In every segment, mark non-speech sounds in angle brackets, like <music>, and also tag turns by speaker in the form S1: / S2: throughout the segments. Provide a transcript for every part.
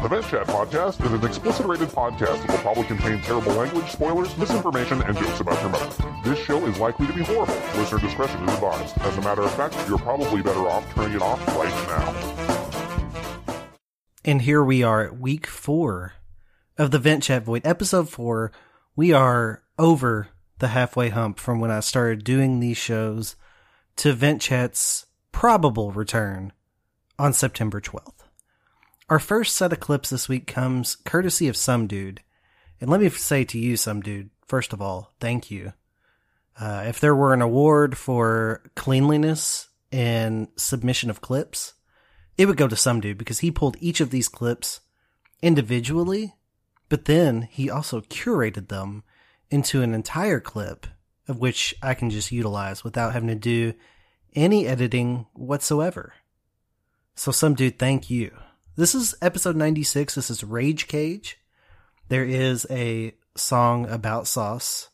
S1: The Vest Chat podcast is an explicit rated podcast that will probably contain terrible language, spoilers, misinformation, and jokes about your mother. This show is likely to be horrible. Listener discretion is advised. As a matter of fact, you're probably better off turning it off right now.
S2: And here we are at week four of the Vent Chat Void, episode four. We are over the halfway hump from when I started doing these shows to Vent Chat's probable return on September 12th. Our first set of clips this week comes courtesy of some dude. And let me say to you, some dude, first of all, thank you. Uh, if there were an award for cleanliness and submission of clips, it would go to some dude because he pulled each of these clips individually, but then he also curated them into an entire clip of which I can just utilize without having to do any editing whatsoever. So some dude, thank you. This is episode 96. This is Rage Cage. There is a song about sauce,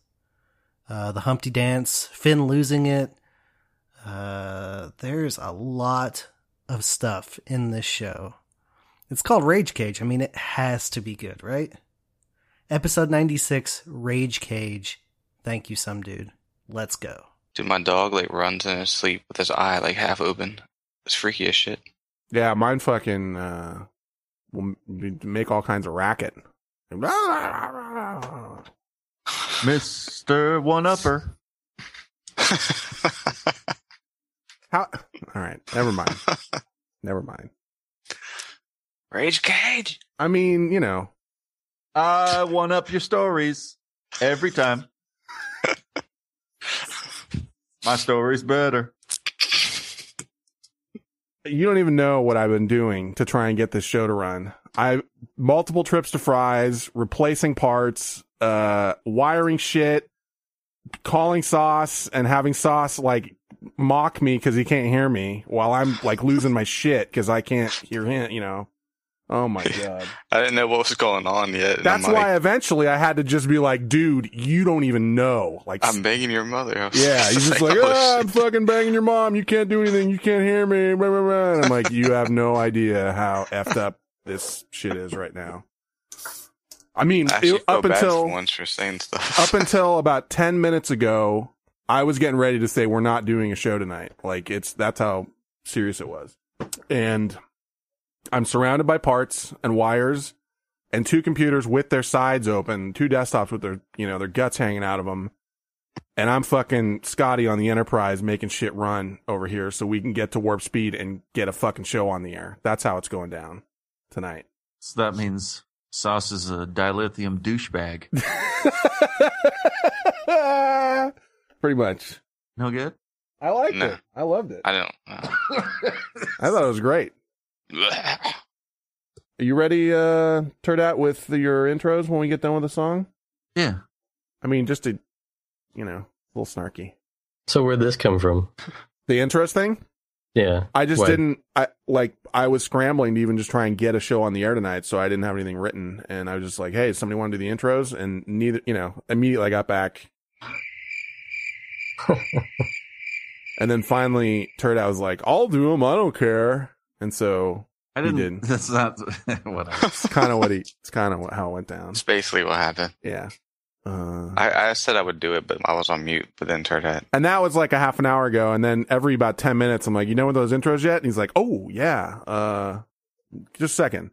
S2: uh, the Humpty Dance, Finn losing it. Uh, there's a lot of stuff in this show. It's called Rage Cage. I mean, it has to be good, right? Episode 96, Rage Cage. Thank you, some dude. Let's go.
S3: Dude, my dog like runs in his sleep with his eye like half open. It's freaky as shit.
S4: Yeah, mine fucking uh, will m- m- make all kinds of racket. <laughs> That's
S5: Mr. One Upper.
S4: <laughs> how. All right, never mind. never mind.
S3: Rage cage.
S4: I mean, you know,
S5: I one up your stories every time. My story's better.
S4: you don't even know what I've been doing to try and get this show to run. I multiple trips to Fry's, replacing parts, uh, wiring shit, calling Sauce, and having Sauce like mock me because he can't hear me while I'm like losing my shit because I can't hear him. You know. Oh
S3: <laughs>
S4: my god.
S3: I didn't know what was going on yet. and I'm
S4: That's
S3: like,
S4: why eventually I had to just be like, dude, you don't even know. Like,
S3: I'm begging your mother. I was
S4: yeah,
S3: <laughs>
S4: he's just like,
S3: oh,
S4: ah, I'm
S3: shit.
S4: fucking banging your mom. You can't do anything. You can't hear me. Blah, blah, blah. And I'm like, you have no idea how effed up this shit is right now. I mean,
S3: I actually
S4: it- up
S3: feel bad for
S4: until
S3: once for saying stuff.
S4: up until about 10 minutes ago, I was getting ready to say we're not doing a show tonight. Like it's that's how serious it was. And I'm surrounded by parts and wires and two computers with their sides open, two desktops with their, you know, their guts hanging out of them. And I'm fucking Scotty on the Enterprise making shit run over here so we can get to warp speed and get a fucking show on the air. That's how it's going down tonight.
S5: So that means Sauce is a dilithium douchebag.
S4: Pretty much.
S5: No good?
S4: I liked
S3: No.
S4: it. I loved it.
S3: I don't. Uh,
S4: I thought it was great.
S3: bleh.
S4: Are you ready, uh, Turdat, with your intros when we get done with the song?
S5: Yeah.
S4: I mean, just to, you know, a little snarky.
S6: So where'd this come from?
S4: The intros thing?
S6: Yeah.
S4: I just
S6: What?
S4: didn't, I, like, I was scrambling to even just try and get a show on the air tonight, so I didn't have anything written. And I was just like, hey, somebody want to do the intros? And neither, you know, immediately I got back. and then finally, Turdat was like, I'll do them. I don't care. And so
S5: I
S4: You
S5: didn't.
S4: didn't.
S5: <laughs> That's not what I.
S4: it's kind of what he, it's kind of how it went down.
S3: It's basically what happened.
S4: Um, Yeah. Uh,
S3: I, I said I would do it, but I was on mute. But then turned out
S4: And that was like a half an hour ago. And then every about 10 minutes, I'm like, you know what those intros yet? And he's like, oh, yeah. Uh, just a second.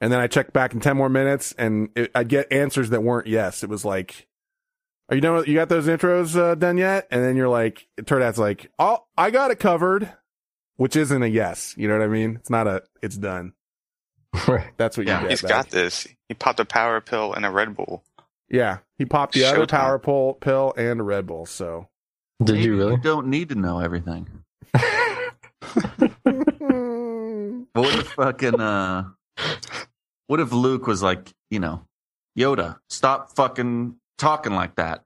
S4: And then I checked back in 10 more minutes and it, I'd get answers that weren't yes. It was like, are you done? With, you got those intros uh, done yet? And then you're like, it turned out it's like, oh, I got it covered, which isn't a yes. You know what I mean? It's not a, it's done.
S6: Right.
S4: That's what
S5: Yeah,
S4: you get.
S3: he's
S4: back.
S3: got this. He popped a power pill and a Red Bull.
S4: Yeah. He popped the other
S3: Showtime.
S4: power pull, pill and a Red Bull. So
S6: Did
S5: Maybe
S6: you really?
S5: don't need to know everything. What if fucking uh, what if Luke was like, you know, Yoda, stop fucking talking like that.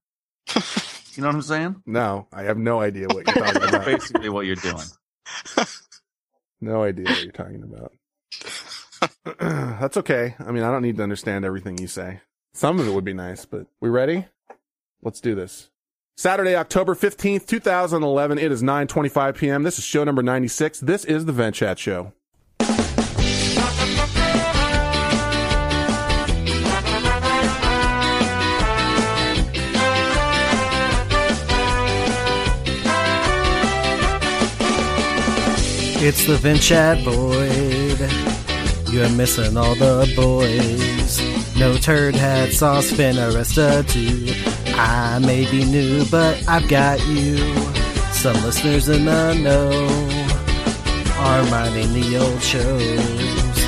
S5: You know what I'm saying?
S4: no, I have no idea what you're talking
S5: That's
S4: about.
S5: basically what you're doing.
S4: No idea what you're talking about. <clears throat> That's okay. I mean, I don't need to understand everything you say. Some of it would be nice, but we ready? Let's do this. Saturday, October 15th, 2011. It is 9:25 p.m. This is show number 96. This is the Vent Chat show.
S7: Thank
S8: It's the Vinchat Void. You're missing all the boys. No turd hat, saucepan, arresta too. I may be new, but I've got you. Some listeners in the know are minding the old shows.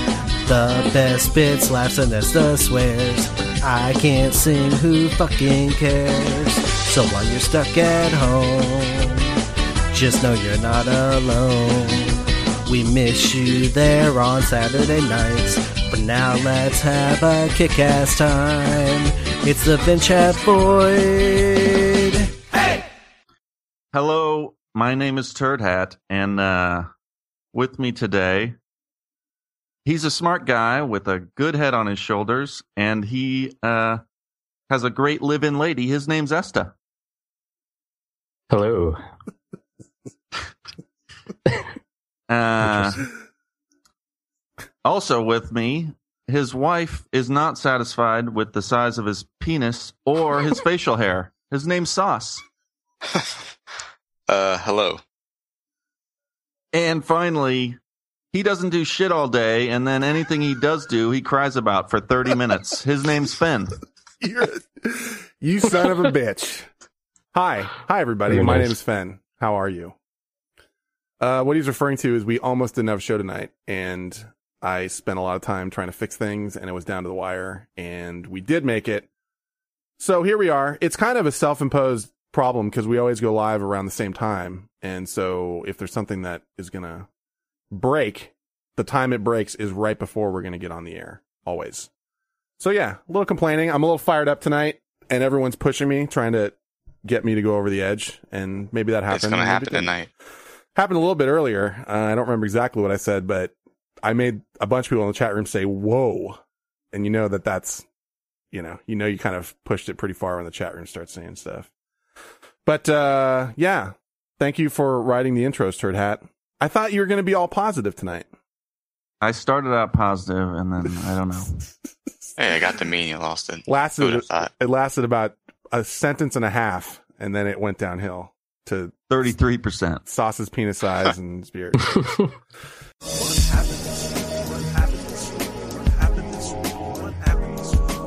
S8: The best bits, laughs, and that's the swears. I can't sing, who fucking cares? So while you're stuck at home, just know you're not alone. We miss you there on Saturday nights, but now let's have a kick ass time. It's the Vinchat Void.
S5: Hello, my name is Turd Hat, and uh, with me today, he's a smart guy with a good head on his shoulders, and he uh, has a great live-in lady. His name's Esta.
S1: Hello.
S5: Uh, also with me, his wife is not satisfied with the size of his penis
S4: <laughs>
S5: or his facial hair. His name's Sauce.
S3: <laughs> Uh, hello.
S5: And finally, he doesn't do shit all day, and then anything he does do, he cries about for 30 minutes. His name's Finn.
S4: <laughs> You're, you son of
S5: <laughs>
S4: a bitch. Hi. Hi, everybody.
S1: Very
S4: My
S1: nice.
S4: name is Fenn. How are you? Uh, what he's referring to is we almost didn't have a show tonight, and I spent a lot of time trying to fix things, and it was down to the wire, and we did make it. So here we are. It's kind of a self imposed problem because we always go live around the same time. And so if there's something that is going to break, the time it breaks is right before we're going to get on the air, always. So yeah, a little complaining. I'm a little fired up tonight, and everyone's pushing me, trying to get me to go over the edge, and maybe that happened.
S3: It's gonna
S4: Maybe it
S3: happen
S4: didn't.
S3: tonight.
S4: Happened a little bit earlier. Uh, I don't remember exactly what I said, but I made a bunch of people in the chat room say "whoa," and you know that that's, you know, you know, you kind of pushed it pretty far when the chat room starts saying stuff. But uh yeah, thank you for writing the intros, Turd Hat. I thought you were going to be all positive tonight.
S5: I started out positive, and then I don't know.
S3: Hey, I got the mean. You lost it. Who would
S4: Lasted
S3: have thought?
S4: it lasted about a sentence and a half, and then it went downhill to
S5: 33%.
S4: sauce's penis size and spirit.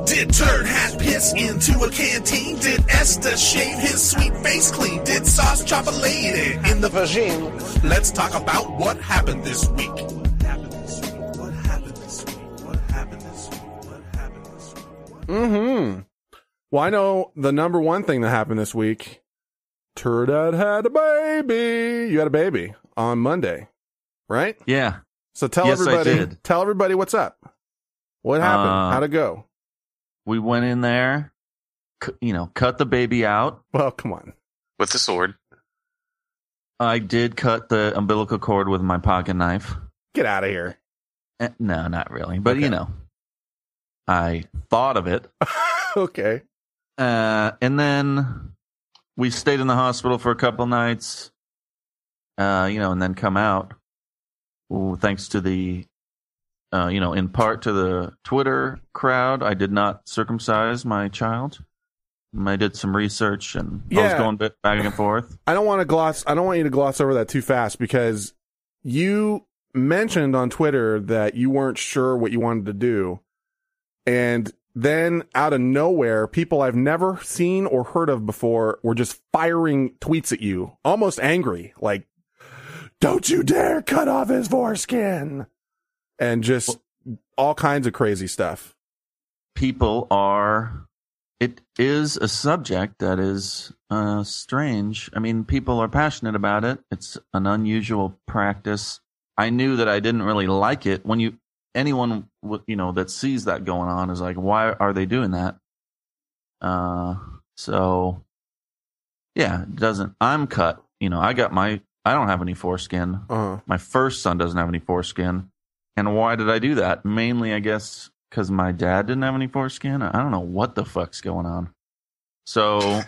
S9: Did Turd Hat piss into a canteen? Did Esther shave his sweet face clean? Did Sauce chop a lady in the vagine? Let's talk about what happened this week. What happened this week? What happened this week? What happened this week? What happened this week?
S4: hmm Well, I know the number one thing that happened this week. Turdad had a baby. You had a baby on Monday, right?
S5: Yeah.
S4: So tell
S5: Yes, I
S4: everybody.
S5: did.
S4: Tell everybody what's up. What happened?
S5: Uh,
S4: How'd it go?
S5: We went in there, cu- you know, cut the baby out.
S4: Well, come on.
S3: With the sword.
S5: I did cut the umbilical cord with my pocket knife.
S4: Get out of here.
S5: Eh, No, not really, but
S4: Okay.
S5: you know, I thought
S4: <laughs>
S5: of it.
S4: okay.
S5: Uh, and then we stayed in the hospital for a couple nights, uh, you know, and then come out. Ooh, thanks to the, uh, you know, in part to the Twitter crowd, I did not circumcise my child. And I did some research and I was
S4: Yeah.
S5: going bit back and forth.
S4: I don't want to gloss. I don't want you to gloss over that too fast because you mentioned on Twitter that you weren't sure what you wanted to do, and then out of nowhere, people I've never seen or heard of before were just firing tweets at you, almost angry, like "Don't you dare cut off his foreskin," and just all kinds of crazy stuff.
S5: People are, it is a subject that is uh, strange. I mean, people are passionate about it. It's an unusual practice. I knew that I didn't really like it. When you anyone w- you know that sees that going on is like, why are they doing that? Uh, so yeah, it doesn't. I'm cut. You know, I got my. I don't have any foreskin.
S4: Uh,
S5: My first son doesn't have any foreskin. And why did I do that? Mainly, I guess, because my dad didn't have any foreskin. I don't know what the fuck's going on. So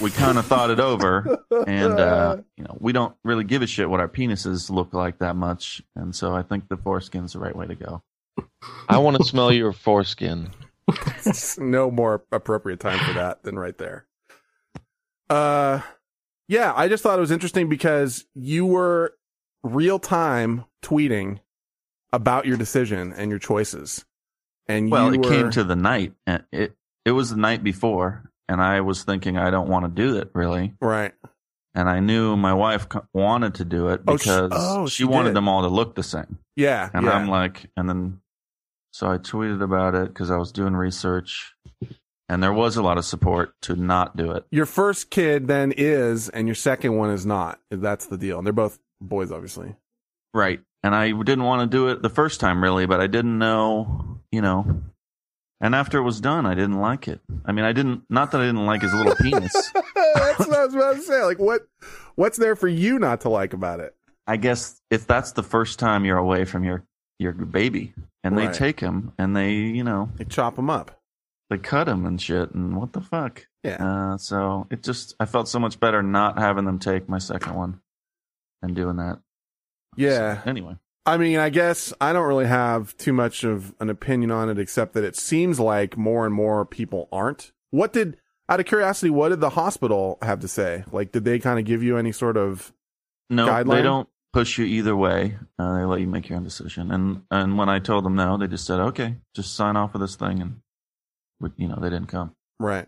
S5: we kind of thought it over. And, uh, you know, we don't really give a shit what our penises look like that much. And so I think the foreskin's the right way to go.
S10: I want to smell your foreskin.
S4: no more appropriate time for that than right there. Uh, yeah, I just thought it was interesting because you were real time tweeting about your decision and your choices. And
S5: Well,
S4: you
S5: it
S4: were,
S5: came to the night. And it it was the night before, and I was thinking I don't want to do it really,
S4: right.
S5: and I knew my wife co- wanted to do it
S4: Oh, she-
S5: because
S4: oh,
S5: she,
S4: she
S5: wanted
S4: did.
S5: them all to look the same.
S4: Yeah.
S5: And
S4: yeah.
S5: I'm like, and then so I tweeted about it because I was doing research, and there was a lot of support to not do it.
S4: your first kid then is, and your second one is not. That's the deal. And they're both boys, obviously.
S5: Right. And I didn't want to do it the first time, really, but I didn't know, you know. And after it was done, I didn't like it. I mean, I didn't, not that I didn't like his little penis.
S4: <laughs> that's what I was about to say. Like, what, what's there for you not to like about it?
S5: I guess if that's the first time you're away from your, your baby and
S4: Right.
S5: they take him and they, you know,
S4: They chop them up.
S5: they cut him and shit and what the fuck.
S4: Yeah.
S5: Uh, so it just, I felt so much better not having them take my second one and doing that.
S4: Yeah.
S5: So, anyway.
S4: I mean, I guess I don't really have too much of an opinion on it, except that it seems like more and more people aren't. What did, out of curiosity, what did the hospital have to say? Like, did they kind of give you any sort of,
S5: No,
S4: guideline?
S5: they don't push you either way. Uh, they let you make your own decision. And and when I told them no, they just said, "Okay, just sign off of this thing." And we- you know, they didn't come.
S4: right?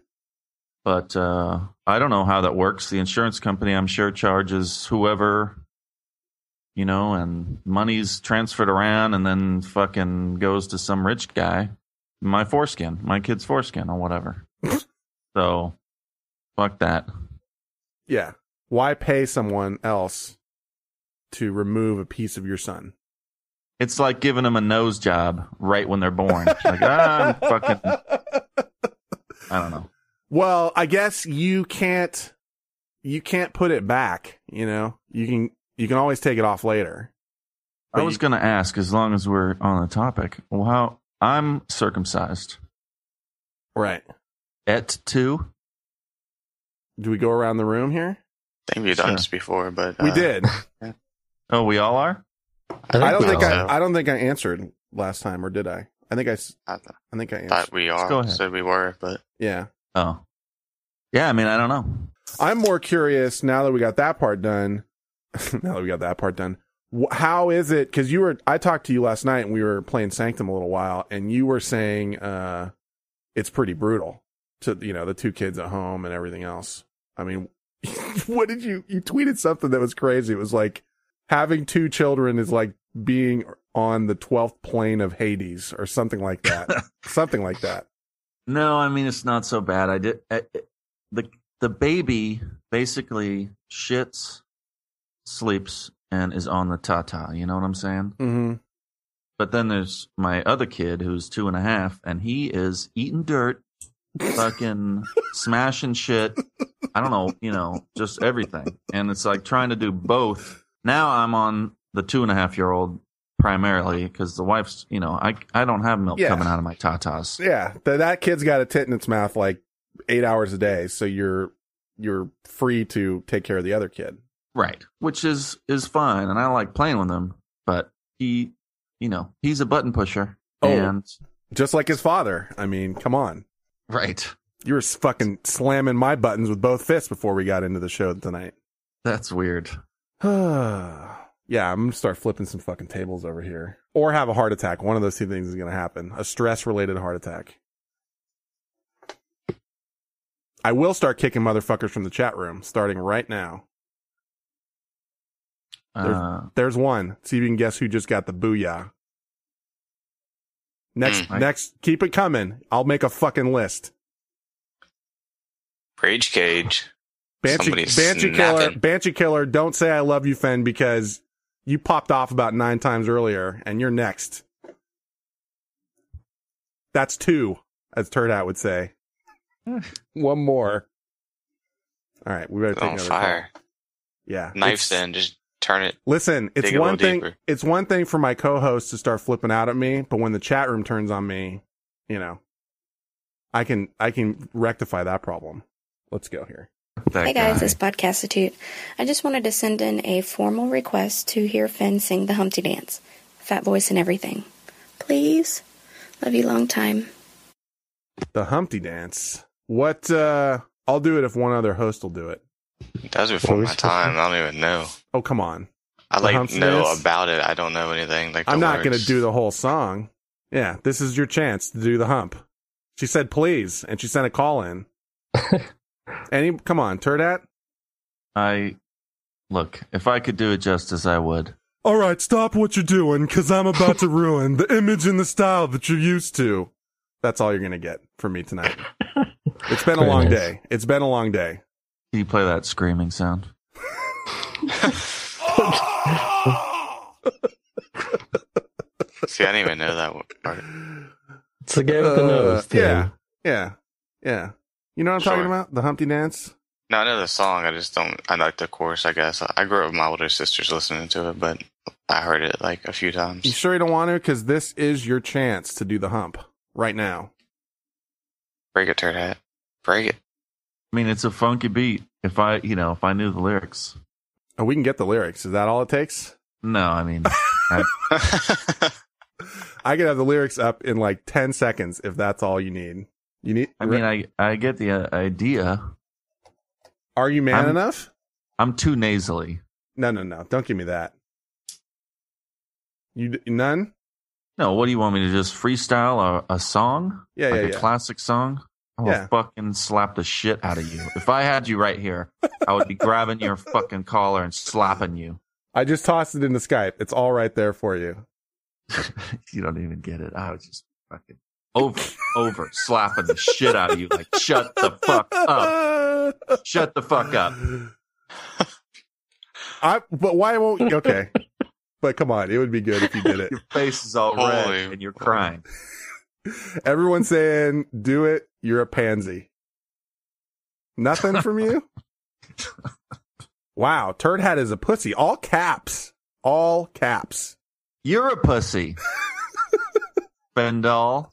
S5: But uh, I don't know how that works. The insurance company, I'm sure, charges whoever, you know, and money's transferred around and then fucking goes to some rich guy. My foreskin, my kid's foreskin, or whatever. so, fuck that.
S4: Yeah. Why pay someone else to remove a piece of your son?
S5: It's like giving them a nose job right when they're born. like, ah, I'm fucking, I don't know.
S4: Well, I guess you can't, you can't put it back. You know, you can, you can always take it off later.
S5: I was going to ask, as long as we're on the topic, well, how I'm circumcised
S4: Right.
S5: at two.
S4: Do we go around the room here?
S3: I think we've done
S5: Sure.
S3: this before, but
S4: we
S3: uh,
S4: did.
S5: Oh, we all are.
S4: I don't think
S6: we all-
S3: so.
S4: I, I don't think I answered last time, or did I? I think I, s-
S3: I
S4: I think I answered.
S3: thought we
S5: go
S3: are.
S5: ahead.
S3: Said we were, but
S4: Yeah.
S5: Oh, yeah. I mean, I don't know.
S4: I'm more curious now that we got that part done. <laughs> now that we got that part done, wh- how is it? Because you were, I talked to you last night, and we were playing Sanctum a little while, and you were saying uh, it's pretty brutal to you know the two kids at home and everything else. I mean, <laughs> what did you? You tweeted something that was crazy. It was like having two children is like being on the twelfth plane of Hades or something like that. something like that.
S5: No, I mean it's not so bad. I did I, I- the the baby basically shits, sleeps, and is on the tata. You know what I'm saying?
S4: <laughs> Mm-hmm.
S5: But then there's my other kid who's two and a half, and he is eating dirt, fucking
S4: <laughs>
S5: smashing shit. I don't know, you know, just everything. And it's like trying to do both. Now I'm on the two and a half year old primarily because the wife's, you know, I I don't have milk
S4: Yeah.
S5: coming out of my tatas.
S4: yeah th- that kid's got a tit in its mouth like eight hours a day so you're you're free to take care of the other kid
S5: Right. Which is is fine, and I like playing with him. But he, you know, he's a button pusher.
S4: Oh.
S5: And
S4: just like his father i mean come on
S5: right.
S4: you were s- fucking slamming my buttons with both fists before we got into the show tonight
S5: That's weird.
S4: <sighs> yeah i'm gonna start flipping some fucking tables over here or have a heart attack one of those two things is gonna happen a stress related heart attack i will start kicking motherfuckers from the chat room starting right now
S5: Uh,
S4: There's one. See if you can guess who just got the booyah. Next,
S5: Mm.
S4: next, keep it coming. I'll make a fucking list.
S3: Rage Cage.
S4: Banshee,
S3: Somebody's
S4: Banshee Killer,
S3: snapping.
S4: Banshee Killer, don't say I love you, Fen, because you popped off about nine times earlier and you're next. That's two, as Turdout would say. <laughs> one more. All right, we better
S3: It's
S4: take
S3: on
S4: another
S3: Oh, fire.
S4: Call. Yeah.
S3: Knife's
S4: it's-
S3: in. Just turn it.
S4: Listen, it's
S3: Dig a
S4: one
S3: little
S4: thing.
S3: deeper.
S4: It's one thing for my co-host to start flipping out at me, but when the chat room turns on me, you know, I can I can rectify that problem. Let's go here.
S5: that
S11: Hey guys,
S5: guy.
S11: it's Podcastitute. I just wanted to send in a formal request to hear Finn sing the Humpty Dance, fat voice and everything. Please, love you long time.
S4: The Humpty Dance. What? uh I'll do it if one other host will do it.
S3: That was before
S6: we
S3: my
S6: supposed to-
S3: time. I don't even know.
S4: Oh come on.
S3: I like
S4: Humpty
S3: know
S4: Dance?
S3: about it. I don't know anything. Like the
S4: I'm not going
S3: words.
S4: to
S3: <laughs>
S4: do the whole song. Yeah, this is your chance to do the hump. She said, please. And she sent a call in. Any, come on, Turdat.
S5: I look. If I could do it justice, I would.
S4: All right, stop what you're doing because I'm about to ruin the image and the style that you're used to. That's all you're going to get from me tonight. It's been a
S6: Very
S4: long
S6: nice.
S4: day. It's been a long day.
S5: Can you play that screaming sound?
S3: See, I didn't even know that one part.
S6: It's the guy with the
S4: Uh,
S6: nose. Tim.
S4: yeah. Yeah. Yeah. You know what I'm talking
S3: Sure.
S4: about? The Humpty Dance?
S3: No, I know the song. I just don't. I like the chorus. I guess I grew up with my older sisters listening to it, but I heard it like a few
S4: You
S3: times.
S4: sure you don't want to? Because this is your chance to do the hump right now.
S3: <laughs> Break it, turd hat. Break it.
S5: I mean, it's a funky beat. If I, you know, if I knew the lyrics.
S4: Oh, we can get the lyrics. Is that all it takes?
S5: No, I <laughs> mean,
S4: <laughs> I could have the lyrics up in like 10 seconds if that's all you need. You need,
S5: I mean, I I get the uh, idea.
S4: are you man
S5: I'm-
S4: enough?
S5: I'm too nasally.
S4: No, no, no. Don't give me that. You d- none?
S5: No, what do you want me to just freestyle a, a song?
S4: Yeah,
S5: like
S4: yeah,
S5: a
S4: yeah.
S5: classic song? I will
S4: Yeah.
S5: fucking slap the shit out of you. If I had you right here, I would be grabbing your fucking collar and slapping you.
S4: I just tossed it into Skype. It's all right there for you.
S5: <laughs> you don't even get it. I was just fucking over, over slapping the shit out of you. Like, shut the fuck up. Shut the fuck up.
S4: I, but why won't you?
S5: <laughs>
S4: Okay. but come on. It would be good if you did it.
S5: Your face is all red
S3: Holy-
S5: and you're crying.
S4: Everyone's saying, do it. You're a pansy. Nothing from
S5: <laughs>
S4: you? wow. Turd hat is a pussy. All caps. All caps.
S5: You're a pussy. Bendal.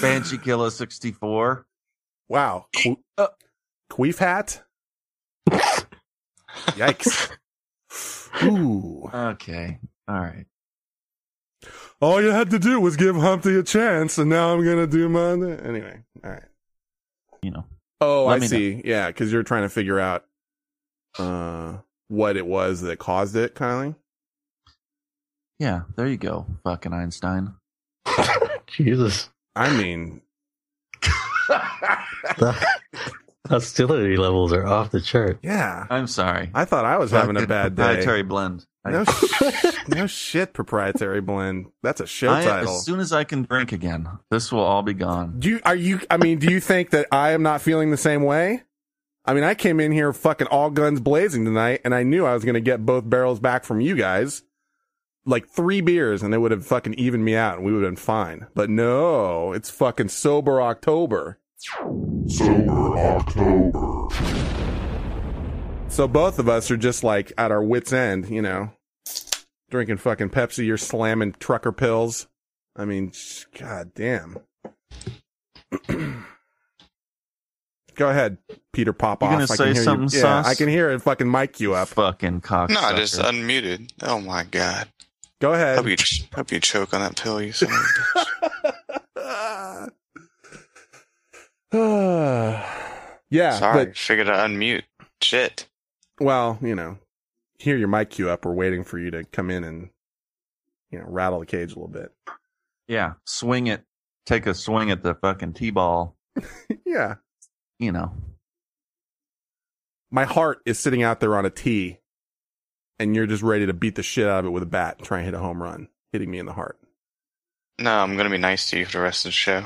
S5: Banshee Killer 64.
S4: Wow. Que- queef hat? Yikes. Ooh.
S5: <laughs> Okay. All right.
S4: All you had to do was give Humpty a chance, and now I'm gonna do mine. Anyway, all right.
S5: You know,
S4: Oh,
S5: Let
S4: I
S5: me
S4: see. Yeah, because you're trying to figure out uh, what it was that caused it, Kylie.
S5: yeah, there you go, fucking Einstein.
S6: <laughs> Jesus.
S4: I
S6: <laughs>
S4: mean,
S6: The hostility levels are off the chart.
S4: yeah.
S5: I'm sorry.
S4: I thought I was having a
S5: Fucking
S4: bad day.
S5: proprietary blend. I-
S4: No, sh- no shit, proprietary blend. That's a show
S5: I-
S4: title.
S5: as soon as I can drink again, this will all be gone.
S4: Do you, are you, I mean, do you think that I am not feeling the same way? I mean, I came in here fucking all guns blazing tonight and I knew I was going to get both barrels back from you guys. Like three beers and it would have fucking evened me out and we would have been fine. But no, it's fucking sober October.
S1: Sober October.
S4: So both of us are just like at our wits end, you know, drinking fucking Pepsi. You're slamming trucker pills. I mean, sh- god damn. <clears throat> Go ahead, Peter Popoff.
S5: You gonna
S4: I can
S5: say
S4: hear you-
S5: something,
S4: Yeah,
S5: Sauce?
S4: I can hear it. Fucking mic you up.
S5: Fucking cocksucker.
S3: No, I just unmuted. Oh my god.
S4: Go
S3: Hope
S4: ahead.
S3: you ch- hope you choke on that pill. You son
S4: <laughs>
S3: of a-
S4: <sighs> yeah.
S3: Sorry,
S4: but-
S3: figured I unmute. Shit.
S4: well, you know, hear your mic you up. We're waiting for you to come in and you know rattle the cage a little bit. <laughs>
S5: yeah, swing it. Take a swing at the fucking t-ball.
S4: yeah.
S5: You know,
S4: my heart is sitting out there on a tee and you're just ready to beat the shit out of it with a bat and try and hit a home run, hitting me in the heart.
S3: No, I'm gonna be nice to you for the rest of the show.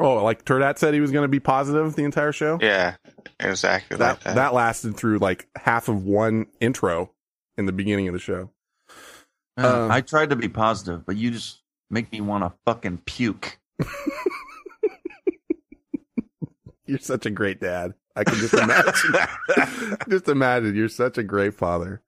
S4: Oh, like Turdat said he was going to be positive the entire show.
S3: Yeah, exactly
S4: that,
S3: like
S4: that lasted through like half of one intro in the beginning of the show.
S5: Uh,
S4: Um,
S5: I tried to be positive, but you just make me want to fucking puke.
S4: You're such a great dad. I can just
S3: <laughs>
S4: imagine. just imagine you're such a great father.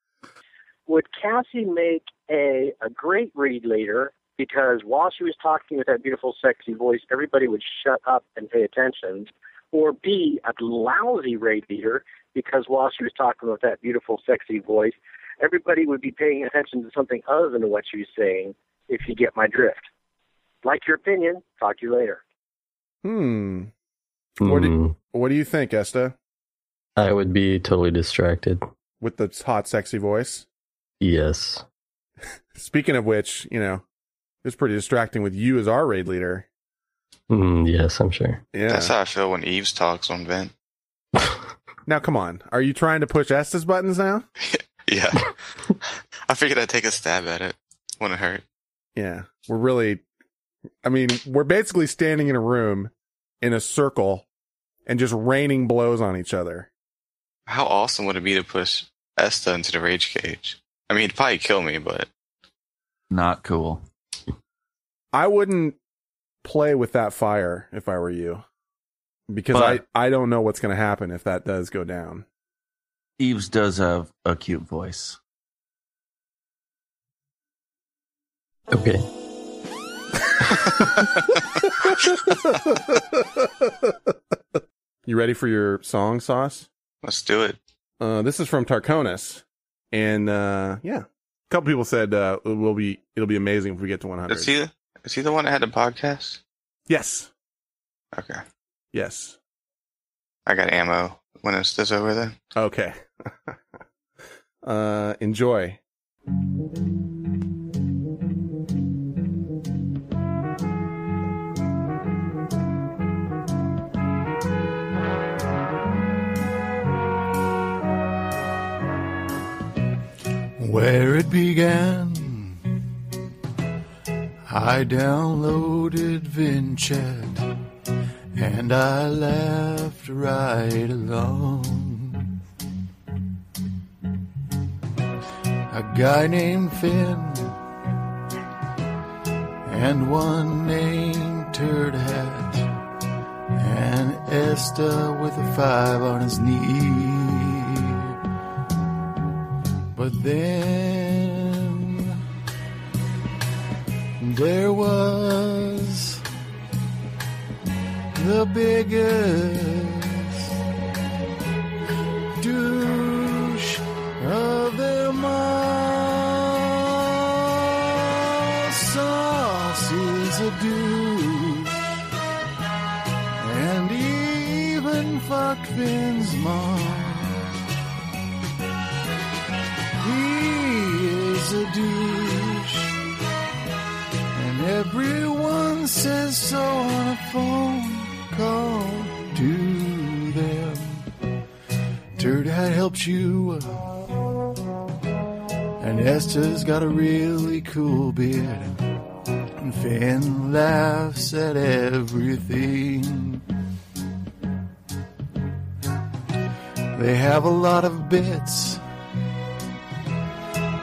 S12: would Cassie make a, a great read leader? Because while she was talking with that beautiful, sexy voice, everybody would shut up and pay attention. Or B, a lousy read leader, because while she was talking with that beautiful, sexy voice, everybody would be paying attention to something other than what she was saying, if you get my drift. Like your opinion, talk to you later.
S4: Hmm.
S6: Hmm.
S4: What do you- What do you think, Esta?
S6: I would be totally distracted.
S4: with the hot, sexy voice.
S6: Yes.
S4: Speaking of which, you know, it was pretty distracting with you as our raid leader.
S6: Mm, yes, I'm sure.
S4: Yeah.
S3: That's how I feel when Eves talks on Vent.
S4: Now, come on. Are you trying to push Estes buttons
S3: <laughs>
S4: now?
S3: Yeah. I figured I'd take a stab at it. Wouldn't hurt.
S4: Yeah. We're really, I mean, we're basically standing in a room in a circle and just raining blows on each other.
S3: How awesome would it be to push Esta into the rage cage? I mean, he'd probably kill me, but
S5: Not cool.
S4: I wouldn't play with that fire if I were you because
S5: But-
S4: I, I don't know what's going to happen if that does go down.
S5: Eves does have a cute voice.
S6: Okay.
S5: <laughs>
S4: You ready for your song, Sauce?
S3: let's do it.
S4: Uh, this is from Tarconis. And, uh, yeah, a couple people said, uh, it will be, it'll be amazing if we get to 100.
S3: Is he, is he the one that had the podcast?
S4: Yes.
S3: Okay.
S4: Yes.
S3: I got ammo when it's this over then.
S4: Okay. <laughs> uh enjoy.
S13: Where it began, I downloaded Vinchet and I laughed right along. A guy named Finn and one named Turd Hat and Esther with a five on his knee. But then there was the biggest douche of them all. Sauce is a douche, and even fucked Finn's mom. He is a douche. And everyone says so on a phone call to them. Turd Hat helps you. And Esther's got a really cool beard. And Finn laughs at everything. They have a lot of bits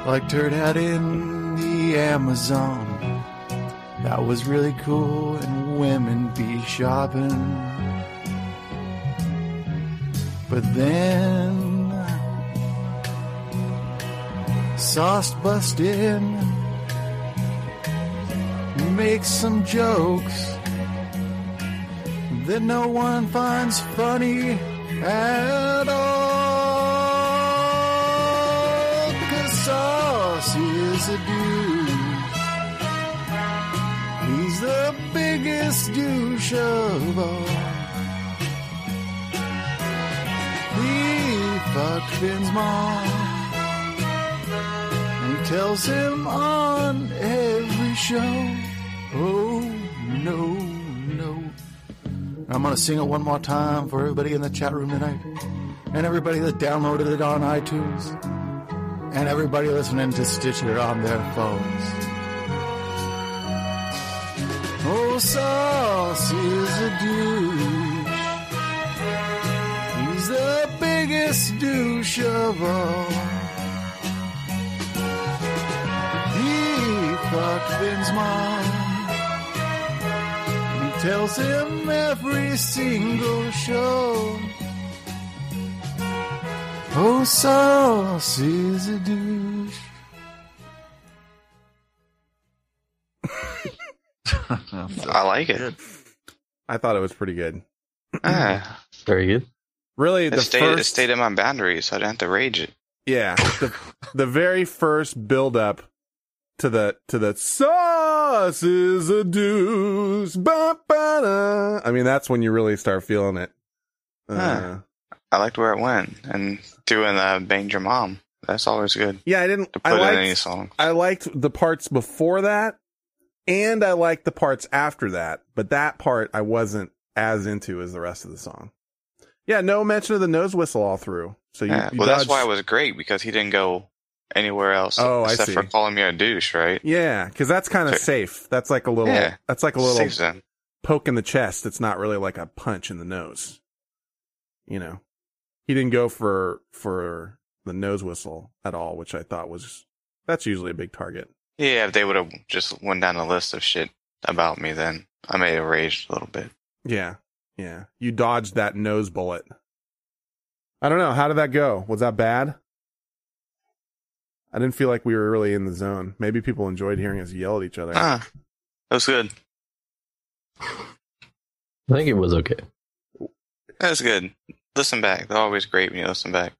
S13: like Turd Hat in the Amazon. That was really cool, and women be shopping. But then, Sauce bust in, makes some jokes that no one finds funny at all. 'Cause Sauce is a douche. He's the biggest douche of all. He fucked Finn's mom and tells him on every show. Oh no, no. I'm going to sing it one more time for everybody in the chat room tonight and everybody that downloaded it on iTunes and everybody listening to Stitcher on their phones. Oh, Sauce is a douche. He's the biggest douche of all. He fucked Finn's mom. He tells him every single show. Oh, sauce is a douche.
S3: I like it.
S4: I thought it was pretty good.
S3: Ah,
S6: <clears throat> Very good.
S4: Really
S3: it,
S4: the
S3: stayed, it
S4: first
S3: stayed in my boundaries, so I didn't have to rage it.
S4: Yeah. The, the very first build up to the to the sauce is a
S3: Ah.
S4: deuce. Ba, ba, da. I mean that's when you really start feeling it. Uh,
S3: Huh. I liked where it went, and doing uh, "Bang Your Mom." That's always good.
S4: Yeah, I didn't.
S3: to put
S4: I
S3: in any
S4: liked,
S3: song.
S4: I liked the parts before that, and I liked the parts after that. But that part I wasn't as into as the rest of the song. Yeah, no mention of the nose whistle all through. So you,
S3: Yeah.
S4: you
S3: well, that's
S4: dodged-
S3: why it was great because he didn't go anywhere else
S4: Oh, I
S3: except
S4: see.
S3: for calling me a douche, right?
S4: Yeah, because that's kind of safe. That's like a little.
S3: Yeah.
S4: That's like a little
S3: Safe zone.
S4: poke in the chest. It's not really like a punch in the nose. You know, he didn't go for for the nose whistle at all, which I thought was that's usually a big target.
S3: Yeah, if they would have just went down a list of shit about me, then I may have raged a little bit.
S4: Yeah, yeah. You dodged that nose bullet. I don't know. How did that go? Was that bad? I didn't feel like we were really in the zone. Maybe people enjoyed hearing us yell at each other.
S3: Ah, that was good.
S6: I think it was okay.
S3: That was good. Listen back. They're always great when you
S4: <laughs>
S3: listen back.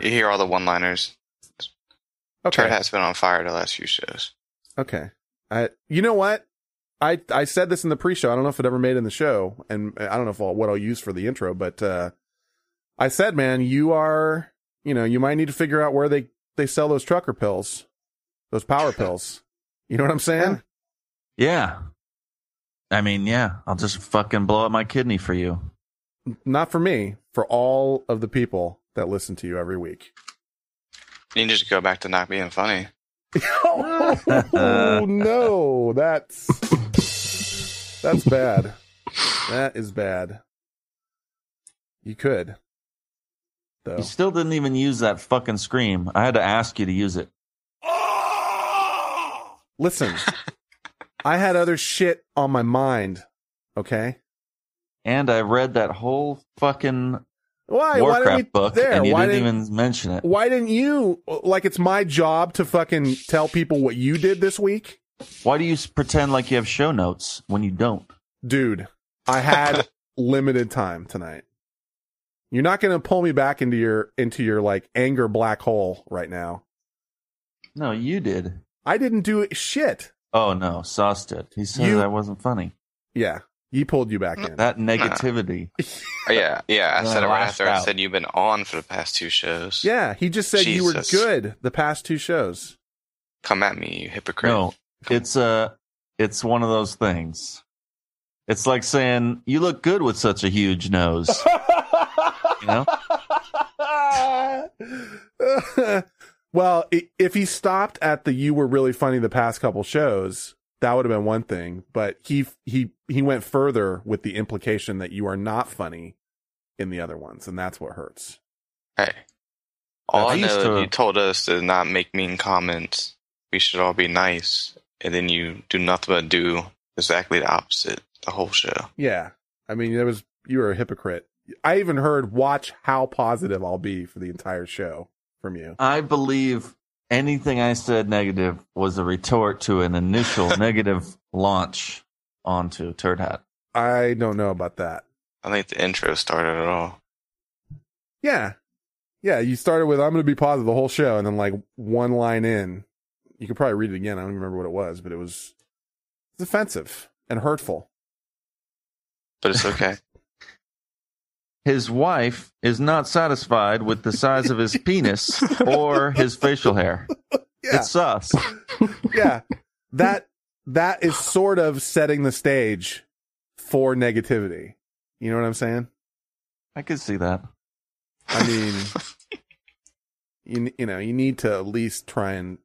S3: you hear all the one-liners.
S4: Okay.
S3: Turd has been on fire the last few shows.
S4: Okay. I you know what? I I said this in the pre-show. I don't know if it ever made in the show, and I don't know if I'll, what I'll use for the intro, but uh, I said, man, you are you know you might need to figure out where they they sell those trucker pills, those power pills. You know what I'm saying?
S5: Yeah. I mean, yeah, I'll just fucking blow up my kidney for you.
S4: Not for me, for all of the people that listen to you every week. <laughs>
S3: You can just go back to not being funny.
S4: oh no, that's that's bad. That is bad. You could. Though.
S5: You still didn't even use that fucking scream. I had to ask you to use it.
S4: Listen, I had other shit on my mind. Okay.
S5: And I read that whole fucking
S4: Why?
S5: Warcraft
S4: why didn't you,
S5: book,
S4: there?
S5: and you
S4: why
S5: didn't,
S4: didn't
S5: even mention it.
S4: Why didn't you? Like, it's my job to fucking tell people what you did this week,
S5: Why do you s- pretend like you have show notes when you don't?
S4: dude. I
S5: <laughs>
S4: had limited time tonight. You're not gonna pull me back into your into your like anger black hole right now.
S5: No, you did.
S4: I didn't do shit. <laughs>
S5: Oh no, Sauce did. He said
S4: You-
S5: that wasn't funny.
S4: Yeah, he pulled you back in. <laughs>
S5: That negativity.
S3: Oh, yeah, yeah. I
S5: And
S3: said
S5: I
S3: it right
S5: laughed
S3: after I
S5: out.
S3: said you've been on for the past two shows.
S4: Yeah, he just said you were
S3: Jesus.
S4: good the past two shows.
S3: Come at me, you hypocrite.
S5: No, it's uh it's one of those things. It's like saying you look good with such a
S4: <laughs>
S5: huge nose. you know?
S4: Ah, well, i- if he stopped at the "you were really funny" the past couple shows, that would have been one thing. But he he he went further with the implication that you are not funny in the other ones, and that's what hurts.
S3: Hey, all
S4: I
S3: I, know
S4: used
S3: is
S4: to-
S3: you told us to not make mean comments. We should all be nice, and then you do nothing but do exactly the opposite the whole show.
S4: Yeah, I mean, it was you were a hypocrite. I even heard "watch how positive I'll be" for the entire show from you.
S5: I believe anything I said negative was a retort to
S4: <laughs>
S5: an initial negative launch onto Turd Hat.
S4: I don't know about that.
S3: I think the intro started it all.
S4: Yeah. Yeah. You started with, I'm going to be positive the whole show. And then, like, one line in, you could probably read it again. I don't remember what it was, but it was it's offensive and hurtful.
S3: But
S4: <laughs>
S3: it's okay.
S5: His wife is not satisfied with the size of his
S4: <laughs>
S5: penis or his facial hair. It's sus.
S4: <laughs> yeah. That, that is sort of setting the stage for negativity. You know what I'm saying?
S5: I could see that.
S4: I mean, <laughs> you, you know, you need to at least try and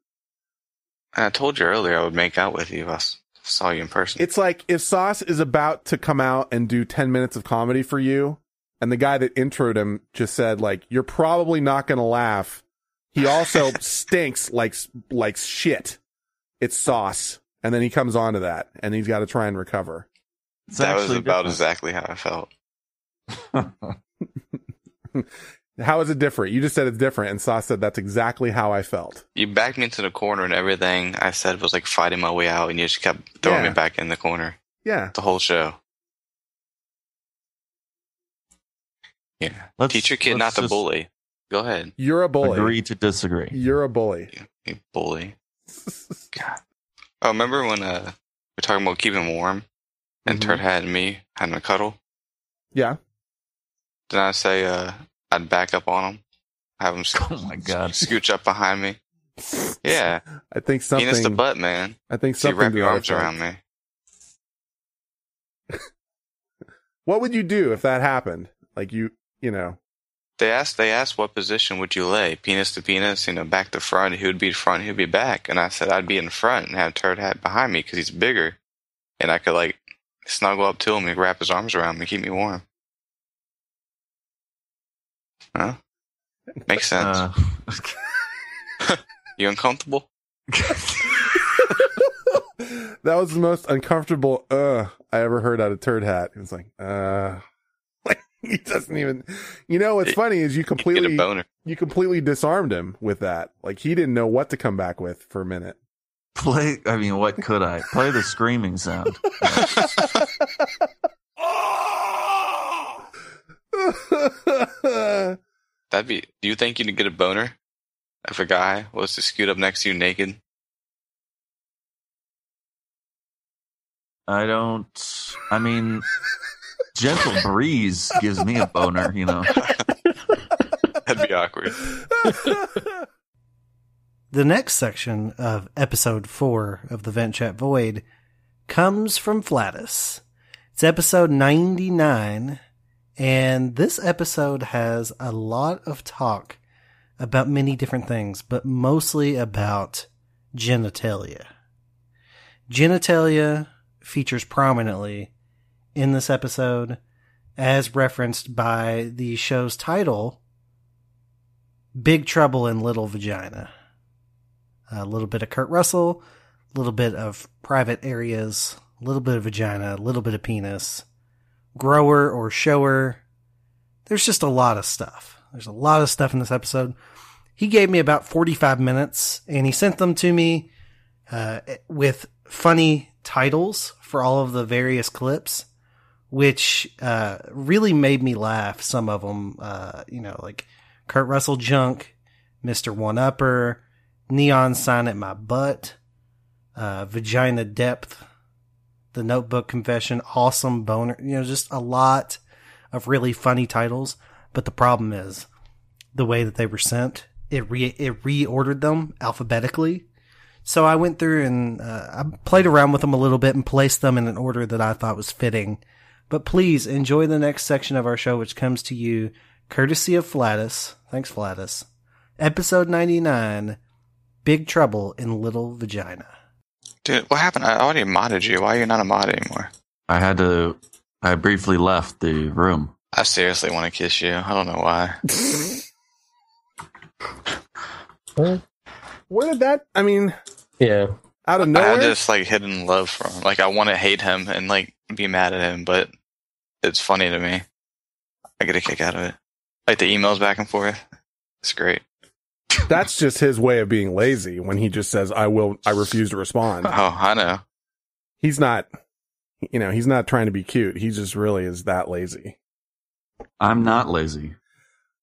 S3: And I told you earlier I would make out with you if I s- saw you in person.
S4: It's like if Sauce is about to come out and do 10 minutes of comedy for you, and the guy that introed him just said, like, you're probably not going to laugh. He also stinks like, like shit. It's Sauce. And then he comes on to that, and he's got to try and recover.
S3: that was about exactly how I felt.
S4: How is it different? You just said it's different, and Sauce said that's exactly how I felt.
S3: You backed me into the corner, and everything I said was like fighting my way out, and you just kept throwing
S4: Yeah.
S3: me back in the corner
S4: Yeah.
S3: the whole show. Yeah.
S5: Let's-
S3: Teach your kid
S5: let's
S3: not to
S5: just
S3: bully. Go ahead.
S4: You're a bully.
S5: Agree to disagree.
S4: You're a bully.
S3: You
S4: <laughs>
S3: bully. God. Oh, remember when uh, we were talking
S5: Mm-hmm.
S3: about keeping warm and Turd had me having a cuddle?
S4: Yeah.
S3: Then I say uh, I'd back up on him, have him sc- <laughs> oh my God. scooch up behind me. Yeah,
S4: I think something.
S3: penis to butt, man.
S4: I think
S3: So you
S4: something.
S3: wrap
S4: to
S3: your
S4: that
S3: arms
S4: effect.
S3: around me.
S4: What would you do if that happened? Like you, you know,
S3: They asked, they asked, what position would you lay? Penis to penis, you know, back to front. He would be front, he would be back. And I said I'd be in front and have Turd Hat behind me because he's bigger, and I could like snuggle up to him and wrap his arms around me, keep me warm. Huh? Makes sense. <laughs> you uncomfortable?
S4: that was the most uncomfortable uh I ever heard out of Turd Hat. It was like, uh, <laughs> like he doesn't even. You know what's funny is you completely
S3: boner.
S4: you completely disarmed him with that. Like he didn't know what to come back with for a minute.
S5: Play. <laughs> I mean, what could I play? The screaming sound.
S3: That'd be. Do you think you'd get a boner if a guy was to scoot up next to you naked?
S5: I don't. I mean, gentle breeze gives me a boner. You know.
S3: <laughs> That'd be awkward.
S2: The next section of episode four of the Vent Chat Void comes from Flatus. It's episode 99, and this episode has a lot of talk about many different things, but mostly about genitalia. Genitalia features prominently in this episode, as referenced by the show's title, Big Trouble in Little Vagina a little bit of Kurt Russell, a little bit of private areas, a little bit of vagina, a little bit of penis, grower or shower. There's just a lot of stuff. There's a lot of stuff in this episode. He gave me about 45 minutes and he sent them to me uh, with funny titles for all of the various clips, which uh, really made me laugh. Some of them, uh, you know, like Kurt Russell Junk, Mr. One Upper, Neon Sign at My Butt, uh, Vagina Depth, The Notebook Confession, Awesome Boner, you know, just a lot of really funny titles. But the problem is the way that they were sent, it, re- it reordered them alphabetically. So I went through and uh, I played around with them a little bit and placed them in an order that I thought was fitting. But please enjoy the next section of our show, which comes to you courtesy of Flatus. Thanks, Flatus. Episode 99 Big Trouble in Little Vagina.
S3: Dude, what happened? I already modded you. Why are you not a mod anymore?
S5: I had to. I briefly left the room.
S3: I seriously want to kiss you. I don't know why.
S4: Where did that? I mean,
S6: yeah.
S4: Out of
S3: I
S4: nowhere.
S3: have this like hidden love for him. Like I want to hate him and like be mad at him, but it's funny to me. I get a kick out of it. Like the emails back and forth. It's great.
S4: That's just his way of being lazy when he just says, I will, I refuse to respond.
S3: <laughs> Oh, I know.
S4: He's not, you know, he's not trying to be cute. He just really is that lazy.
S5: I'm not lazy.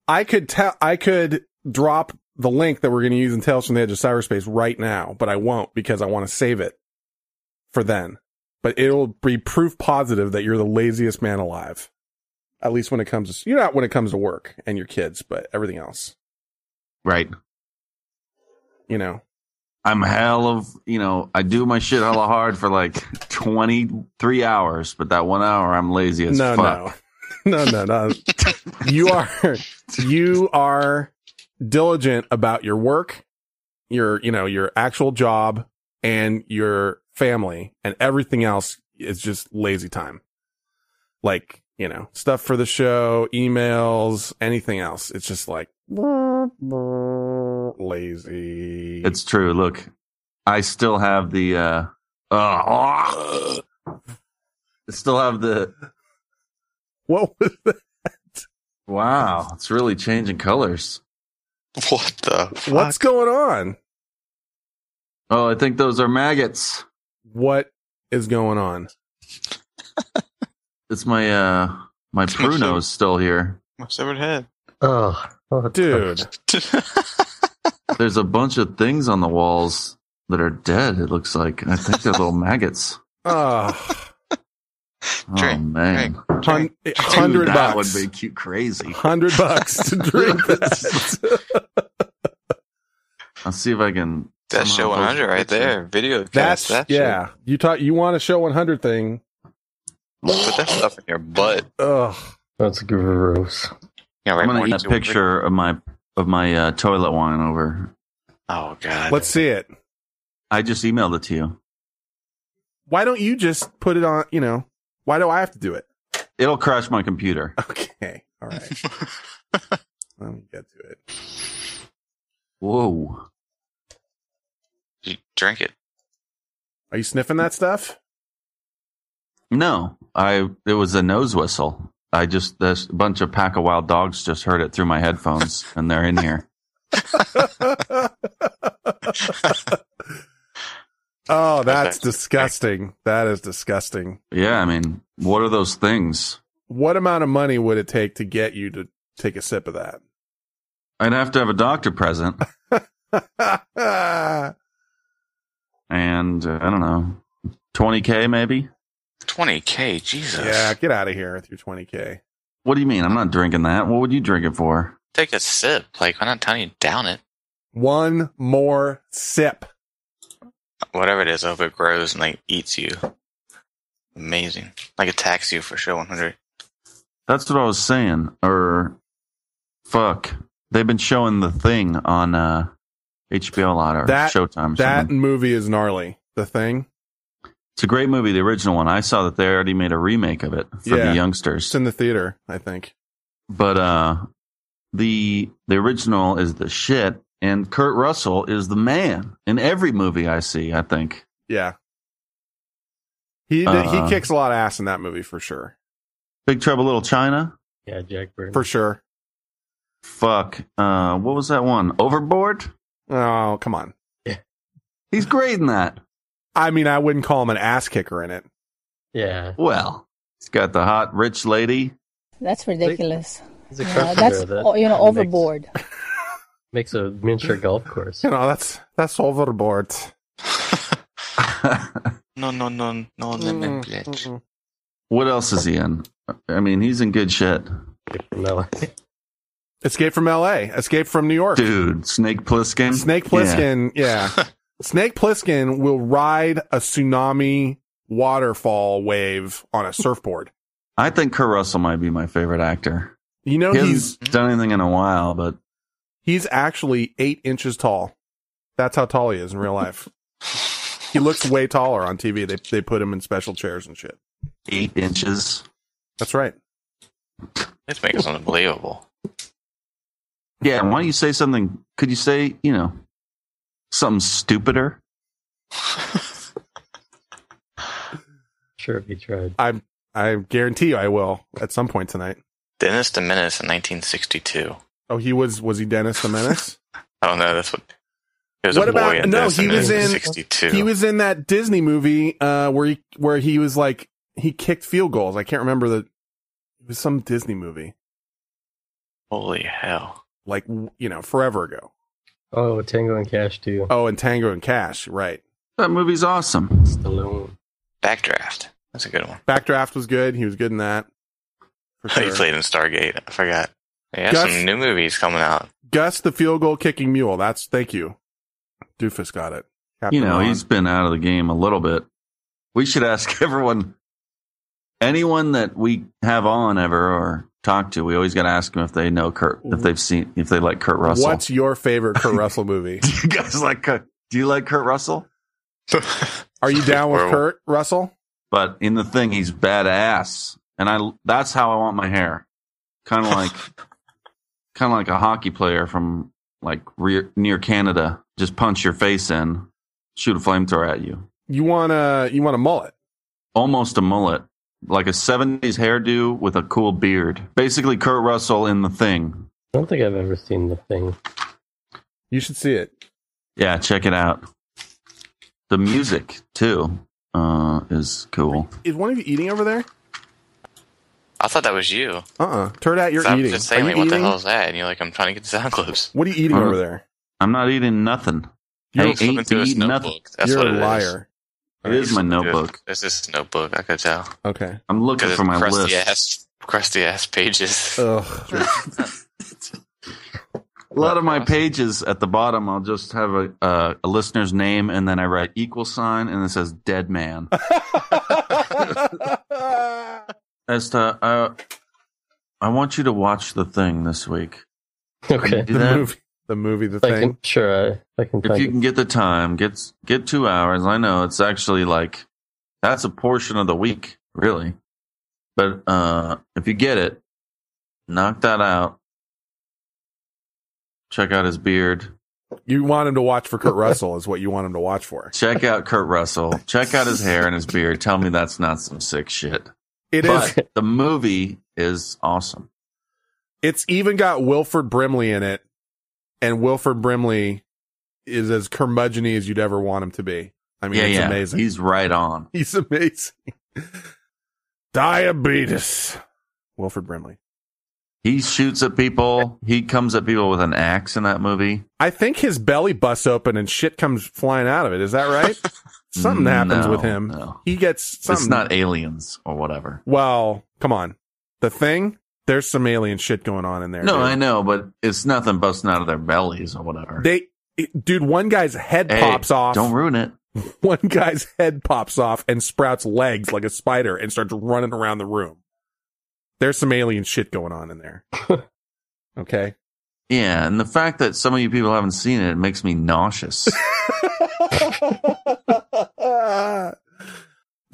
S4: I could tell, I could drop the link that we're going to use in Tales from the Edge of Cyberspace right now, but I won't because I want to save it for then. But it'll be proof positive that you're the laziest man alive. At least when it comes to, you're not when it comes to work and your kids, but everything else,
S5: Right.
S4: you know.
S5: I'm hell of you know. I do my shit hella hard for like 23 hours, but that one hour I'm lazy as
S4: no, <laughs>
S5: fuck.
S4: no, no, no, no. you are you are diligent about your work, your you know your actual job, and your family, and everything else is just lazy time. Like you know stuff for the show, emails, anything else. It's just like lazy.
S5: It's true. Look, I still have the uh, uh I still have the
S4: What was that?
S5: Wow, it's really changing colors.
S3: What the
S4: What's going on?
S5: Oh, I think those are maggots.
S4: What is going on? <laughs>
S5: It's my uh my pruno's still here.
S3: My severed head.
S6: Oh,
S4: dude.
S5: There's a bunch of things on the walls that are dead, it looks like. I think they're little maggots.
S4: Ah,
S3: Drink.
S5: Oh, man.
S4: Hun-
S5: Dude,
S4: hundred
S5: that
S4: bucks.
S5: would be cute, crazy.
S4: Hundred
S5: <laughs>
S4: bucks to drink this.
S5: I'll see if I can.
S3: That's
S5: somehow
S3: show
S5: post a
S3: 100 right
S5: picture.
S3: there. Video.
S4: That's
S3: that shit.
S4: yeah. You taught you want to show 100 thing.
S3: Put that stuff in your butt.
S4: Ugh.
S6: That's gross.
S3: Yeah, right.
S5: I'm gonna
S3: Marty,
S5: get
S3: so
S5: a
S3: we're-
S5: picture of my of my uh, toilet wine over.
S3: Oh god.
S4: Let's see it.
S5: I just emailed it to you.
S4: Why don't you just put it on? You know, why do I have to do it?
S5: It'll crash my computer.
S4: Okay. All right. <laughs> Let me get to it.
S5: Whoa!
S3: You drink it.
S4: Are you sniffing that stuff?
S5: No, I it was a nose whistle. I just this bunch of pack of wild dogs just heard it through my
S4: <laughs>
S5: headphones, and they're in here.
S4: Oh, that's disgusting. That is disgusting.
S5: Yeah, I mean, what are those things?
S4: What amount of money would it take to get you to take a sip of that?
S5: I'd have to have a doctor present,
S4: Ah,
S5: and uh, I don't know, twenty k maybe.
S3: 20k. Jesus.
S4: yeah, get out of here with your 20K.
S5: What do you mean? I'm not drinking that. What would you drink it for?
S3: Take a sip. Like I'm not telling you to down it.
S4: One more sip.
S3: Whatever it is, I hope it grows and like eats you. Amazing. Like attacks you for show 100.
S5: That's what I was saying. Or fuck, they've been showing the thing on uh, HBO a lot or
S4: That-
S5: Showtime. Or
S4: That
S5: something.
S4: movie is gnarly. The thing.
S5: It's a great movie, the original one. I saw that they already made a remake of it for
S4: Yeah.
S5: the youngsters.
S4: It's in the theater, I think.
S5: but uh the the original is the shit and kurt russell is the man in every movie i see i think
S4: Yeah. He
S5: Uh,
S4: he kicks a lot of ass in that movie for sure.
S5: big trouble little china
S6: Yeah, Jack Burton.
S4: For sure.
S5: fuck uh what was that one overboard
S4: Oh, come on.
S5: he's great in that
S4: I mean, I wouldn't call him an ass kicker in it.
S6: yeah,
S5: well he's got the hot rich lady
S9: That's ridiculous.
S6: he's a
S9: You know,
S6: carpenter.
S9: that's
S6: that
S9: oh, you know
S6: makes-
S9: overboard.
S6: Makes, a miniature golf
S4: <laughs>
S6: course.
S4: You know, that's that's overboard.
S3: No, no, no, no lemon, bitch.
S5: what else is he in i mean he's in good shit
S4: <laughs>
S6: No,
S4: Escape from L.A. Escape from New York.
S5: dude snake plissken
S4: Snake Plissken, yeah.
S5: <laughs>
S4: Snake Plissken will ride a tsunami waterfall wave on a surfboard.
S5: i think kurt russell might be my favorite actor
S4: You know
S5: he
S4: he's
S5: hasn't done anything in a while but
S4: he's actually eight inches tall. That's how tall he is in real life. He looks way taller on TV. They they put him in special chairs and shit.
S5: eight inches
S4: That's right.
S3: This makes it unbelievable.
S5: Yeah, why don't you say something? Could you say, you know, something stupider?
S6: sure if you tried.
S4: I I guarantee you I will at some point tonight.
S3: Dennis the Menace in 1962.
S4: Oh, he was was he Dennis the
S3: <laughs>
S4: Menace?
S3: I don't know. That's what. It was
S4: What
S3: a boy
S4: about-
S3: in
S4: no,
S3: Dennis the
S4: he was
S3: Menace
S4: in-
S3: 62.
S4: He was in that Disney movie uh, where he where he was like he kicked field goals. I can't remember the. It was some Disney movie
S3: Holy hell.
S4: like w- you know forever ago.
S6: Oh, Tango and Cash too.
S4: Oh, and Tango and Cash, right?
S5: That movie's awesome.
S6: Stallone.
S3: Backdraft. That's a good one.
S4: Backdraft was good. He was good in that. For
S3: <laughs> He
S4: sure.
S3: played in Stargate. I forgot. Yeah,
S4: Gus-
S3: some new movies coming out.
S4: Gus the field goal kicking mule. That's thank you. Doofus got it. Captain
S5: You know,
S4: Ron.
S5: he's been out of the game a little bit. We should ask <laughs> everyone, anyone that we have on ever or talk to, we always got to ask them if they know Kurt, if they've seen, if they like Kurt Russell.
S4: What's your favorite Kurt Russell movie?
S5: Do <laughs> you guys like Kurt? Do you like Kurt Russell?
S4: Are you down with
S3: Or-
S4: Kurt Russell?
S5: But in the thing, he's badass. And I, that's how I want my hair.
S3: <laughs>
S5: Kind of like, kind of like a hockey player from like re- near Canada. Just punch your face in, shoot a flamethrower at you.
S4: You want to you want a mullet?
S5: Almost a mullet, like a 70s hairdo with a cool beard. Basically, Kurt Russell in the thing.
S6: I don't think I've ever seen the thing.
S4: You should see it.
S5: Yeah, check it out. The music too uh, is cool.
S4: Is one of you eating over there?
S3: I thought that was you.
S4: Uh uh Turn out you're
S3: So I'm
S4: eating.
S3: just
S4: Are
S3: saying,
S4: you
S3: like, what the
S4: eating?
S3: hell is that? And you're like, I'm trying to get sound clips.
S4: What are you eating
S5: Huh?
S4: over there?
S5: I'm not eating nothing. I
S3: He's flipping
S5: ain't
S3: through his
S5: eating nothing.
S3: notebook. That's
S4: You're
S3: what
S4: a
S3: it is.
S4: liar.
S5: It is my notebook.
S3: It's this notebook. I could tell.
S4: Okay.
S5: I'm looking
S3: Because
S5: for my
S3: crusty
S5: list.
S3: Ass, crusty ass pages. <laughs>
S5: A lot of my pages at the bottom, I'll just have a, uh, a listener's name, and then I write equal sign, and it says
S4: <laughs>
S5: dead man. As to, uh, I want you to watch the thing this week.
S6: Okay.
S5: Do that?
S4: The movie, the
S6: I can- sure, I, I can.
S5: If
S6: find
S5: you
S6: it.
S5: can get the time, get get two hours. I know it's actually like that's a portion of the week, really. But uh if you get it, knock that out. Check out his beard.
S4: You want him to watch for Kurt Russell is what you want him to watch for.
S5: Check out Kurt Russell. Check out his hair and his beard. Tell me that's not some sick shit.
S4: It
S5: It
S4: is.
S5: is. but The movie is awesome.
S4: It's even got Wilford Brimley in it, and Wilford Brimley is as curmudgeon as you'd ever want him to be. I mean,
S5: yeah,
S4: it's
S5: yeah.
S4: amazing.
S5: He's right on.
S4: He's amazing. <laughs> Diabetes. Wilford Brimley.
S5: He shoots at people. He comes at people with an axe in that movie.
S4: I think his belly busts open and shit comes flying out of it. Is that
S5: <laughs>
S4: right? something happens
S5: No,
S4: with him.
S5: no.
S4: He gets something.
S5: It's not aliens or whatever.
S4: well, come on. The thing. There's some alien shit going on in there.
S5: No,
S4: dude.
S5: I know, but it's nothing busting out of their bellies or whatever.
S4: They, dude, one guy's head
S5: Hey,
S4: pops off.
S5: Don't ruin it.
S4: <laughs> One guy's head pops off and sprouts legs like a spider and starts running around the room. There's some alien shit going on in there. okay.
S5: Yeah, and the fact that some of you people haven't seen it, it makes me nauseous.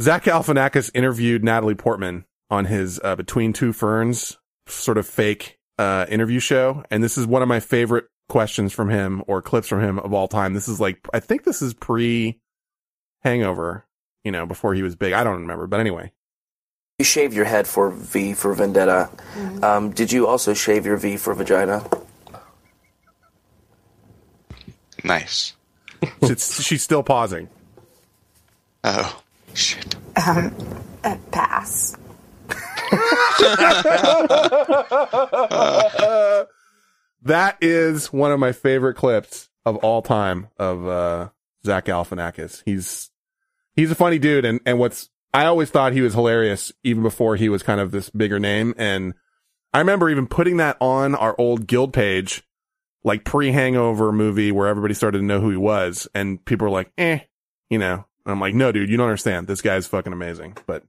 S4: Zach Galifianakis interviewed Natalie Portman on his uh, Between Two Ferns sort of fake uh, interview show, and this is one of my favorite questions from him or clips from him of all time. This is like I think this is pre Hangover, you know, before he was big. I don't remember, but anyway,
S14: <laughs> You shaved your head for V for Vendetta. Um, <laughs> did you also shave your V for vagina?
S3: nice.
S4: she's, she's still pausing.
S3: Oh,
S15: Um, uh, pass.
S4: that is one of my favorite clips of all time of uh, Zach Galifianakis. He's he's a funny dude, and and what's I always thought he was hilarious even before he was kind of this bigger name. And I remember even putting that on our old guild page, like pre Hangover movie, where everybody started to know who he was, and people were like, eh, you know. And I'm like, no, dude, you don't understand. This guy's fucking amazing. But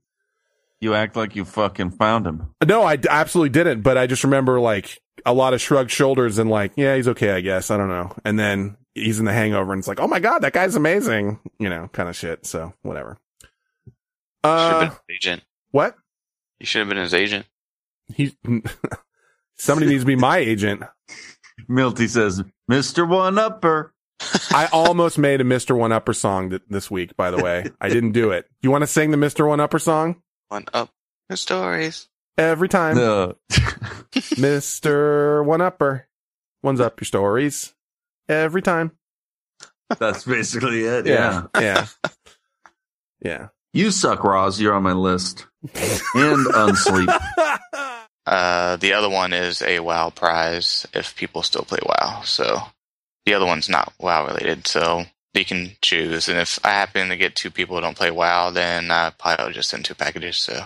S5: you act like you fucking found him.
S4: no, I d- absolutely didn't. But I just remember like a lot of shrugged shoulders and like, yeah, he's okay, I guess. I don't know. And then he's in the hangover and it's like, oh my God, that guy's amazing, you know, kind of shit. So whatever.
S3: should have
S4: Uh,
S3: been his agent.
S4: what?
S3: You should have been his agent.
S4: He, <laughs> somebody needs to be my agent.
S5: Milty says, Mr. One Upper. <laughs>
S4: I almost made a Mr. One Upper song th- this week, by the way. I didn't do it. You want to sing the Mr. One Upper song?
S3: One up the stories.
S4: Every time. <laughs>
S5: No.
S4: Mr. One Upper. One's up your stories. Every time.
S5: That's basically it.
S4: Yeah,
S5: Yeah.
S4: Yeah.
S5: <laughs>
S4: yeah.
S5: You suck, Roz. You're on
S4: <laughs>
S5: my list.
S3: <laughs>
S5: and Unsleep.
S3: Uh, the other one is a WoW prize if people still play WoW. So the other one's not WoW related. So you can choose. And if I happen to get two people who don't play WoW, then I probably will just send two packages. So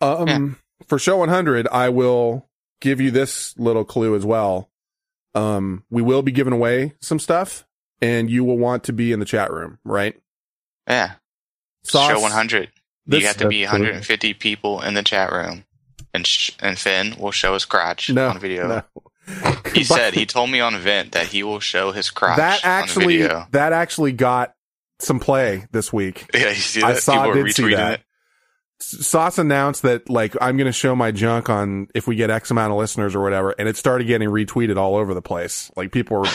S4: Um, for show 100, I will give you this little clue as well. Um, we will be giving away some stuff, and you will want to be in the chat room, right?
S3: yeah,
S4: Sauce.
S3: show 100.
S4: This-
S3: you have to be
S4: Absolutely.
S3: 150 people in the chat room. And sh- and Finn will show his crotch
S4: No,
S3: on video.
S4: no.
S3: <laughs> He said he told me on event that he will show his crotch.
S4: That
S3: on
S4: actually,
S3: video. <laughs>
S4: that actually got some play this week.
S3: Yeah, <laughs> you see
S4: I
S3: that?
S4: saw,
S3: People are
S4: did see
S3: retweeting
S4: that.
S3: it.
S4: S- Sauce announced that like I'm going to show my junk on if we get X amount of listeners or whatever, and it started getting retweeted all over the place. Like people
S3: <laughs>
S4: were,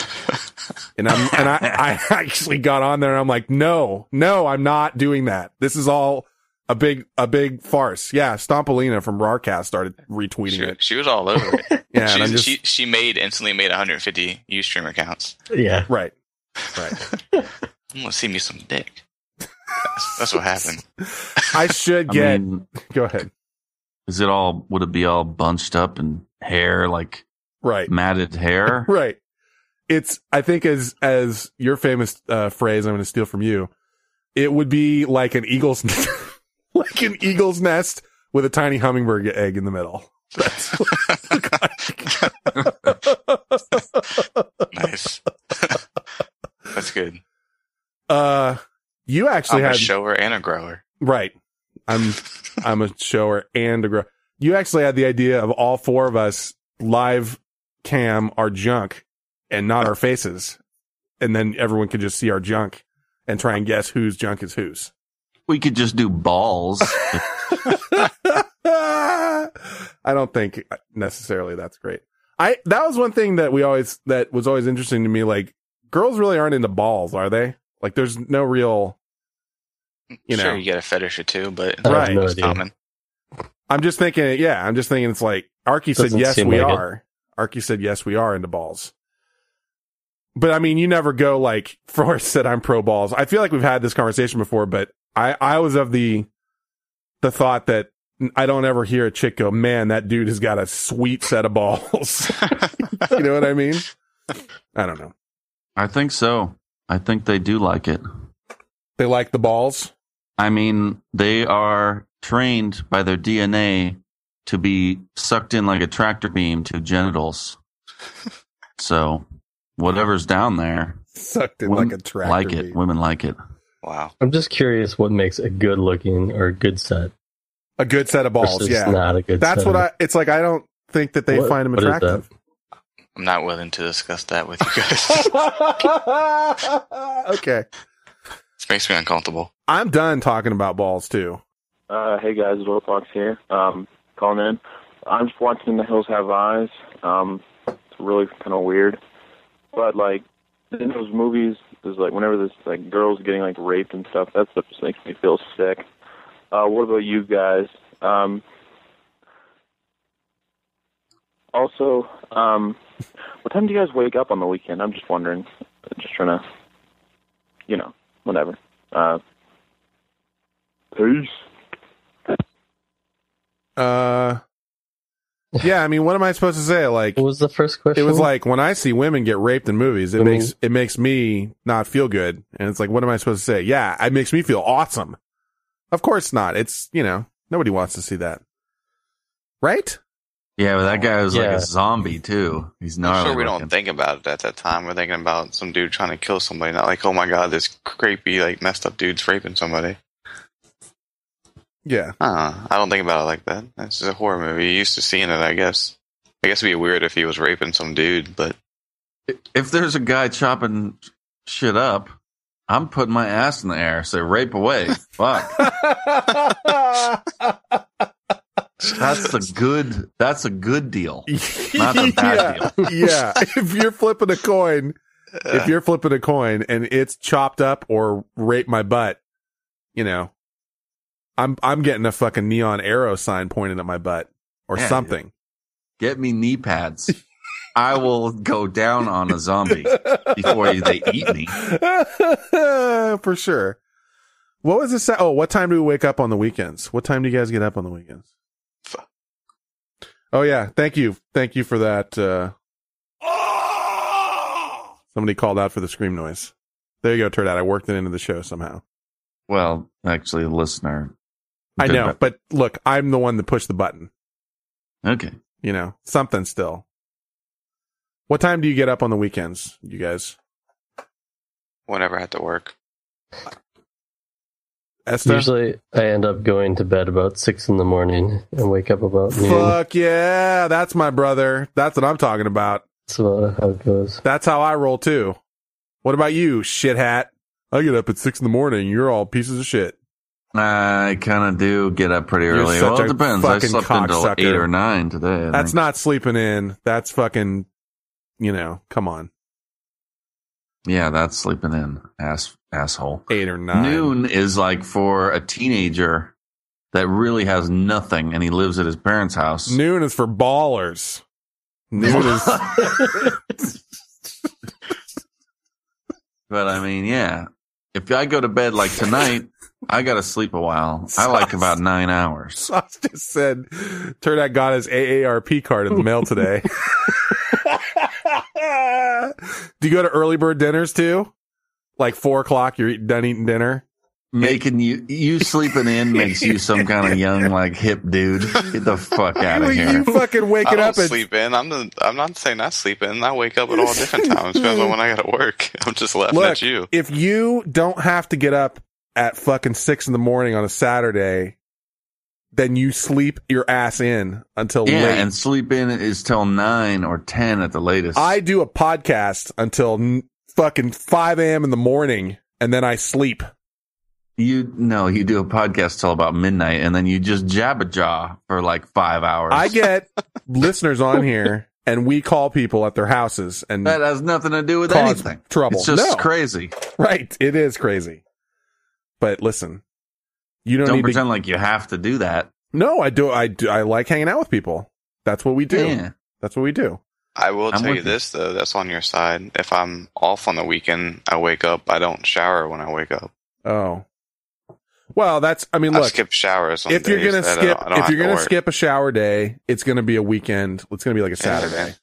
S4: and I'm and I, <laughs> I actually got on there and I'm like, no, no, I'm not doing that. This is all a big a big farce. Yeah, Stompolina from Rarcast started retweeting
S3: She,
S4: it.
S3: she was all over it.
S4: <laughs> Yeah, and
S3: She's-
S4: I'm just-
S3: she she made instantly made 150 UStream accounts.
S6: Yeah.
S4: Right.
S3: <laughs>
S4: Right.
S3: I'm gonna see me some dick. That's, that's what happened.
S4: I should
S5: I
S4: get.
S5: mean,
S4: go ahead.
S5: Is it all, would it be all bunched up and hair, like
S4: Right.
S5: matted hair?
S4: <laughs> right. It's I think as as your famous uh, phrase I'm going to steal from you. It would be like an eagle's, <laughs> like an eagle's nest with a tiny hummingbird egg in the middle. <laughs> That's
S3: <laughs> nice. That's good.
S4: <laughs> Uh, you <laughs> actually
S3: I'm
S4: had
S3: a shower and a grower.
S4: Right. I'm I'm a shower and a grower. You actually had the idea of all four of us live cam our junk and not our faces. And then everyone could just see our junk and try and guess whose junk is whose.
S5: We could just do balls.
S4: <laughs> I don't think necessarily that's great. I that was one thing that we always that was always interesting to me like girls really aren't into balls, are they? Like there's no real You know.
S3: sure, you get a fetish or two, but
S4: I have no
S3: it's
S4: idea.
S3: common.
S4: I'm just thinking, yeah, I'm just thinking it's like Arky said,
S3: Doesn't
S4: yes,
S3: seem
S4: we
S3: like it.
S4: are. Arky said, yes, we are into balls. But I mean, you never go like, <laughs> Forrest said, I'm pro balls. I feel like we've had this conversation before, but I, I was of the, the thought that I don't ever hear a chick go, man, that dude has got a sweet set of balls. <laughs> you know what I mean? I don't know.
S5: I think so. I think they do like it.
S4: They like the balls?
S5: I mean, they are trained by their DNA to be sucked in like a tractor beam
S4: <laughs>
S5: to genitals. so, whatever's down there,
S4: Sucked in
S5: women
S4: like a tractor
S5: like it. Women like it.
S3: Wow.
S6: I'm just curious what makes a good looking or a good set.
S4: A good set of balls.
S6: Versus
S4: Yeah.
S6: not a good
S4: That's
S6: set
S4: what
S6: of-
S4: I, it's like, I don't think that they
S6: What-
S4: find them
S6: what is that?
S4: attractive.
S3: I'm not willing to discuss that with you guys.
S4: <laughs> okay.
S3: This makes me uncomfortable.
S4: I'm done talking about balls too.
S16: Uh, hey guys, Little Fox here. Um, calling in. I'm just watching The Hills Have Eyes. Um, it's really kind of weird, but like in those movies, there's like whenever this like girls getting like raped and stuff. That stuff just makes me feel sick. Uh, what about you guys? Um, also, um, what time do you guys wake up on the weekend? I'm just wondering. Just trying to, you know, whatever. Uh, peace.
S4: Uh Yeah, I mean, what am I supposed to say? Like What
S6: was the first question?
S4: It was like when I see women get raped in movies, it
S6: I mean-
S4: makes it makes me not feel good. And it's like what am I supposed to say? Yeah, it makes me feel awesome. Of course not. It's, you know, nobody wants to see that. Right?
S5: Yeah, but Oh, that guy was like
S3: Yeah.
S5: a zombie too. He's
S3: I'm
S5: gnarly.
S3: sure we
S5: looking.
S3: don't think about it at that time. We're thinking about some dude trying to kill somebody, not like, oh my god, this creepy, like messed up dude's raping somebody.
S4: <laughs> Yeah.
S3: Uh, I don't think about it like that. This is a horror movie. You're used to seeing it, I guess. I guess it'd be weird if he was raping some dude, but
S5: If there's a guy chopping shit up, I'm putting my ass in the air. Say
S4: <laughs>
S5: rape away. Fuck. that's the good. That's a good
S4: <laughs>
S5: deal. Not a bad
S4: yeah.
S5: deal.
S4: yeah. If you're flipping a coin, if you're flipping a coin and it's chopped up or rape my butt, you know, I'm I'm getting a fucking neon arrow sign pointed at my butt or
S5: Yeah,
S4: something.
S5: Get me knee
S4: <laughs>
S5: pads. I will go down on a zombie before they eat me.
S4: <laughs> For sure. What was this? Oh, what time do we wake up on the weekends? What time do you guys get up on the weekends? Oh yeah, thank you, thank you for that. Uh,
S3: Ah!
S4: somebody called out for the scream noise. There you go, turd out. I worked it into the show somehow.
S5: Well, actually, listener.
S4: I
S5: Good
S4: know,
S5: bet.
S4: but look, I'm the one that pushed the button.
S5: Okay.
S4: You know, something still. What time do you get up on the weekends, you guys?
S3: whenever I had to work.
S4: Esther?
S6: Usually, I end up going to bed about six in the morning and wake up about noon.
S4: Fuck yeah, that's my brother. That's what I'm talking about.
S6: That's about how it goes.
S4: That's how I roll too. What about you, shit hat? I get up at six in the morning. You're all pieces of shit.
S5: I kind of do get up pretty
S4: You're
S5: early.
S4: such
S5: Well,
S4: a
S5: it depends. I
S4: fucking
S5: slept until
S4: cocksucker.
S5: eight or nine today. I
S4: That's
S5: think.
S4: not sleeping in. That's fucking, you know, come on.
S5: Yeah, that's sleeping in, ass asshole.
S4: Eight or nine. <laughs>
S5: Noon is like for a teenager that really has nothing, and he lives at his parents' house.
S4: Noon is for ballers. Noon is.
S5: <laughs> But I mean, yeah, if I go to bed like
S4: <laughs>
S5: tonight, I gotta sleep a while. I like about nine hours.
S4: Sauce just said, "Turn out got his AARP card in the mail
S5: <laughs>
S4: today." Do you go to early bird dinners too? Like four o'clock, you're eating, done eating dinner.
S5: Making you you sleeping in makes you some kind of young like hip dude. Get
S4: <laughs>
S5: the fuck out of here. <laughs>
S3: I don't sleep in. I'm the, I'm not saying I sleep in. I wake up at
S4: <laughs>
S3: all different times. Depends on when I got to work. <laughs> I'm just laughing
S4: Look,
S3: at you.
S4: if you don't have to get up at fucking six in the morning on a Saturday, then you sleep your ass in until
S5: Yeah,
S4: late.
S5: and sleep in is till nine or ten at the latest.
S4: I do a podcast until n- fucking 5 a.m. in the morning and then I sleep.
S5: You no, you do a podcast till about midnight, and then you just jabba jaw for like five hours.
S4: I
S5: <laughs>
S4: get listeners on here and we call people at their houses and
S5: that has nothing to do with
S4: cause
S5: anything.
S4: trouble.
S5: It's just
S4: No.
S5: crazy.
S4: Right. It is crazy. But listen, you don't,
S5: Don't,
S4: need
S5: pretend
S4: to.
S5: like you have to do that.
S4: no, I do. I do. I like hanging out with people. That's what we do.
S5: Yeah.
S4: That's what we do.
S3: I will
S4: I'm
S3: tell you
S4: with you.
S3: this though. That's on your side. If I'm off on the weekend, I wake up. I don't shower when I wake up.
S4: Oh. Well, that's. I mean,
S3: I
S4: look.
S3: skip showers. On
S4: if you're
S3: days
S4: gonna
S3: that I
S4: skip,
S3: don't- I don't
S4: if
S3: have
S4: you're
S3: to
S4: gonna
S3: work.
S4: skip a shower day, it's gonna be a weekend. It's gonna be like a
S3: Yeah.
S4: Saturday.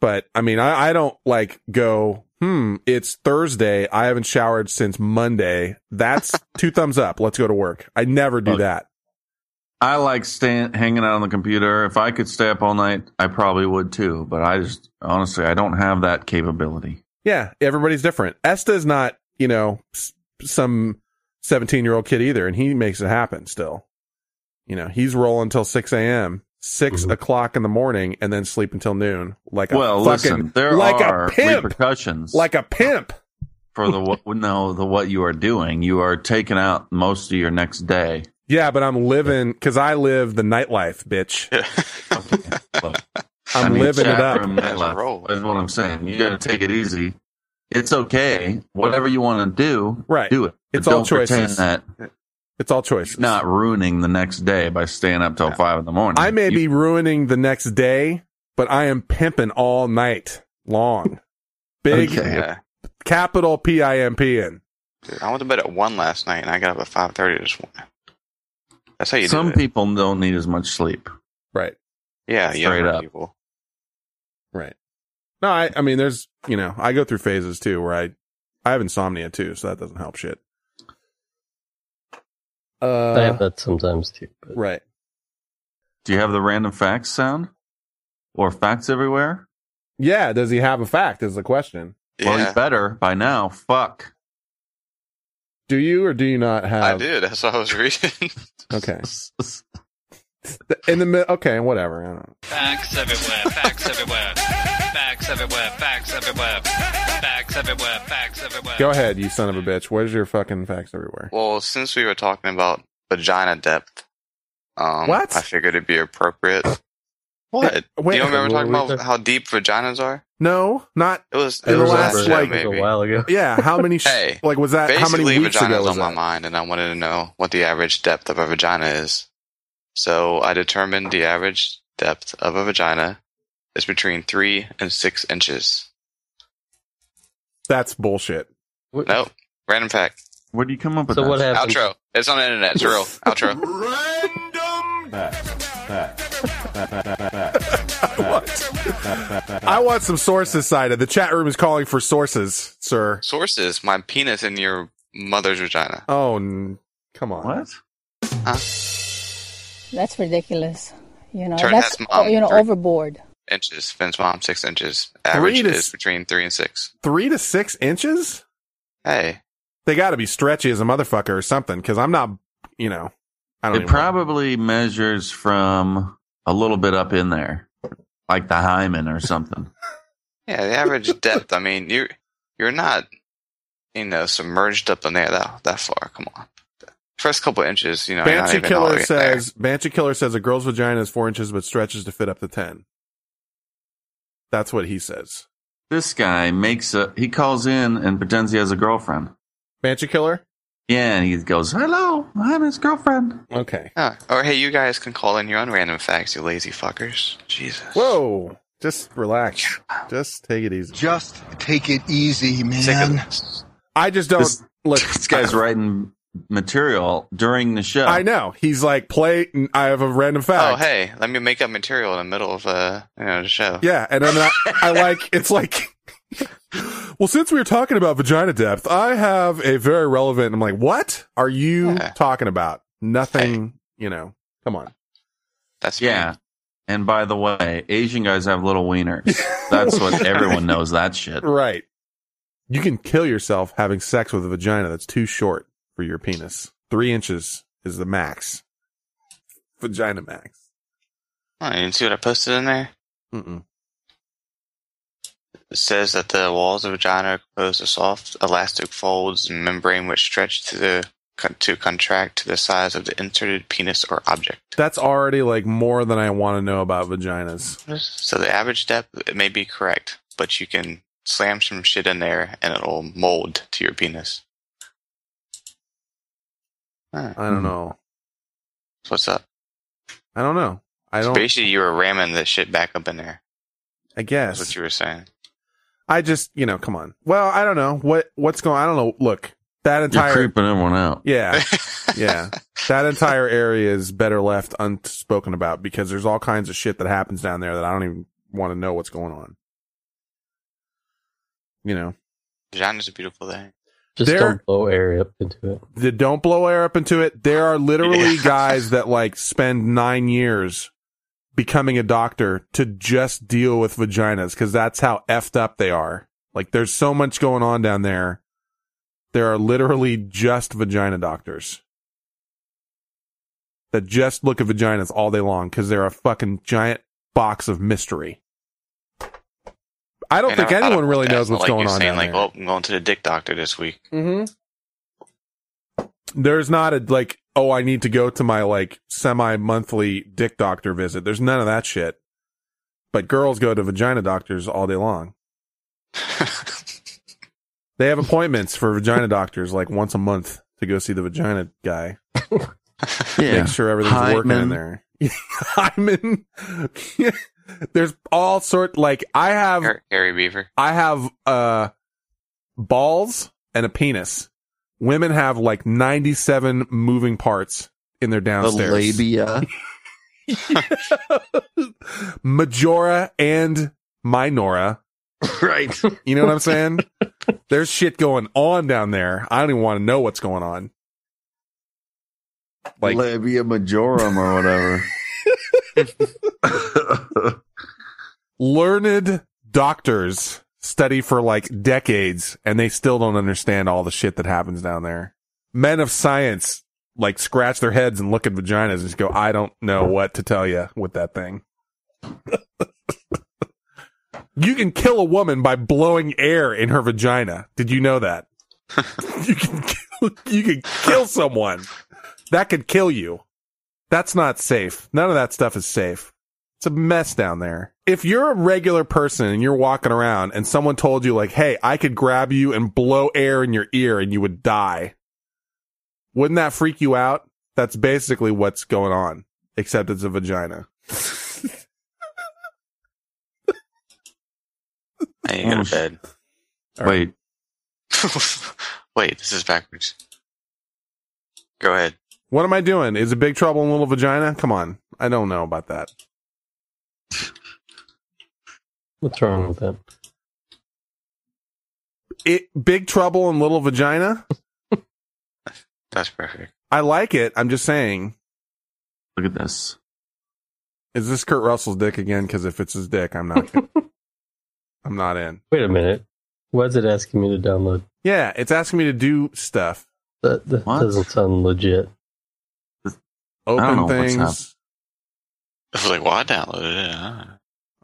S4: But I mean, I, I don't like go. Hmm. It's Thursday. I haven't showered since Monday.
S3: <laughs>
S4: That's two thumbs up. Let's go to work. I never
S3: Oh,
S4: do that.
S5: I like staying hanging out on the computer. If I could stay up all night, I probably would too. But I just honestly, I don't have that capability.
S4: Yeah, everybody's different. Esta's not, you know, s- some 17 year old kid either, and he makes it happen still. You know, he's rolling till 6 a.m., 6 o'clock in the morning, and then sleep until noon. Like a
S5: Mm-hmm. well,
S4: fucking,
S5: listen, there
S4: like
S5: are
S4: a pimp,
S5: repercussions
S4: like a pimp.
S5: for the what no the what you are doing. You are taking out most of your next day.
S4: Yeah, but I'm living because I live the nightlife,
S5: <laughs>
S4: bitch. I'm
S5: I mean,
S4: living it
S5: chat
S4: up.
S5: room nightlife is what I'm saying. You got to take it easy. It's okay. Whatever you want to do,
S4: right?
S5: Do it.
S4: It's
S5: But
S4: all
S5: don't pretend
S4: choices.
S5: That
S4: it's all choices.
S5: Not ruining the next day by staying up till five in the morning.
S4: I may be ruining the next day, but I am pimping all night long. Big
S5: Okay.
S4: capital P I M P N.
S3: Dude, I went to bed at one last night, and I got up at five thirty this morning. That's how you
S5: Some
S3: do it.
S5: people don't need as much sleep.
S4: Right.
S3: yeah,
S5: Straight
S3: younger
S5: up.
S3: people.
S4: Right. No, I, I mean, there's, you know, I go through phases too where I, I have insomnia too, so that doesn't help shit. Uh,
S6: I have that sometimes too.
S4: Right.
S5: Do you have the random facts sound? Or facts everywhere?
S4: Yeah. Does he have a fact? Is the question.
S5: Well, you better by now. Fuck.
S4: Do you or do you not have?
S3: I did. That's what I was reading. <laughs>
S4: Okay. In the middle. Okay. Whatever. I don't know.
S17: Facts everywhere, facts everywhere. Facts everywhere, facts everywhere. Facts everywhere, facts everywhere.
S4: Go ahead, you son of a bitch. Where's your fucking facts everywhere?
S3: Well, since we were talking about vagina depth, um,
S4: What?
S3: I figured it'd be appropriate. What?
S4: Wait,
S3: Do you remember
S4: what
S3: talking
S4: were we
S3: about
S4: talking-
S3: how deep vaginas are?
S4: No, not
S3: It was
S4: in
S3: it
S4: the
S3: was
S4: last
S3: last
S4: like
S3: show, maybe.
S4: Yeah, how many? Sh-
S3: Hey,
S4: like was that? How
S3: Basically,
S4: many weeks
S3: vagina
S4: ago
S3: is
S4: was
S3: on my
S4: that?
S3: mind, and I wanted to know what the average depth of a vagina is. So I determined the average depth of a vagina is between three and six inches.
S4: That's bullshit.
S3: Nope.
S4: <laughs>
S3: Random fact.
S5: Where do you come up with
S3: So
S5: that?
S3: what happens- Outro. It's on the internet. It's real. Outro.
S4: I want some sources cited. The chat room is calling for sources, sir.
S3: Sources: My penis in your mother's vagina.
S4: Oh, n- come on. What?
S9: That's ridiculous. You know,
S3: Turn
S9: that's
S3: that mom
S9: you know
S3: through.
S9: overboard.
S3: Inches. Finn's mom, six inches. Average
S4: to
S3: is
S4: s-
S3: between three and six.
S4: Three to six inches?
S3: Hey,
S4: They got to be stretchy as a motherfucker or something. Because I'm not, you know, I don't.
S5: It
S4: Even
S5: probably measures from a little bit up in there, like the hymen or
S4: <laughs>
S5: something.
S3: Yeah, the average depth. I mean, you you're not, you know, submerged up in there that that far. Come on, first couple inches, you know. you're not
S4: Banshee
S3: even all the
S4: Killer
S3: way there.
S4: says Banshee Killer says a girl's vagina is four inches but stretches to fit up to ten. That's what he says.
S5: This guy makes a. He calls in and pretends he has a girlfriend.
S4: Banshee Killer.
S5: Yeah, and he goes, "Hello, I'm his girlfriend."
S4: Okay.
S3: Yeah. Or hey, you guys can call in your own random facts, you lazy fuckers. Jesus.
S4: Whoa. Just relax. Just take it easy.
S18: Just take it easy, man.
S4: I just don't
S5: This,
S4: look.
S5: <laughs> this guy's writing material during the
S18: Oh.
S5: show.
S4: I know. He's like, play. I have a random fact.
S3: Oh hey, let me make up material in the middle of uh, you know, the show.
S4: Yeah, and then I, I like <laughs> it's like Well, since we were talking about vagina depth, I have a very relevant. I'm like, what are you talking about? Nothing, you know. Come on.
S3: That's
S5: yeah. And by the way, Asian guys have little wieners.
S4: <laughs>
S5: That's what everyone knows. That shit.
S4: Right. You can kill yourself having sex with a vagina that's too short for your penis. Three inches is the max. Vagina max.
S3: Oh, you didn't see what I posted in there?
S4: Mm-mm.
S3: It says that the walls of vagina are composed of soft, elastic folds and membrane which stretch to the to contract to the size of the inserted penis or object.
S4: That's already like more than I want to know about vaginas.
S3: So the average depth may be correct, but you can slam some shit in there and it'll mold to your penis.
S4: I don't know.
S3: What's up?
S4: I don't know. I
S3: So
S4: don't.
S3: basically, you were ramming that shit back up in there.
S4: I guess
S3: That's what you were saying.
S4: I just, you know, come on. Well, I don't know what what's going. I don't know. Look, that entire
S5: You're creeping everyone out.
S4: Yeah. Yeah. that entire area is better left unspoken about because there's all kinds of shit that happens down there that I don't even want to know what's going on. You know,
S3: Vagina's a beautiful thing.
S6: Just
S4: There-
S6: don't blow air up into it.
S4: the, don't blow air up into it. There are literally guys that like spend nine years becoming a doctor to just deal with vaginas because that's how effed up they are. Like there's so much going on down there. There are literally just vagina doctors that just look at vaginas all day long because they're a fucking giant box of mystery. I don't
S3: And
S4: think
S3: thought
S4: anyone
S3: about
S4: really
S3: that,
S4: knows
S3: but
S4: what's
S3: like
S4: going
S3: you're
S4: on
S3: Saying
S4: down
S3: like,
S4: there.
S3: oh, I'm going to the dick doctor this week.
S4: Mm-hmm. there's not a like oh i need to go to my like semi monthly dick doctor visit there's none of that shit but girls go to vagina doctors all day long they have appointments for vagina doctors like once a month to go see the vagina guy
S5: Yeah.
S4: make sure everything's working in
S5: Hymen.
S4: there i'm in there's all sort like i have
S3: Harry Beaver.
S4: I have uh balls and a penis. Women have like 97 moving parts in their
S5: The
S4: downstairs.
S5: labia.
S4: <laughs> Majora and minora.
S5: Right.
S4: You know what I'm saying? There's shit going on down there. I don't even want to know what's going on. Like-
S5: labia majorum or whatever.
S4: Learned doctors study for like decades and they still don't understand all the shit that happens down there. Men of science like scratch their heads and look at vaginas and just go, I don't know what to tell you with that thing. <laughs> you can kill a woman by blowing air in her vagina. Did you know that? you can kill, you can kill someone. That could kill you. That's not safe. None of that stuff is safe. It's a mess down there. If you're a regular person and you're walking around and someone told you like, "Hey, I could grab you and blow air in your ear and you would die." Wouldn't that freak you out? That's basically what's going on, except it's a vagina.
S3: I ain't go to bed.
S5: Wait.
S3: Wait, this is backwards. Go ahead.
S4: What am I doing? Is it big trouble in little vagina? Come on. I don't know about that.
S6: What's wrong with that?
S4: It big trouble in little vagina?
S3: That's perfect.
S4: I like it. I'm just saying.
S5: Look at this.
S4: Is this Kurt Russell's dick again? Because if it's his dick, I'm not. gonna- I'm not in.
S6: Wait a minute. Why is it asking me to download?
S4: Yeah, it's asking me to do stuff.
S6: That, that
S5: What?
S6: doesn't sound legit.
S4: Open
S5: know what's
S4: things.
S5: happening.
S3: I was like, well, I downloaded it. huh?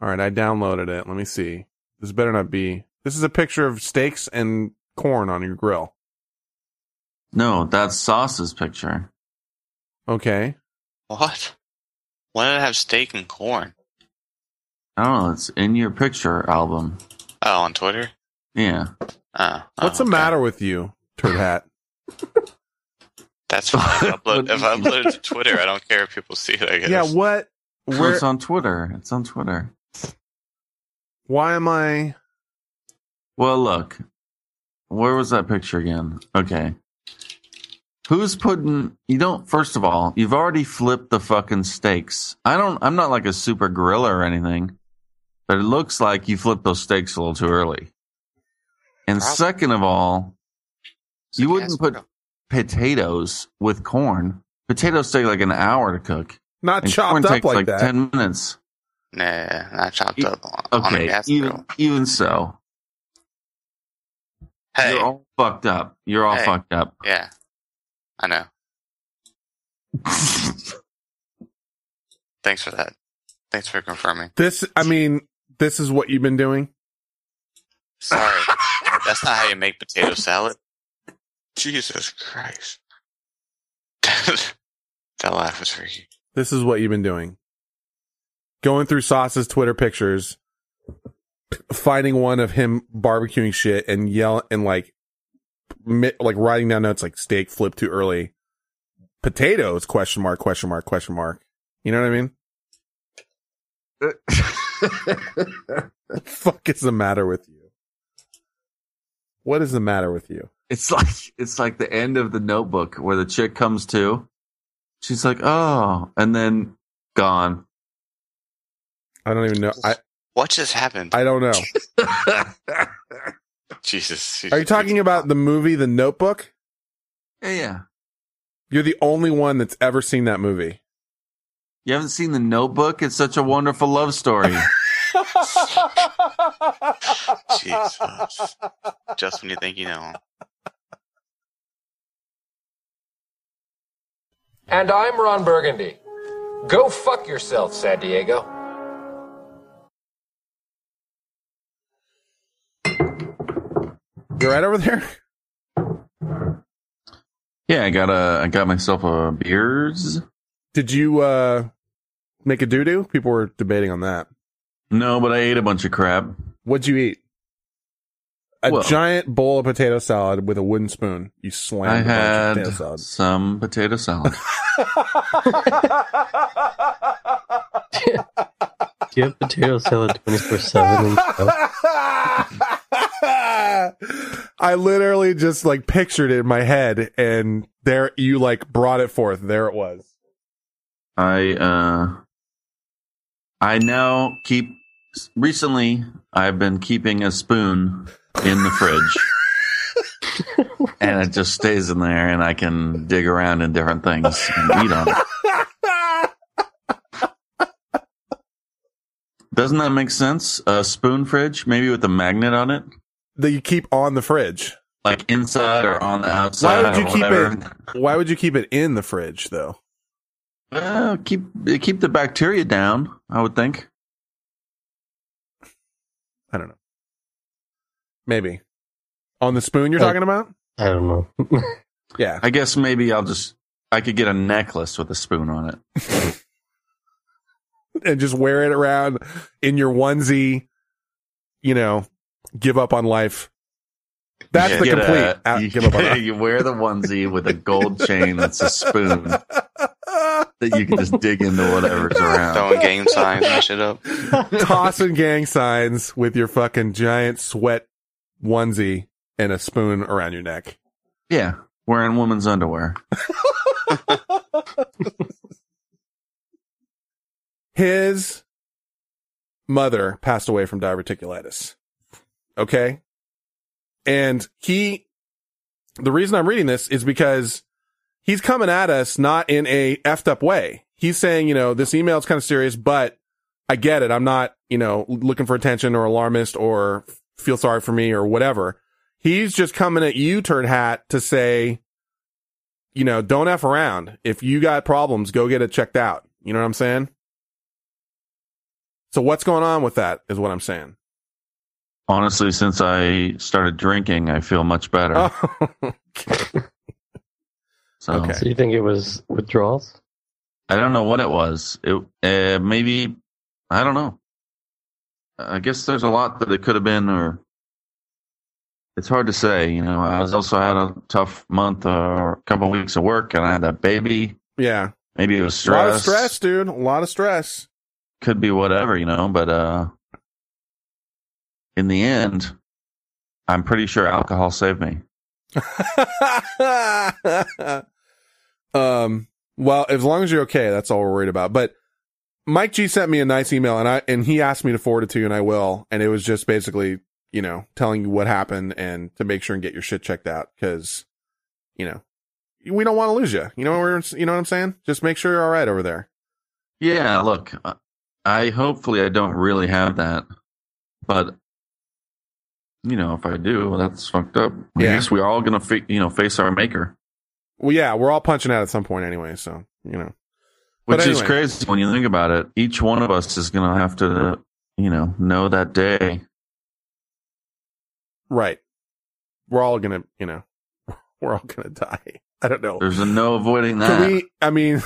S4: All right, I downloaded it. Let me see. This better not be. This is a picture of steaks and corn on your grill.
S5: No, that's Sauce's picture.
S4: Okay.
S3: What? Why did I have steak and corn?
S5: Oh, it's in your picture album.
S3: Oh, on Twitter?
S5: Yeah.
S3: Oh.
S4: What's the matter with you, turd hat?
S3: <laughs> That's fine. If I upload, if I upload it to Twitter, I don't care if people see it, I
S4: <laughs>
S3: guess.
S4: yeah. What?
S5: No,
S4: Where?
S5: it's on Twitter. It's on Twitter.
S4: Why am I?
S5: Well, look. Where was that picture again? Okay. Who's putting you don't first of all, you've already flipped the fucking steaks. I don't I'm not like a super gorilla or anything, but it looks like you flipped those steaks a little too early. And second of all, you wouldn't put potatoes with corn. Potatoes take like an hour to cook.
S4: Not
S5: and
S4: chopped
S5: corn
S4: up
S5: takes
S4: like
S5: like
S4: that.
S5: ten minutes. E
S3: Nah, not chopped up on, on a
S5: Okay,
S3: gas
S5: even
S3: grill.
S5: even so,
S3: Hey,
S5: you're all fucked up. You're all
S3: Hey.
S5: fucked up.
S3: yeah, I know. Thanks for that. Thanks for confirming.
S4: This, I mean, this is what you've been doing.
S3: Sorry, that's not how you make potato salad. Jesus Christ, <laughs> that laugh was freaky.
S4: This is what you've been doing. Going through Sauce's Twitter pictures, finding one of him barbecuing shit and yell and like, mi- like writing down notes like steak flip too early, potatoes question mark question mark question mark. You know what I mean? <laughs> What the fuck is the matter with you? What is the matter with you?
S5: It's <laughs> like it's like the end of the Notebook where the chick comes to. She's like, oh, and then gone.
S4: I don't even know. I
S3: what just happened?
S4: I don't know. <laughs>
S3: Jesus,
S4: Are you talking about the movie The Notebook?
S5: Yeah, yeah.
S4: You're the only one that's ever seen that movie.
S5: <laughs> You haven't seen the Notebook? It's such a wonderful
S4: <laughs>
S5: love story.
S3: Jesus. Just when you think you know him.
S19: And I'm Ron Burgundy. Go fuck yourself, San Diego.
S4: You're right over there.
S5: yeah, I got a, I got myself a beers.
S4: Did you uh make a doo doo? People were debating on that.
S5: No, but I ate a bunch of crap.
S4: What'd you eat? A
S5: Well-
S4: giant bowl of potato salad with a wooden spoon. You
S5: I
S4: slammed a bunch of
S5: had
S4: potato salad.
S5: some potato salad.
S6: Do you have potato salad 24 7?
S4: <laughs> I literally just like pictured it in my head and there you like brought it forth. There it was.
S5: I uh I now keep recently I've been keeping a spoon in the
S4: <laughs>
S5: fridge. and it just stays in there and I can dig around in different things and eat on it. Doesn't that make sense? A spoon fridge, maybe with a magnet on it?
S4: That you keep on the fridge.
S5: Like inside or on the
S4: Why
S5: outside.
S4: would you
S5: or
S4: keep
S5: whatever.
S4: it why would you keep it in the fridge though?
S5: Uh, keep keep the bacteria down, I would think.
S4: I don't know. Maybe. On the spoon you're talking about?
S5: I don't know.
S4: <laughs> yeah.
S5: I guess maybe I'll just I could get a necklace with a spoon on it.
S4: <laughs> and just wear it around in your onesie, you know, give up on life. That's
S5: Yeah,
S4: the
S5: get uh,
S4: complete
S5: a-
S4: out-
S5: you,
S4: give up on life.
S5: you wear the onesie with a gold chain that's a spoon that you can just dig into
S4: <laughs>
S5: whatever's around.
S3: Throwing game signs and shit up.
S5: <laughs>
S4: Tossing gang signs with your fucking giant sweat onesie and a spoon around your neck.
S5: Yeah, wearing woman's underwear.
S4: <laughs> His mother passed away from diverticulitis. Okay. And he, the reason I'm reading this is because he's coming at us not in a effed up way. He's saying, you know, this email is kind of serious, but I get it. I'm not, you know, looking for attention or alarmist or feel sorry for me or whatever. He's just coming at you, turd hat, to say, you know, don't F around. If you got problems, go get it checked out. You know what I'm saying? So what's going on with that is what I'm saying.
S5: Honestly, since I started drinking, I feel much better.
S4: Oh, <laughs>
S5: So,
S6: So you think it was withdrawals?
S5: I don't know what it was. It uh, maybe I don't know. I guess there's a lot that it could have been, or it's hard to say. You know, I was also had a tough month uh, or a couple weeks of work, and I had that baby.
S4: Yeah.
S5: Maybe it was
S4: A lot of
S5: stress.
S4: stress, dude. A lot of stress.
S5: Could be whatever, you know. But uh, in the end, I'm pretty sure alcohol saved me.
S4: <laughs> um, well, as long as you're okay, that's all we're worried about. But Mike G sent me a nice email and I, and he asked me to forward it to you and I will. And it was just basically, you know, telling you what happened and to make sure and get your shit checked out because, you know, we don't want to lose you. You know, we're, you know what I'm saying? Just make sure you're all right over there.
S5: Yeah, look, I- I hopefully I don't really have that, but you know, if I do, that's fucked up.
S4: Yeah.
S5: I guess we're all gonna, fa- you know, face our maker,
S4: Well, yeah, we're all punching out at some point anyway. So, you know, But
S5: which is
S4: anyway.
S5: crazy when you think about it. Each one of us is gonna have to, you know, know that day.
S4: right. We're all going to, you know, <laughs> we're all going to die. I don't know.
S5: There's no avoiding that.
S4: Can we, I mean, <laughs>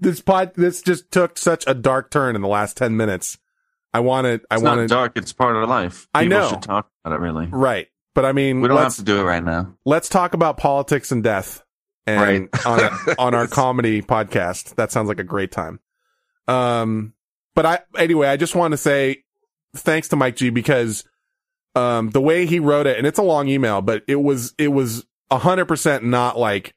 S4: this pod, this just took such a dark turn in the last 10 minutes. I want to, I
S5: It's
S4: want
S5: not
S4: to,
S5: dark. It's part of life.
S4: I
S5: People
S4: know.
S5: Should talk about it really.
S4: right. But I mean,
S5: We don't have
S4: let's-
S5: to do it right now.
S4: let's talk about politics and death and
S5: Right.
S4: on, on our comedy podcast. That sounds like a great time. Um, but I, anyway, I just want to say thanks to Mike G because, um, the way he wrote it, and it's a long email, but it was, it was a hundred percent not like,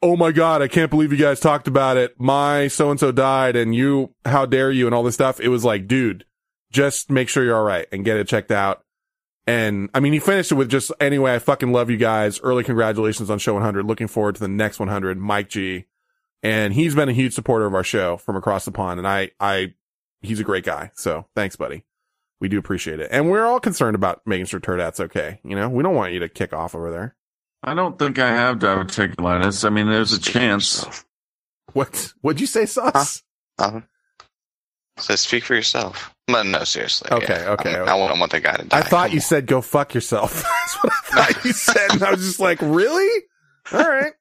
S4: Oh my God, I can't believe you guys talked about it. My so and so died and you, how dare you and all this stuff. It was like, dude, just make sure you're all right and get it checked out. And I mean, he finished it with just anyway. I fucking love you guys. Early congratulations on show 100. Looking forward to the next 100. Mike G, and he's been a huge supporter of our show from across the pond. And I, I, he's a great guy. So thanks, buddy. We do appreciate it. And we're all concerned about making sure Turdat's okay. You know, we don't want you to kick off over there.
S5: <laughs> I don't think I have diverticulitis. I mean, there's a chance.
S4: What? What'd you say, Sauce?
S3: Uh-huh. So speak for yourself. But no, seriously.
S4: Okay,
S3: yeah.
S4: okay,
S3: I'm-
S4: okay.
S3: I wouldn't want the guy to die.
S4: I thought you said go fuck yourself. <laughs> That's what I thought you said. And I was just like, really? All right.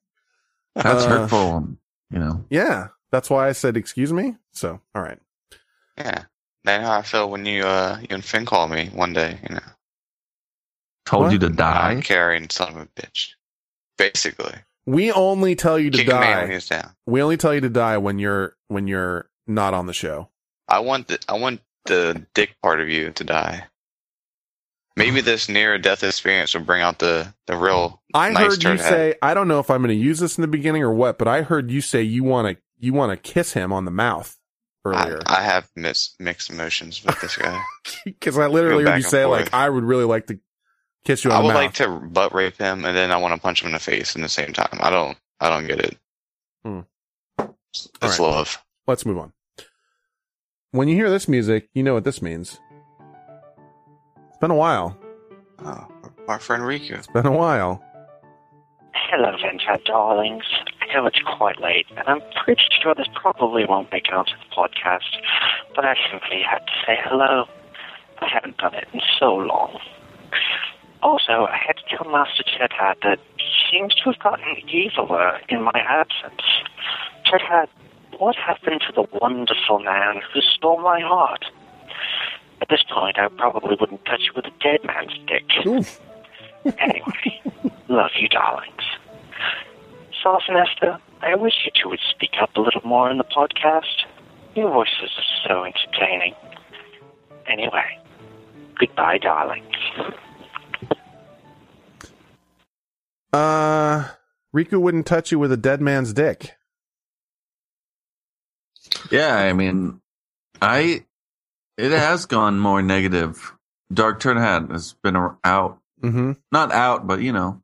S5: That's
S4: Uh,
S5: hurtful. You know.
S4: Yeah. That's why I said, excuse me. So, all right.
S3: Yeah. That's how I feel when you uh you and Finn call me one day, you know.
S5: Told you to die.
S3: I'm carrying son of a bitch. Basically.
S4: We only tell you to
S3: King
S4: die.
S3: Man is down.
S4: We only tell you to die when you're when you're not on the show.
S3: I want the I want the dick part of you to die.
S5: <sighs>
S3: Maybe this near death experience will bring out the, the real
S4: I
S3: nice
S4: heard you
S3: turd head.
S4: say I don't know if I'm going to use this in the beginning or what, but I heard you say you want to you want to kiss him on the mouth earlier
S3: I, I have
S4: <laughs>
S3: mis- mixed emotions with this guy.
S4: because I, literally
S3: Go
S4: heard you
S3: back and
S4: say
S3: forth.
S4: like I would really like to kiss you on
S3: I
S4: the
S3: would
S4: mouth.
S3: like to butt rape him, and then I want to punch him in the face in the same time. I don't. I don't get it.
S4: Hmm.
S3: It's love.
S4: Let's move on. When you hear this music, you know what this means. It's been a while.
S3: Oh, my friend Riku.
S4: It's been a while.
S20: Hello, Venture darlings. I know it's quite late, and I'm pretty sure this probably won't make it onto the podcast, but I simply had to say hello. I haven't done it in so long. Also, I had to tell Master Chedhad that he seems to have gotten eviler in my absence. Chedhad, what happened to the wonderful man who stole my heart? At this point, I probably wouldn't touch it with a dead man's dick. anyway, love you, darlings. Sauce and Esther, I wish you two would speak up a little more in the podcast. Your voices are so entertaining. Anyway, goodbye, darlings.
S4: Uh, Riku wouldn't touch you with a dead man's dick.
S5: Yeah, I mean, I it has gone more negative. Dark Turn Hat has been ar- out,
S4: Mm-hmm.
S5: not out, but you know,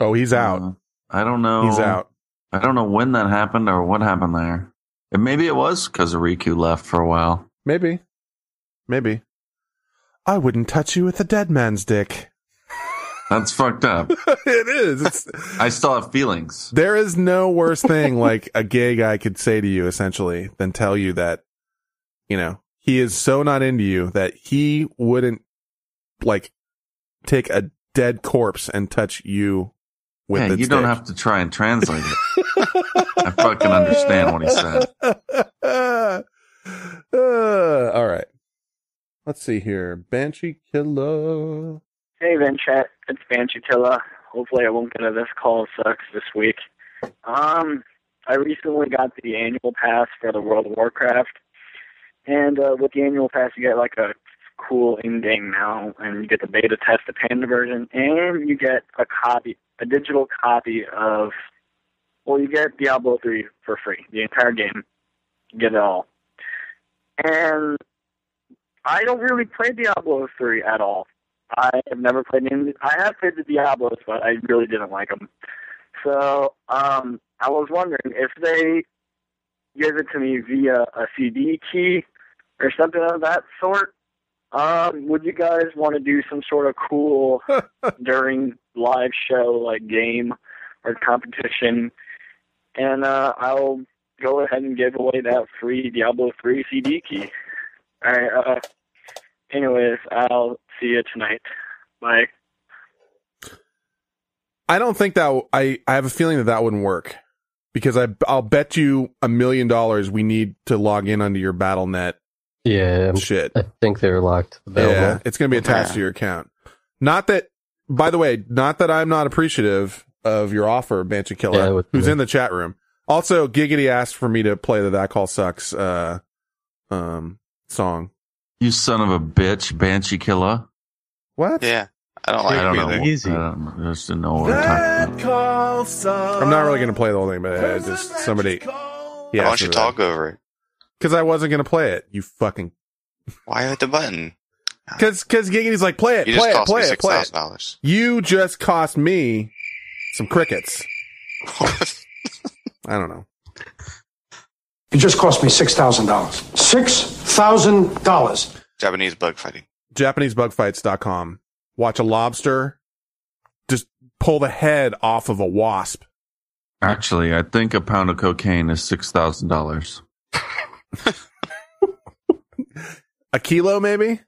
S4: Oh, he's out.
S5: I don't know.
S4: He's out.
S5: I don't know when that happened or what happened there. And maybe it was because Riku left for a while.
S4: Maybe. Maybe. I wouldn't touch you with a dead man's dick.
S5: That's fucked
S4: <laughs>
S5: up.
S4: it is. It's,
S5: <laughs> I still have feelings.
S4: there is no worse thing like a gay guy could say to you, essentially, than tell you that, you know, he is so not into you that he wouldn't, like, take a dead corpse and touch you with
S5: Yeah,
S4: its
S5: you don't
S4: dick.
S5: have to try and translate it. I fucking understand what he said.
S4: Uh, uh, <laughs> all right. Let's see here. Banshee Killer.
S21: Hey, Vincent. It's Banshee Killer. Hopefully, I won't get a this call sucks this week. Um, I recently got the annual pass for the World of Warcraft, and uh, with the annual pass, you get like a cool in-game now, and you get the beta test, the panda version, and you get a copy, a digital copy of, well, you get Diablo 3 for free, the entire game. You get it all. And I don't really play Diablo 3 at all. I have never played any. I have played the Diablos, but I really didn't like them. So um, I was wondering if they give it to me via a CD key or something of that sort. Um, would you guys want to do some sort of cool during live show like game or competition? And uh, I'll go ahead and give away that free Diablo 3 CD key. All right. Uh, anyways, I'll see you tonight. Bye.
S4: I don't think that w- I I have a feeling that that wouldn't work because I I'll bet you a million dollars we need to log in onto your BattleNet.
S6: Yeah,
S4: shit.
S6: I think they're locked. The battle
S4: yeah,
S6: net.
S4: it's going to be attached to your account. Not that, by the way, not that I'm not appreciative of your offer, Banshee
S6: Yeah, I
S4: Killer,
S6: would-
S4: who's in the chat room. Also, Giggity asked for me to play the "That Call Sucks" uh, um, song.
S5: You son of a bitch, Banshee Killer.
S4: What?
S3: Yeah. I don't like
S5: I don't
S3: it
S5: know.
S3: either.
S5: I don't know. I just didn't know what we're talking about.
S4: call I'm not really going to play the whole thing, but uh, just somebody.
S3: Why don't you talk over it?
S4: Because I wasn't going to play it. You fucking.
S3: Why hit
S4: <laughs>
S3: the button?
S4: Because because Giggity's like, play it,
S3: You
S4: play
S3: just
S4: it,
S3: cost
S4: play
S3: me
S4: it, play it.
S3: $6,000.
S4: You just cost me some
S3: <laughs>
S4: crickets. I don't know.
S22: It just cost me six thousand dollars. Six thousand dollars.
S3: Japanese bug fighting.
S4: JapaneseBugfights.com. Watch a lobster just pull the head off of a wasp.
S5: Actually, I think a pound of cocaine is six thousand dollars.
S4: A kilo, maybe.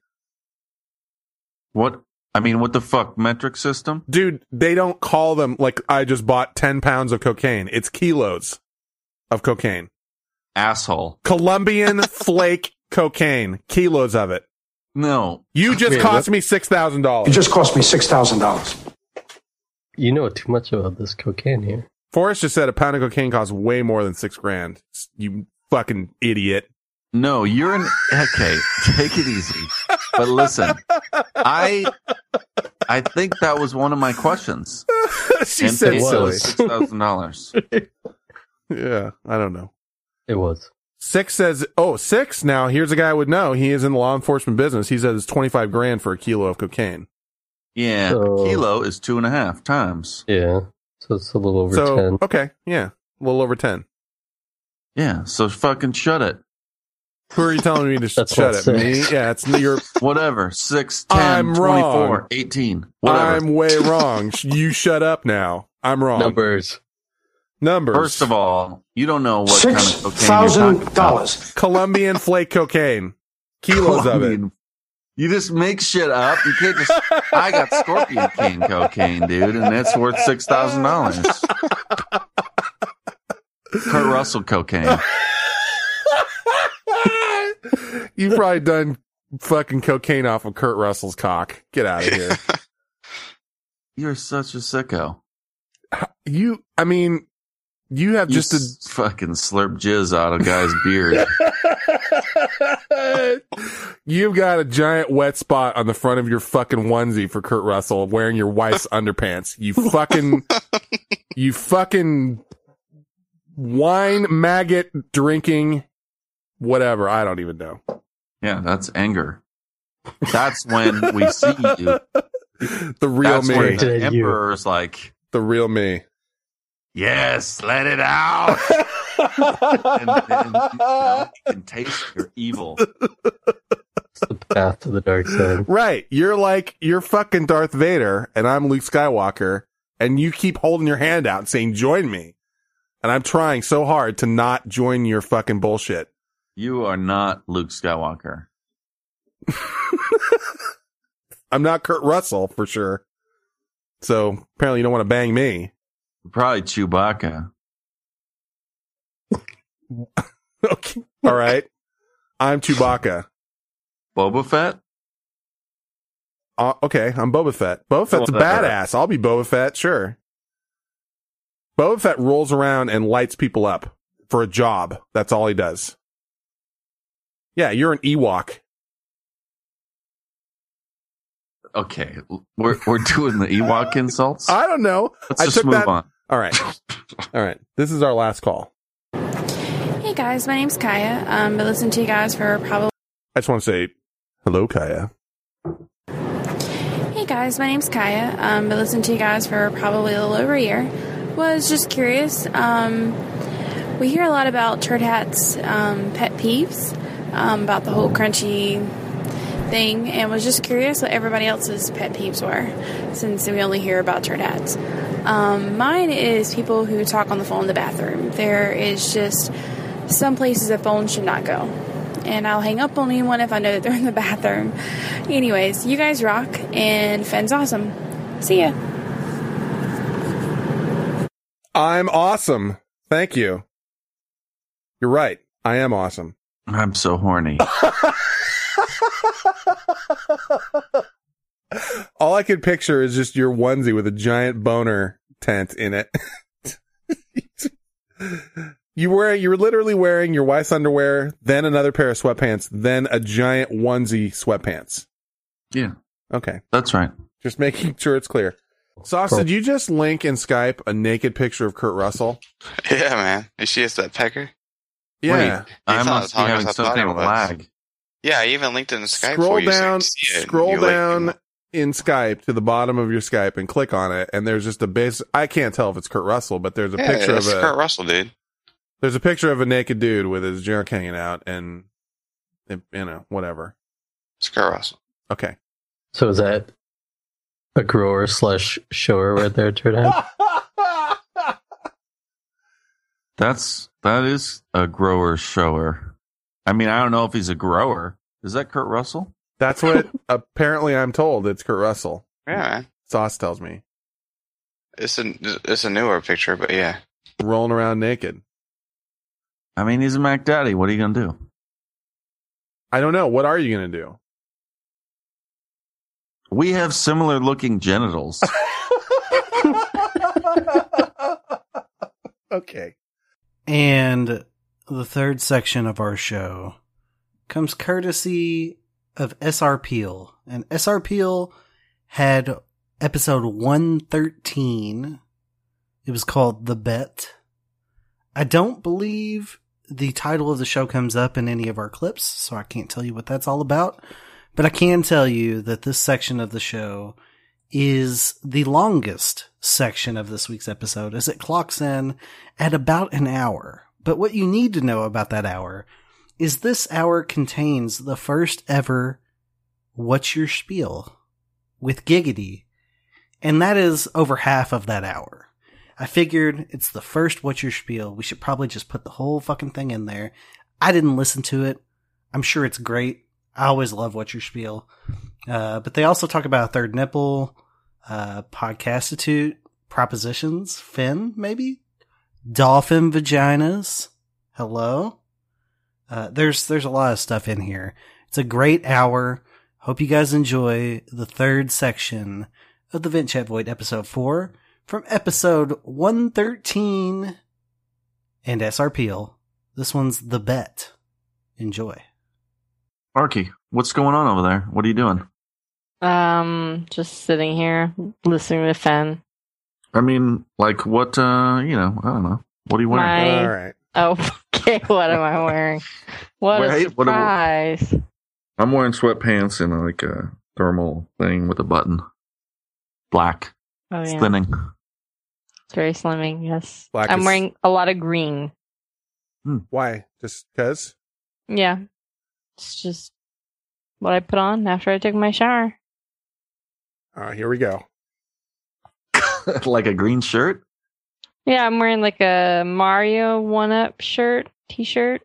S5: What? I mean, what the fuck metric system?
S4: Dude, they don't call them like I just bought 10 pounds of cocaine. It's kilos of cocaine.
S5: Asshole. <laughs>
S4: Colombian flake cocaine. Kilos of it.
S5: No.
S4: You just
S6: Wait,
S4: cost
S6: what?
S4: me $6,000.
S22: It just cost me six thousand dollars.
S6: You know too much about this cocaine here.
S4: Forrest just said a pound of cocaine costs way more than six grand. You fucking idiot.
S5: No, you're an <laughs> okay. Take it easy. But listen, I I think that was one of my questions.
S4: <laughs> she said silly.
S5: six thousand dollars.
S4: yeah, I don't know.
S6: It was.
S4: Six says, oh, six now. Here's a guy I would know. He is in the law enforcement business. He says it's 25 grand for a kilo of cocaine.
S5: Yeah,
S6: So-
S5: a kilo is two and a half times.
S6: Yeah. So it's a little over
S4: so,
S6: ten.
S4: okay. Yeah. A little over 10.
S5: Yeah, so fucking shut it.
S4: Who are you telling me to sh-
S5: That's
S4: shut
S5: what
S4: it?
S5: six.
S4: Me? Yeah, it's your.
S5: <laughs> Whatever. Six,
S4: I'm
S5: 10,
S4: wrong.
S5: 24, 18. Whatever.
S4: I'm way wrong.
S5: <laughs>
S4: Sh- you shut up now. I'm wrong.
S6: Numbers.
S4: Numbers.
S5: First of all, you don't know what kind of cocaine you're talking about.
S4: Colombian flake cocaine. Kilos of it.
S5: Colombian- You just make shit up. You can't
S4: <laughs>
S5: just. I got Scorpion King cocaine, dude, and that's worth six thousand dollars. Kurt Russell cocaine.
S4: You've probably done fucking cocaine off of Kurt Russell's cock. Get out of
S5: <laughs>
S4: here.
S5: You're such a sicko.
S4: you, I mean, you have
S5: You
S4: just a
S5: s- fucking slurp jizz out of guy's beard.
S4: <laughs> You've got a giant wet spot on the front of your fucking onesie for Kurt Russell wearing your
S5: <laughs>
S4: wife's underpants. You fucking, you fucking wine maggot drinking, whatever. I don't even know.
S5: Yeah, that's anger. That's when we see you.
S4: The real
S5: that's
S4: me.
S5: when the emperor's like,
S4: The real me.
S5: "Yes, let it out," and, and, you know, you can taste your evil.
S6: Path to the dark side.
S4: Right. You're like, you're fucking Darth Vader and I'm Luke Skywalker and you keep holding your hand out and saying, join me. And I'm trying so hard to not join your fucking bullshit.
S5: You are not Luke Skywalker.
S4: I'm not Kurt Russell for sure. So apparently you don't want to bang me.
S5: Probably Chewbacca.
S4: <laughs> okay. All right. I'm Chewbacca.
S5: Boba Fett?
S4: Uh, okay. I'm Boba Fett. Boba Fett's a
S5: Whatever.
S4: badass. I'll be Boba Fett. Sure. Boba Fett rolls around and lights people up for a job. That's all he does. Yeah. You're an Ewok.
S5: Okay, we're we're doing the Ewok insults.
S4: I don't know.
S5: Let's
S4: I
S5: just
S4: took
S5: move
S4: that-
S5: on.
S4: All
S5: <laughs>
S4: right. All right. This is our last call.
S23: Hey guys, my name's Kaya. Um, I listen to you guys for probably
S4: I just want to say Hello, Kaya.
S7: Hey guys, my name's Kaya. Um, I listened to you guys for probably a little over a year. Was just curious. Um, we hear a lot about turd hats, um, pet peeves, um, about the whole crunchy thing, and was just curious what everybody else's pet peeves were, since we only hear about turd hats. Um, mine is people who talk on the phone in the bathroom. There is just some places a phone should not go. And I'll hang up on anyone if I know that they're in the <laughs> bathroom. Anyways, you guys rock, and Fenn's awesome. See ya.
S4: I'm awesome. Thank you. You're right. I am awesome.
S5: I'm so horny.
S4: <laughs> All I could picture is just your onesie with a giant boner tent in it. <laughs> you wear you're literally wearing your wife's underwear, then another pair of sweatpants, then a giant onesie sweatpants.
S5: Yeah. Uh,
S4: Okay.
S5: That's right.
S4: Just making sure it's clear. Sauce, did you just link in Skype a naked picture of Kurt Russell?
S3: <laughs> Yeah, man. Is she just that pecker?
S4: Yeah.
S3: Wait,
S5: I
S3: thought I was
S5: must be
S3: talking
S5: having
S3: about
S5: some kind of
S3: body parts.
S5: lag.
S3: Yeah, I even linked in Skype
S4: scroll
S3: for you. so you
S4: down,
S3: can see it and
S4: scroll
S3: you, like,
S4: down in Skype to the bottom of your Skype and click on it, and there's just a base. I can't tell if it's Kurt Russell, but there's a
S3: yeah,
S4: picture of
S3: it's
S4: a
S3: Kurt Russell, dude.
S4: there's a picture of a naked dude with his junk hanging out, and it, you know whatever.
S3: It's Kurt Russell.
S4: Okay,
S6: So is that a grower slash shower right there, turd
S4: <laughs>
S6: hat?
S5: That's that is a grower shower. I mean, I don't know if he's a grower. Is that Kurt Russell?
S4: that's what <laughs> apparently I'm told. It's Kurt Russell.
S3: Yeah, man.
S4: Sauce tells me
S3: It's a it's a newer picture, but yeah.
S4: rolling around naked.
S5: I mean, he's a Mac Daddy. What are you gonna do?
S4: I don't know. What are you gonna do?
S5: We have similar
S4: <laughs>
S5: looking genitals.
S4: <laughs> Okay.
S2: And the third section of our show comes courtesy of SR Peel. And SR Peel had episode 113. It was called The Bet. I don't believe the title of the show comes up in any of our clips, so I can't tell you what that's all about. But I can tell you that this section of the show is the longest section of this week's episode as it clocks in at about an hour. But what you need to know about that hour is this hour contains the first ever What's Your Spiel with Giggity. And that is over half of that hour. I figured it's the first What's Your Spiel. We should probably just put the whole fucking thing in there. I didn't listen to it. I'm sure it's great. I always love What's Your Spiel. Uh, but they also talk about Third Nipple, uh, Podcastitute, Propositions, Finn, maybe? Dolphin Vaginas. Hello? Uh, there's, there's a lot of stuff in here. It's a great hour. Hope you guys enjoy the third section of the Vent Chat Void episode four from episode 113 and SRPL. This one's The Bet. Enjoy.
S5: Arky, what's going on over there? What are you doing?
S23: Um, just sitting here listening to Fen.
S5: I mean, like what? uh You know, I don't know. What are you wearing?
S23: My- Oh, <laughs> okay. What am I wearing? What a
S5: Wait, what am I-
S23: surprise!
S5: I'm wearing sweatpants and like a thermal thing with a button. Black.
S23: Oh, yeah.
S5: Thinning.
S23: It's very slimming. Yes,
S5: Black
S23: I'm
S5: is-
S23: wearing a lot of green.
S5: Hmm.
S4: Why? Just because?
S23: Yeah, it's just what I put on after I took my shower.
S4: All right, Uh, here we go.
S5: <laughs> like a green shirt?
S23: Yeah, I'm wearing like a Mario one up shirt, t shirt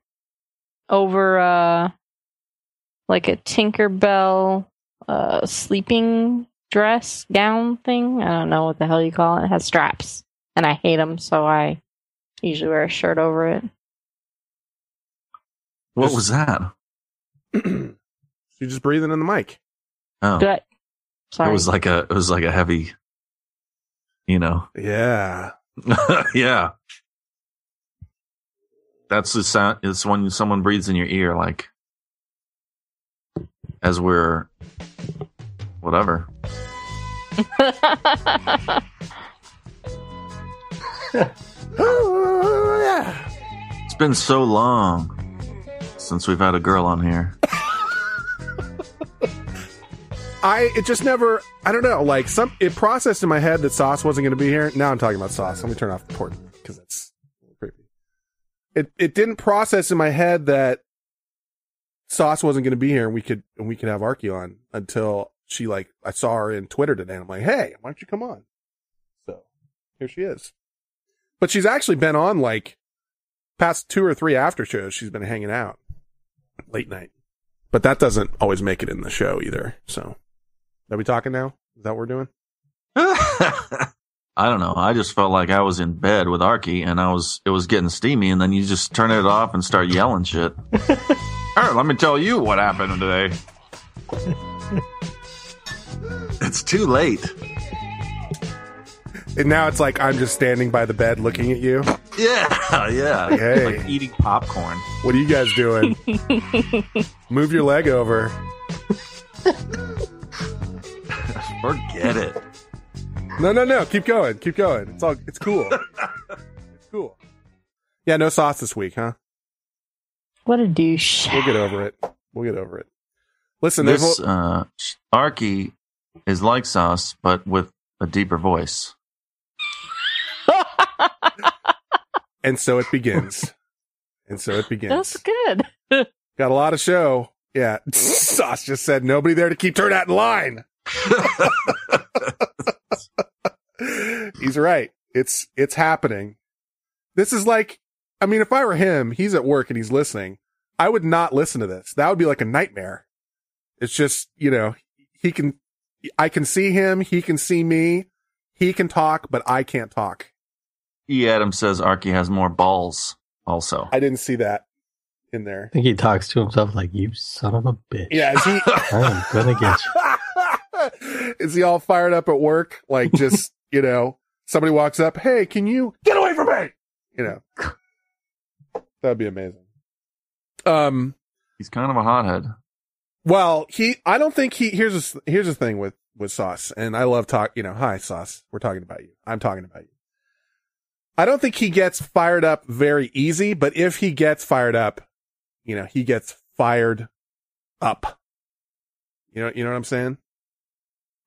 S23: over uh like a Tinkerbell uh sleeping dress gown thing. I don't know what the hell you call it. It has straps and I hate them, so I usually wear a shirt over it.
S5: What was that?
S4: You're just breathing in the mic.
S5: Oh,
S23: Do I-
S5: it
S23: Sorry.
S5: was like a it was like a heavy, you know. <laughs>
S4: Yeah.
S5: yeah. That's the sound. It's when someone breathes in your ear, like as we're
S4: <gasps>
S5: whatever. It's been so long since we've had a girl on here.
S4: I it just never I don't know like some it processed in my head that Sauce wasn't going to be here. Now I'm talking about Sauce. Let me turn off the port because that's creepy. It it didn't process in my head that Sauce wasn't going to be here and we could and we could have Arky on until she like I saw her in Twitter today and I'm like, hey, why don't you come on? So here she is. But she's actually been on like past two or three after shows. She's been hanging out late night, but that doesn't always make it in the show either. So are we talking now? Is that what we're doing?
S5: I don't know. I just felt like I was in bed with Arky and I was it was getting steamy and then you just turn it off and start
S4: <laughs>
S5: yelling shit. All right, let me tell you what happened today. it's too late.
S4: And now it's like I'm just standing by the bed looking at you.
S5: Yeah, <laughs> yeah.
S4: Like, hey.
S5: Like eating popcorn.
S4: What are you guys doing? Move your leg over.
S5: <laughs> Forget it.
S4: No, no, no. Keep going. Keep going. It's all. It's
S5: <laughs>
S4: cool. it's cool. Yeah, no sauce this week, huh?
S23: What a douche.
S4: We'll get over it. We'll get over it. Listen, there's
S5: this uh, Arky is like Sauce, but with a deeper voice.
S4: and so it begins. and so
S23: <laughs>
S4: it begins.
S23: That's good.
S5: <laughs>
S4: Got a lot of show. Yeah, <laughs> Sauce just said nobody there to keep Turdat in line. <laughs> he's right. It's it's happening. This is like, I mean, if I were him, he's at work and he's listening. I would not listen to this. That would be like a nightmare. It's just you know he can, I can see him, he can see me, he can talk, but I can't talk.
S5: E. Adam says Arky has more balls. Also,
S4: I didn't see that in there.
S6: I think he talks to himself like, "You son of a bitch!
S4: Yeah, is he
S6: I'm gonna <laughs> get you."
S4: is he all fired up at work? Like just, you know, somebody walks up, Hey, can you get away from me? You know, that'd be amazing. Um,
S5: He's kind of a hothead.
S4: well, he, I don't think he, here's, a, s- here's the thing with, with Sauce. And I love talk, you know, hi Sauce. We're talking about you. I'm talking about you. I don't think he gets fired up very easy, but if he gets fired up, you know, he gets fired up. You know, you know what I'm saying?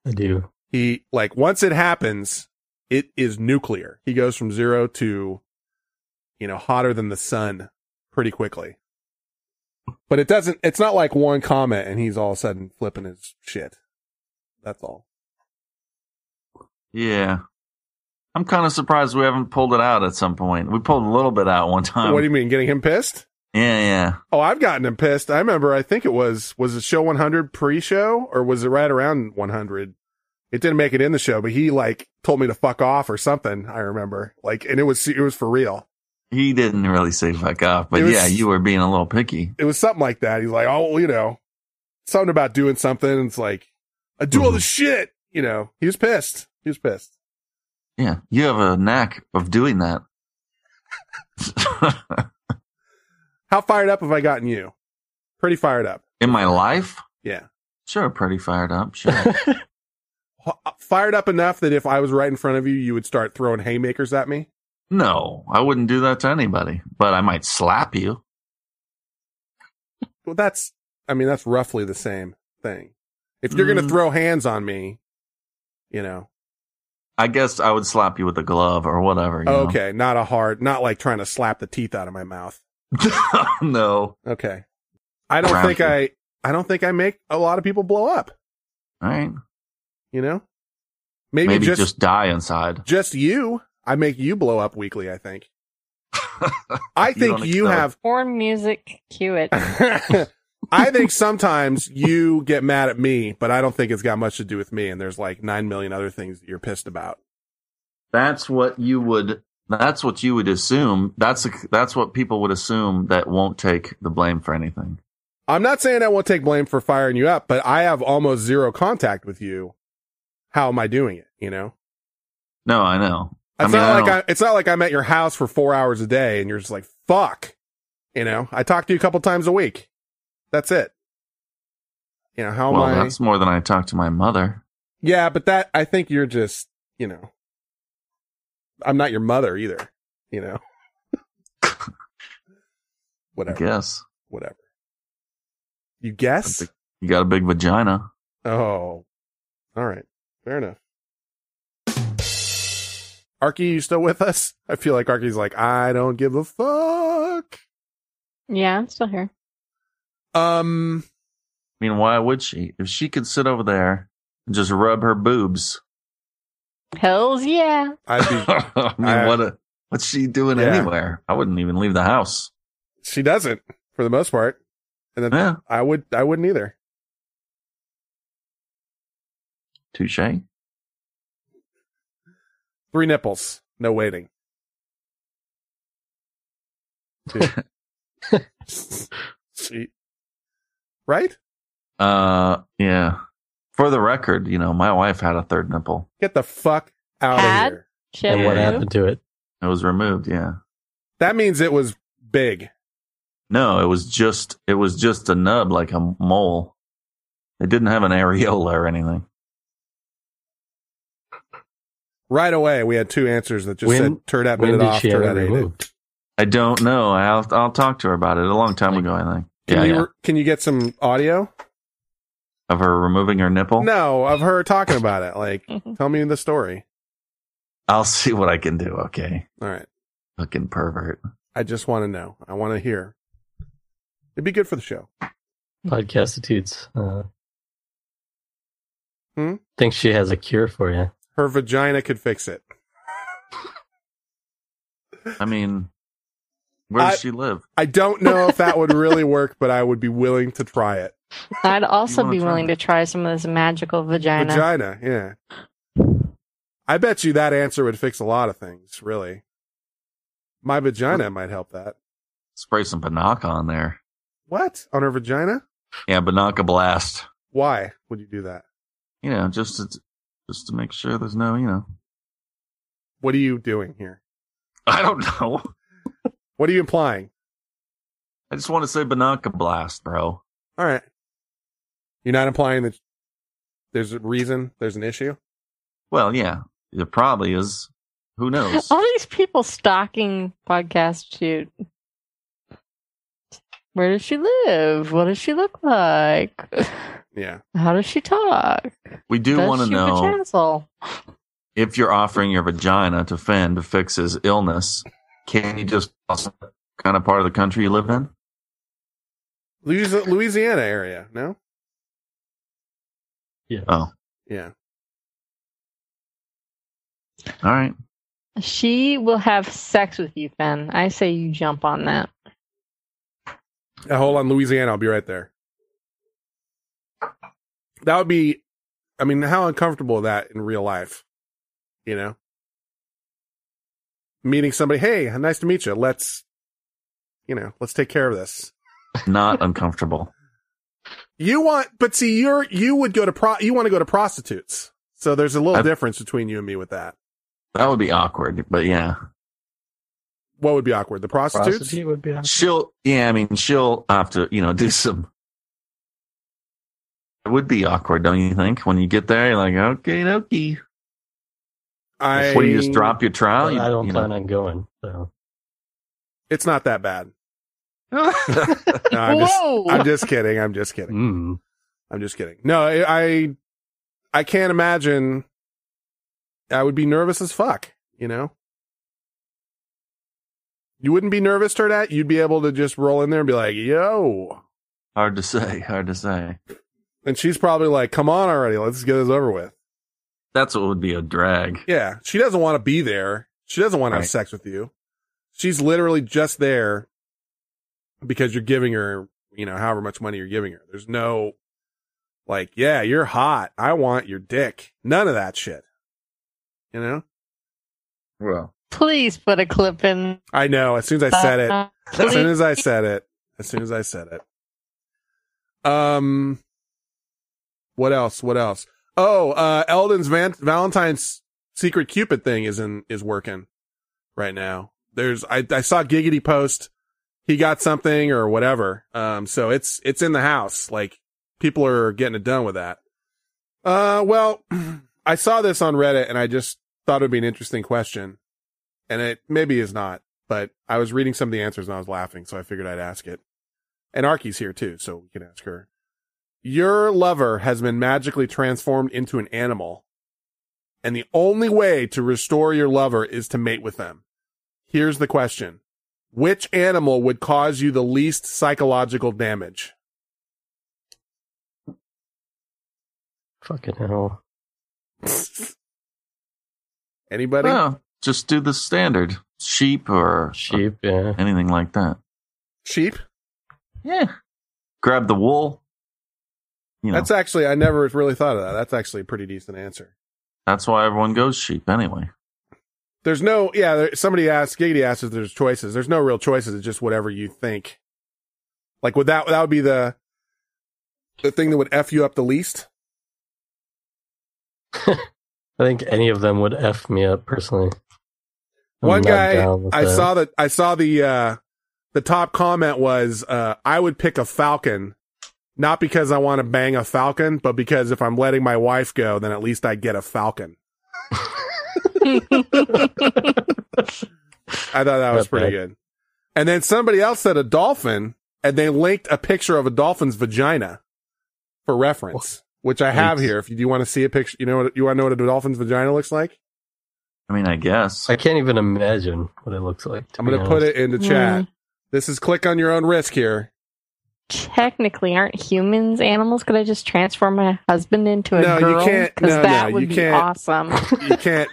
S6: I do.
S4: he like once it happens it is nuclear he goes from zero to you know hotter than the sun pretty quickly but it doesn't it's not like one comment and he's all of a sudden flipping his shit that's all
S5: Yeah. I'm kind of surprised we haven't pulled it out at some point. We pulled a little bit out one time.
S4: what do you mean getting him pissed
S5: yeah, yeah.
S4: oh i've gotten him pissed i remember i think it was was it show 100 pre-show or was it right around 100 it didn't make it in the show but he like told me to fuck off or something i remember like and it was it was for real
S5: He didn't really say fuck off, but
S4: It was-
S5: yeah, you were being a little picky.
S4: it was something like that. He's like, oh, well, you know, something about doing something. And it's like, I do all this shit. You know, he was pissed. He was pissed.
S5: Yeah. You have a knack of doing that.
S4: How fired up have I gotten you? Pretty fired up.
S5: In my life?
S4: Yeah.
S5: Sure, pretty fired up. Sure. <laughs>
S4: H- Uh, Fired up enough that if I was right in front of you, you would start throwing haymakers at me.
S5: no, I wouldn't do that to anybody, but I might slap you.
S4: Well, that's, I mean, that's roughly the same thing. If you're going to
S5: Mm.
S4: throw hands on me, you know,
S5: I guess I would slap you with a glove or whatever. you know?
S4: okay, not a hard, not like trying to slap the teeth out of my mouth.
S5: <laughs> no.
S4: Okay. I don't
S5: Round
S4: think
S5: two.
S4: I, I don't think I make a lot of people blow up.
S5: All right.
S4: you know maybe,
S5: Maybe,
S4: just,
S5: just
S4: just
S5: die inside.
S4: you i make you blow up weekly i think
S5: <laughs>
S4: i
S5: You
S4: think
S5: don't
S4: you,
S5: excel.
S4: have
S23: Porn music, cue
S4: <laughs>
S23: it.
S4: i think sometimes you get mad at me but i don't think it's got much to do with me and there's like 9 million other things that you're pissed about
S5: that's what you would that's what you would assume that's that's what people would assume that won't take the blame for anything
S4: i'm not saying i won't take blame for firing you up but i have almost zero contact with you how am i doing it you know
S5: no i know
S4: it's
S5: i mean
S4: not
S5: I
S4: like
S5: don't-
S4: I, it's not like i'm at your house for 4 hours a day and you're just like fuck you know i talk to you a couple times a week that's it you know how
S5: well
S4: am i
S5: that's more than i talk to my mother
S4: Yeah, but that I think you're just, you know, I'm not your mother either, you know.
S5: i
S4: whatever,
S5: guess
S4: whatever. You guess?
S5: you got a big vagina
S4: Oh, All right. Fair enough. Arky, you still with us? I feel like Arky's like, I don't give a fuck.
S23: Yeah, I'm still here.
S4: Um,
S5: I mean, why would she? If she could sit over there and just rub her boobs,
S23: Hells yeah.
S4: I'd be,
S5: <laughs> I mean,
S4: I-
S5: what a, what's she doing
S4: Yeah.
S5: anywhere? I wouldn't even leave the house.
S4: she doesn't for the most part. And then
S5: Yeah.
S4: I would, I wouldn't either.
S5: Touche.
S4: Three nipples, no waiting.
S5: <laughs>
S4: Sweet. Right?
S5: Uh, yeah. For the record, you know, my wife had a third nipple.
S4: Get the fuck out of
S23: Had?
S4: here.
S23: Shit.
S5: And what happened?
S6: Do it.
S5: It was removed. Yeah.
S4: That means it was big.
S5: No, it was just it was just a nub like a mole. It didn't have an areola or anything.
S4: Right away, we had two answers that just
S6: When-
S4: said turd out, bit
S6: when
S4: it
S6: did
S4: off,
S6: she
S4: turd
S6: have
S4: out,
S6: it
S4: ate it.
S6: removed?
S5: I don't know. I'll I'll talk to her about it a long time ago. I think.
S4: Can
S5: yeah,
S4: you
S5: yeah.
S4: can you get some audio?
S5: Of her removing her nipple.
S4: No, of her talking about it.
S5: <laughs>
S4: Like,
S5: Mm-hmm.
S4: tell me the story.
S5: I'll see what I can do. Okay.
S4: All right,
S5: Fucking pervert.
S4: I just want to know. I want to hear. It'd be good for the show.
S6: Podcastitudes. Uh,
S4: Hmm?
S6: Think she has a cure for you.
S4: Her vagina could fix it.
S5: I mean, where does
S4: I-
S5: she live?
S4: I don't know if that would really work, but I would be willing to try it.
S5: <laughs>
S23: I'd also
S5: wanna
S23: be
S5: try
S23: willing to try some of this magical vagina.
S4: Vagina, yeah. I bet you that answer would fix a lot of things. Really, my vagina might help that.
S5: Spray some Banaka on there.
S4: What on her vagina?
S5: Yeah, Banaka blast.
S4: Why would you do that?
S5: You know, just to, just to make sure there's no, you know.
S4: What are you doing here?
S5: <laughs> I don't know.
S4: What are you implying?
S5: I just want to say Banaka blast, bro.
S4: All right. You're not implying that there's a reason, there's an issue?
S5: Well, yeah, it probably is. Who knows?
S23: All these people stalking podcast shoot. Where does she live? What does she look like?
S4: Yeah.
S23: How does she talk?
S5: We do
S23: does
S5: want to
S23: she
S5: know
S23: vaginal?
S5: if you're offering your vagina to Finn to fix his illness. Can you just what kind of part of the country you live in?
S4: Louis- Louisiana area, no?
S6: Yeah.
S5: Oh,
S4: Yeah.
S5: all right.
S23: She will have sex with you, Finn. I say you jump on that.
S4: Uh, hold on, Louisiana, I'll be right there. That would be I mean, how uncomfortable is that in real life? You know? Meeting somebody, hey, nice to meet you. Let's you know, let's take care of this.
S6: <laughs>
S5: Not uncomfortable.
S4: You want but see you're you would go to pro you want to go to prostitutes. So there's a little
S5: I-
S4: difference between you and me with that.
S5: That would be awkward, but yeah.
S4: What would be awkward? The prostitutes?
S6: Prostitute would be. awesome.
S5: She'll, yeah, I mean, she'll have to, you know, do some. It would be awkward, don't you think? When you get there, you're like, okay, dokie.
S4: I
S5: What do you just drop your
S6: But
S5: trowel? You-
S6: I don't
S5: you know.
S6: plan on going. So
S4: It's not that
S5: <laughs>
S4: bad. No, I'm just,
S23: Whoa!
S4: I'm just kidding. I'm just kidding.
S6: mm.
S4: I'm just kidding. No, I, I, I can't imagine. I would be nervous as fuck. You know. You wouldn't be nervous, Turdat. You'd be able to just roll in there and be like, "Yo,"
S5: Hard to say. Hard to say.
S4: and she's probably like, "Come on already, let's get this over with."
S5: That's what would be a drag.
S4: Yeah, she doesn't want to be there. She doesn't want to have
S5: Right.
S4: sex with you. She's literally just there because you're giving her, you know, however much money you're giving her. There's no like, yeah, you're hot. I want your dick. None of that shit. You know?
S5: Well,
S23: Please put a clip in.
S4: I know. As soon as I said it, as soon
S23: Please.
S4: as I said it, as soon as I said it. Um, what else? What else? Oh, uh, Eldon's Van- Valentine's Secret Cupid thing is in is working right now. There's I I saw Giggity post he got something or whatever. Um, so it's it's in the house. Like people are getting it done with that. Uh, well, <clears throat> I saw this on Reddit and I just thought it would be an interesting question, and it maybe is not but I was reading some of the answers and I was laughing, so I figured I'd ask it. And Arky's here too, so we can ask her. Your lover has been magically transformed into an animal, and the only way to restore your lover is to mate with them. Here's the question. Which animal would cause you the least psychological damage?
S6: <laughs>
S4: <laughs>
S6: Fucking hell.
S4: Anybody?
S5: Oh, just do the standard sheep or sheep,
S6: yeah,
S5: anything like that.
S4: Sheep?
S5: Yeah. Grab the wool. You know,
S4: That's
S5: that's,
S4: actually, I never really thought of that. That's actually a pretty decent answer.
S5: why everyone goes sheep anyway.
S4: There's no, yeah, there, somebody asked, Giggity asked if there's choices. There's no real choices. It's just whatever you think. Like, would that, that would be the, the thing that would F you up the least?
S6: I think any of them would F me up personally. I'm
S4: One
S6: not
S4: guy
S6: down with
S4: I
S6: that.
S4: saw that I saw the uh the top comment was uh I would pick a falcon not because I want to bang a falcon but because if I'm letting my wife go then at least I get a falcon. I thought that was
S6: Not
S4: pretty
S6: bad.
S4: good. And then somebody else said a dolphin and they linked a picture of a dolphin's vagina for reference, which I have
S5: Thanks.
S4: here if you do want to see a picture, you know what you want to know what a dolphin's vagina looks like?
S5: I mean, I guess.
S6: I can't even imagine what it looks like.
S4: I'm going to put it in the chat. This is click on your own risk here.
S23: Technically, aren't humans animals? Could I just transform my husband into a
S4: No, you
S23: girl?
S4: can't-
S23: 'Cause
S4: no,
S23: that
S4: no,
S23: would
S4: you
S23: be
S4: can't.
S23: awesome. <laughs>
S4: you can't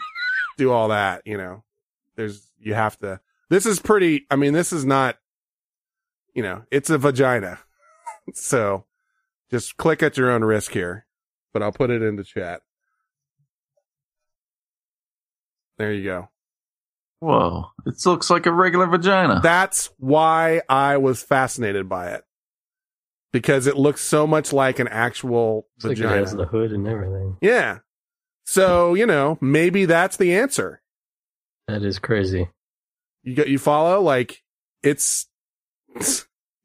S4: do all that, you know. There's you have to this is pretty I mean, this is not you know, it's a vagina. <laughs> So just click at your own risk here. But I'll put it in the chat. There you go.
S5: Whoa. It looks like a regular vagina.
S4: That's why I was fascinated by it. Because it looks so much like an actual
S6: It's like it
S4: vagina.
S6: has the hood and everything.
S4: yeah. So, you know, maybe that's the answer.
S6: That is crazy.
S4: You got you follow like it's <laughs>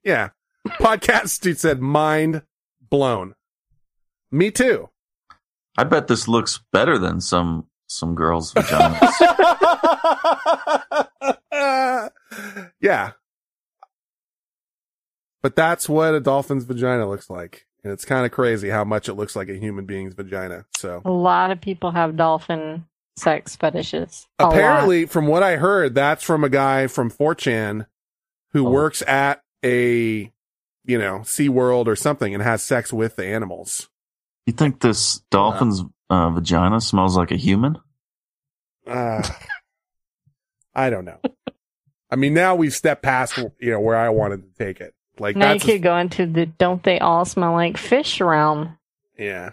S4: yeah. Podcast dude said mind blown. Me too.
S5: I bet this looks better than some
S4: <laughs>
S5: some girls' vaginas.
S4: <laughs> yeah. But that's what a dolphin's vagina looks like. And it's kind of crazy how much it looks like a human being's vagina. So
S23: A lot of people have dolphin sex fetishes. A lot.
S4: apparently from what I heard, that's from a guy from 4chan
S23: Oh.
S4: who works at a you know, Sea World or something and has sex with the animals.
S5: you think this dolphin's uh, vagina smells like a human?
S23: <laughs>
S4: Uh, I don't know. I mean, now we've stepped past you know where I wanted to take it. Like
S23: now you
S4: that's
S23: could go into the don't they all smell like fish realm?
S4: yeah.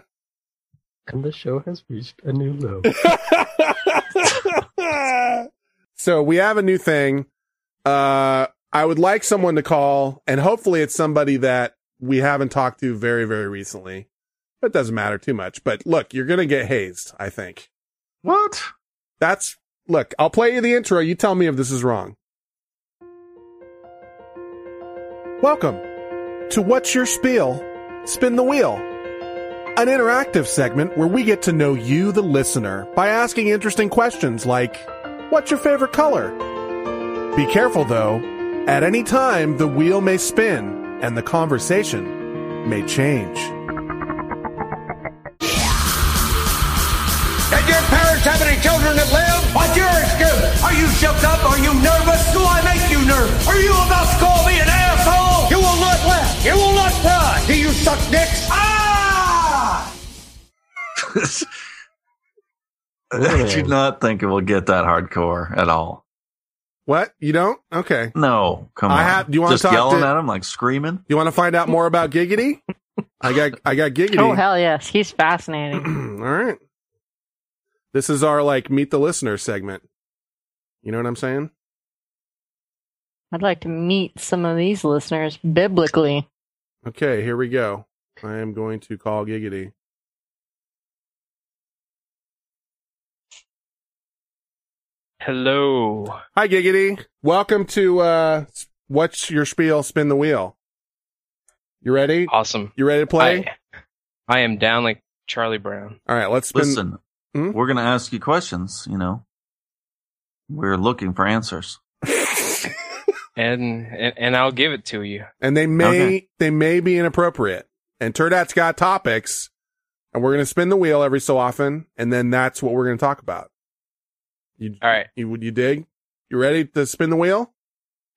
S6: And the show has reached a new low.
S4: So we have a new thing. Uh, I would like someone to call, and hopefully it's somebody that we haven't talked to very very recently. It doesn't matter too much. But look, you're gonna get hazed. I think.
S5: What?
S4: That's look. I'll play you the intro. You tell me if this is wrong. Welcome to What's Your Spiel? Spin the Wheel, an interactive segment where we get to know you, the listener, by asking interesting questions like, What's your favorite color? Be careful though, at any time the wheel may spin and the conversation may change.
S24: Did your parents have any children that live? What's your excuse? Are you shook up? Are you nervous? Do I make you nervous? Are you about to call me an asshole? You will not laugh. You will not cry. Do you suck dicks? Ah!
S5: <laughs>
S24: <laughs>
S5: I do not think it will get that hardcore at all.
S4: What? You don't? Okay.
S5: No, come
S4: I
S5: on.
S4: have- do you wanna
S5: Just
S4: talk
S5: yelling
S4: to-
S5: at him like screaming?
S4: You want to find out more about Giggity? I got I got Giggity. Hmm,
S23: Oh hell yes, he's fascinating. <clears throat>
S4: All right. This is our like meet the listener segment. You know what I'm saying?
S23: I'd like to meet some of these listeners
S4: <laughs>
S23: biblically.
S4: Okay, here we go. I am going to call Giggity.
S11: Hello.
S4: Hi Giggity. Welcome to uh s- what's your spiel spin the wheel. You ready?
S11: Awesome.
S4: You ready to play?
S11: I am down like Charlie Brown.
S4: All right, let's spin Hmm?
S5: Listen, we're going to ask you questions, you know. We're looking for answers.
S11: And, and and I'll give it to you.
S4: and they may
S11: Okay.
S4: they may be inappropriate. and Turdat's got topics, and we're gonna spin the wheel every so often, and then that's what we're gonna talk about. You,
S11: All right.
S4: You you dig? You ready to spin the wheel?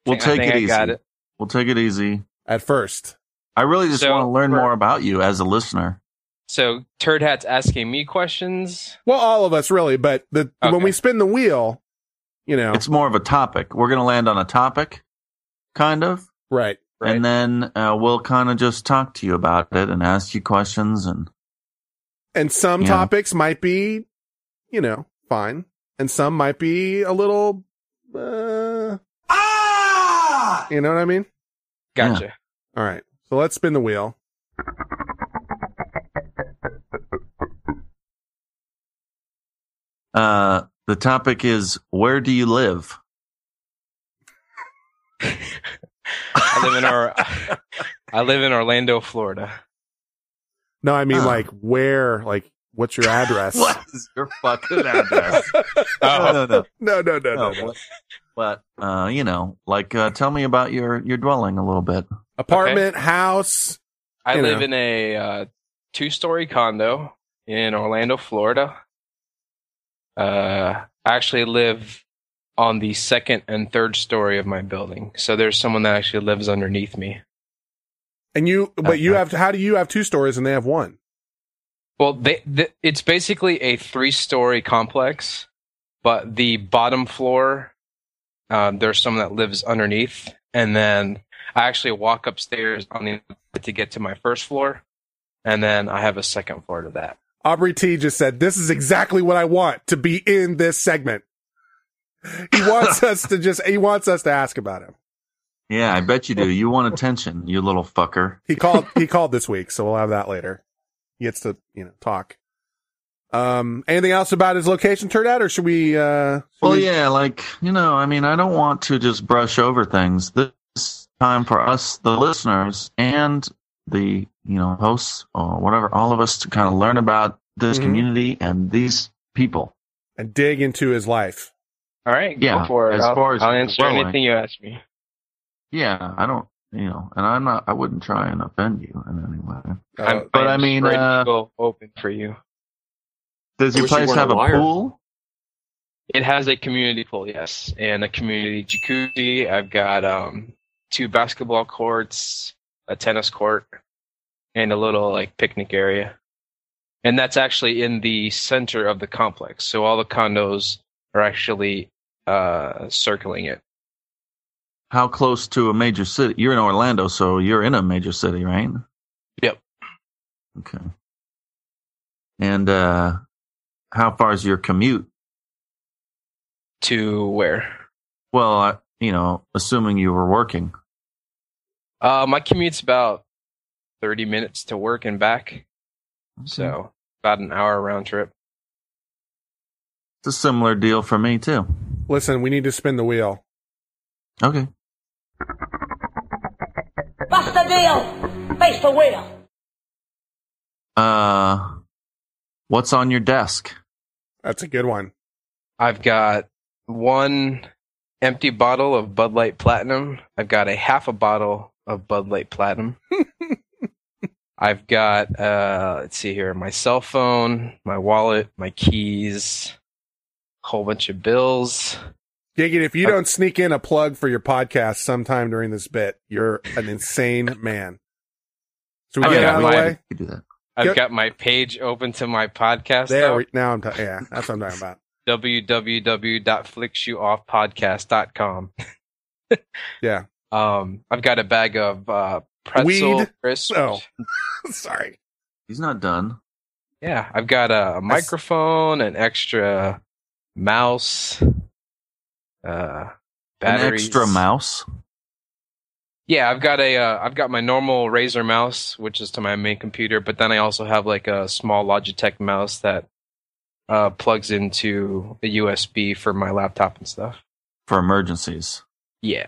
S5: We'll
S11: think- I
S5: take
S11: think
S5: it
S11: I
S5: easy.
S11: got it.
S5: We'll take it easy
S4: at first.
S5: I really just
S11: So-
S5: want to learn more about you as a listener.
S11: So Turd Hat's asking me questions.
S4: Well, all of us really, but the when we spin the wheel, you know,
S5: It's more of a topic. We're going to land on a topic, kind of.
S4: Right.
S5: And then uh, we'll kind of just talk to you about it and ask you questions. And
S4: and some
S5: Yeah.
S4: topics might be, you know, fine, and some might be a little, uh, ah, you know what I mean?
S11: Gotcha.
S4: All right, so let's spin the wheel.
S5: uh, the topic is where do you live?
S11: I live in our.
S5: <laughs>
S11: I live in Orlando, Florida.
S4: No, I mean like where, like what's your address?
S5: What is your fucking address? no, no, no.
S4: <laughs> no, <laughs> no, no, no,
S5: no. But uh, you know, like, uh, tell me about your your dwelling a little bit.
S4: Apartment, house.
S11: I
S5: you
S11: live
S5: know.
S11: in a uh, two-story condo in Orlando, Florida. Uh, I actually live on the second and third story of my building, so there's someone that actually lives underneath me.
S4: And you, but you have how do you have two stories and they have one?
S11: Well, they, th it's basically a three-story complex, but the bottom floor, um, there's someone that lives underneath, and then I actually walk upstairs on the to get to my first floor, and then I have a second floor to that.
S4: Aubrey T just said, "This is exactly what I want to be in this segment." He wants us to just he wants us to ask about him.
S5: Yeah, I bet you do. You want attention, you little fucker.
S4: He called he called this week, so we'll have that later. He gets to you know talk. Um, anything else about his location turned out, or should we? uh should
S5: Well,
S4: we-
S5: yeah, like, you know, I mean, I don't want to just brush over things. This is time for us, the listeners, and the, you know, hosts or whatever, all of us to kind of learn about this
S4: Mhm.
S11: Mm-hmm.
S5: community and these people.
S4: and dig into his life.
S11: All right,
S5: Yeah.
S11: go for it.
S5: As
S11: I'll,
S5: far as
S11: I'll answer
S5: dwelling.
S11: anything you ask me.
S5: Yeah, I don't, you know, and I'm not, I wouldn't try and offend you in any way.
S11: I'm-
S5: Uh, but I
S11: I'm
S5: mean,
S11: ready to
S5: uh,
S11: go open for you.
S5: does
S11: I
S5: your
S11: wish you
S5: place
S11: weren't
S5: have
S11: a
S5: a
S11: liar.
S5: pool?
S11: It has a community pool, yes, and a community jacuzzi. I've got um, two basketball courts, a tennis court, and a little like picnic area. And that's actually in the center of the complex. So all the condos are actually uh, circling it.
S5: How close to a major city? You're in Orlando, so you're in a major city, right?
S11: Yep.
S5: Okay. And uh how far is your commute?
S11: To where?
S5: Well, I, you know, assuming you were working.
S11: Uh, my commute's about 30 minutes to work and back. So about an hour round trip.
S5: It's a similar deal for me too.
S4: Listen, we need to spin the wheel.
S5: Okay.
S1: What's the deal? Face the wheel.
S5: Uh what's on your desk?
S4: That's a good one.
S11: I've got one empty bottle of Bud Light Platinum. I've got a half a bottle of Bud Light
S4: <laughs>
S11: Platinum. I've got uh let's see here, my cell phone, my wallet, my keys, whole bunch of bills.
S4: Giggity, if
S5: Uh,
S4: you don't sneak in a plug for your podcast sometime during this bit, you're an insane man. So we
S5: Oh,
S11: I've
S4: get it
S11: got
S4: out of the
S11: my-
S4: way.
S11: I've
S4: Yep.
S11: got my page open to my podcast
S4: There
S11: now.
S4: we, now I'm ta- yeah, that's what I'm talking about.
S11: <laughs> www.flicksyouoffpodcast.com.
S4: Yeah.
S11: Um I've got a bag of uh pretzel
S5: Weed?
S11: crisps.
S5: Oh.
S4: <laughs> Sorry.
S5: He's not done.
S11: Yeah, I've got a, a microphone, an extra mouse, uh,
S5: An
S11: batteries.
S5: extra mouse.
S11: Yeah, I've got a uh, I've got my normal Razer mouse, which is to my main computer, but then I also have like a small Logitech mouse that uh, plugs into a USB for my laptop and stuff.
S5: For emergencies.
S11: Yeah,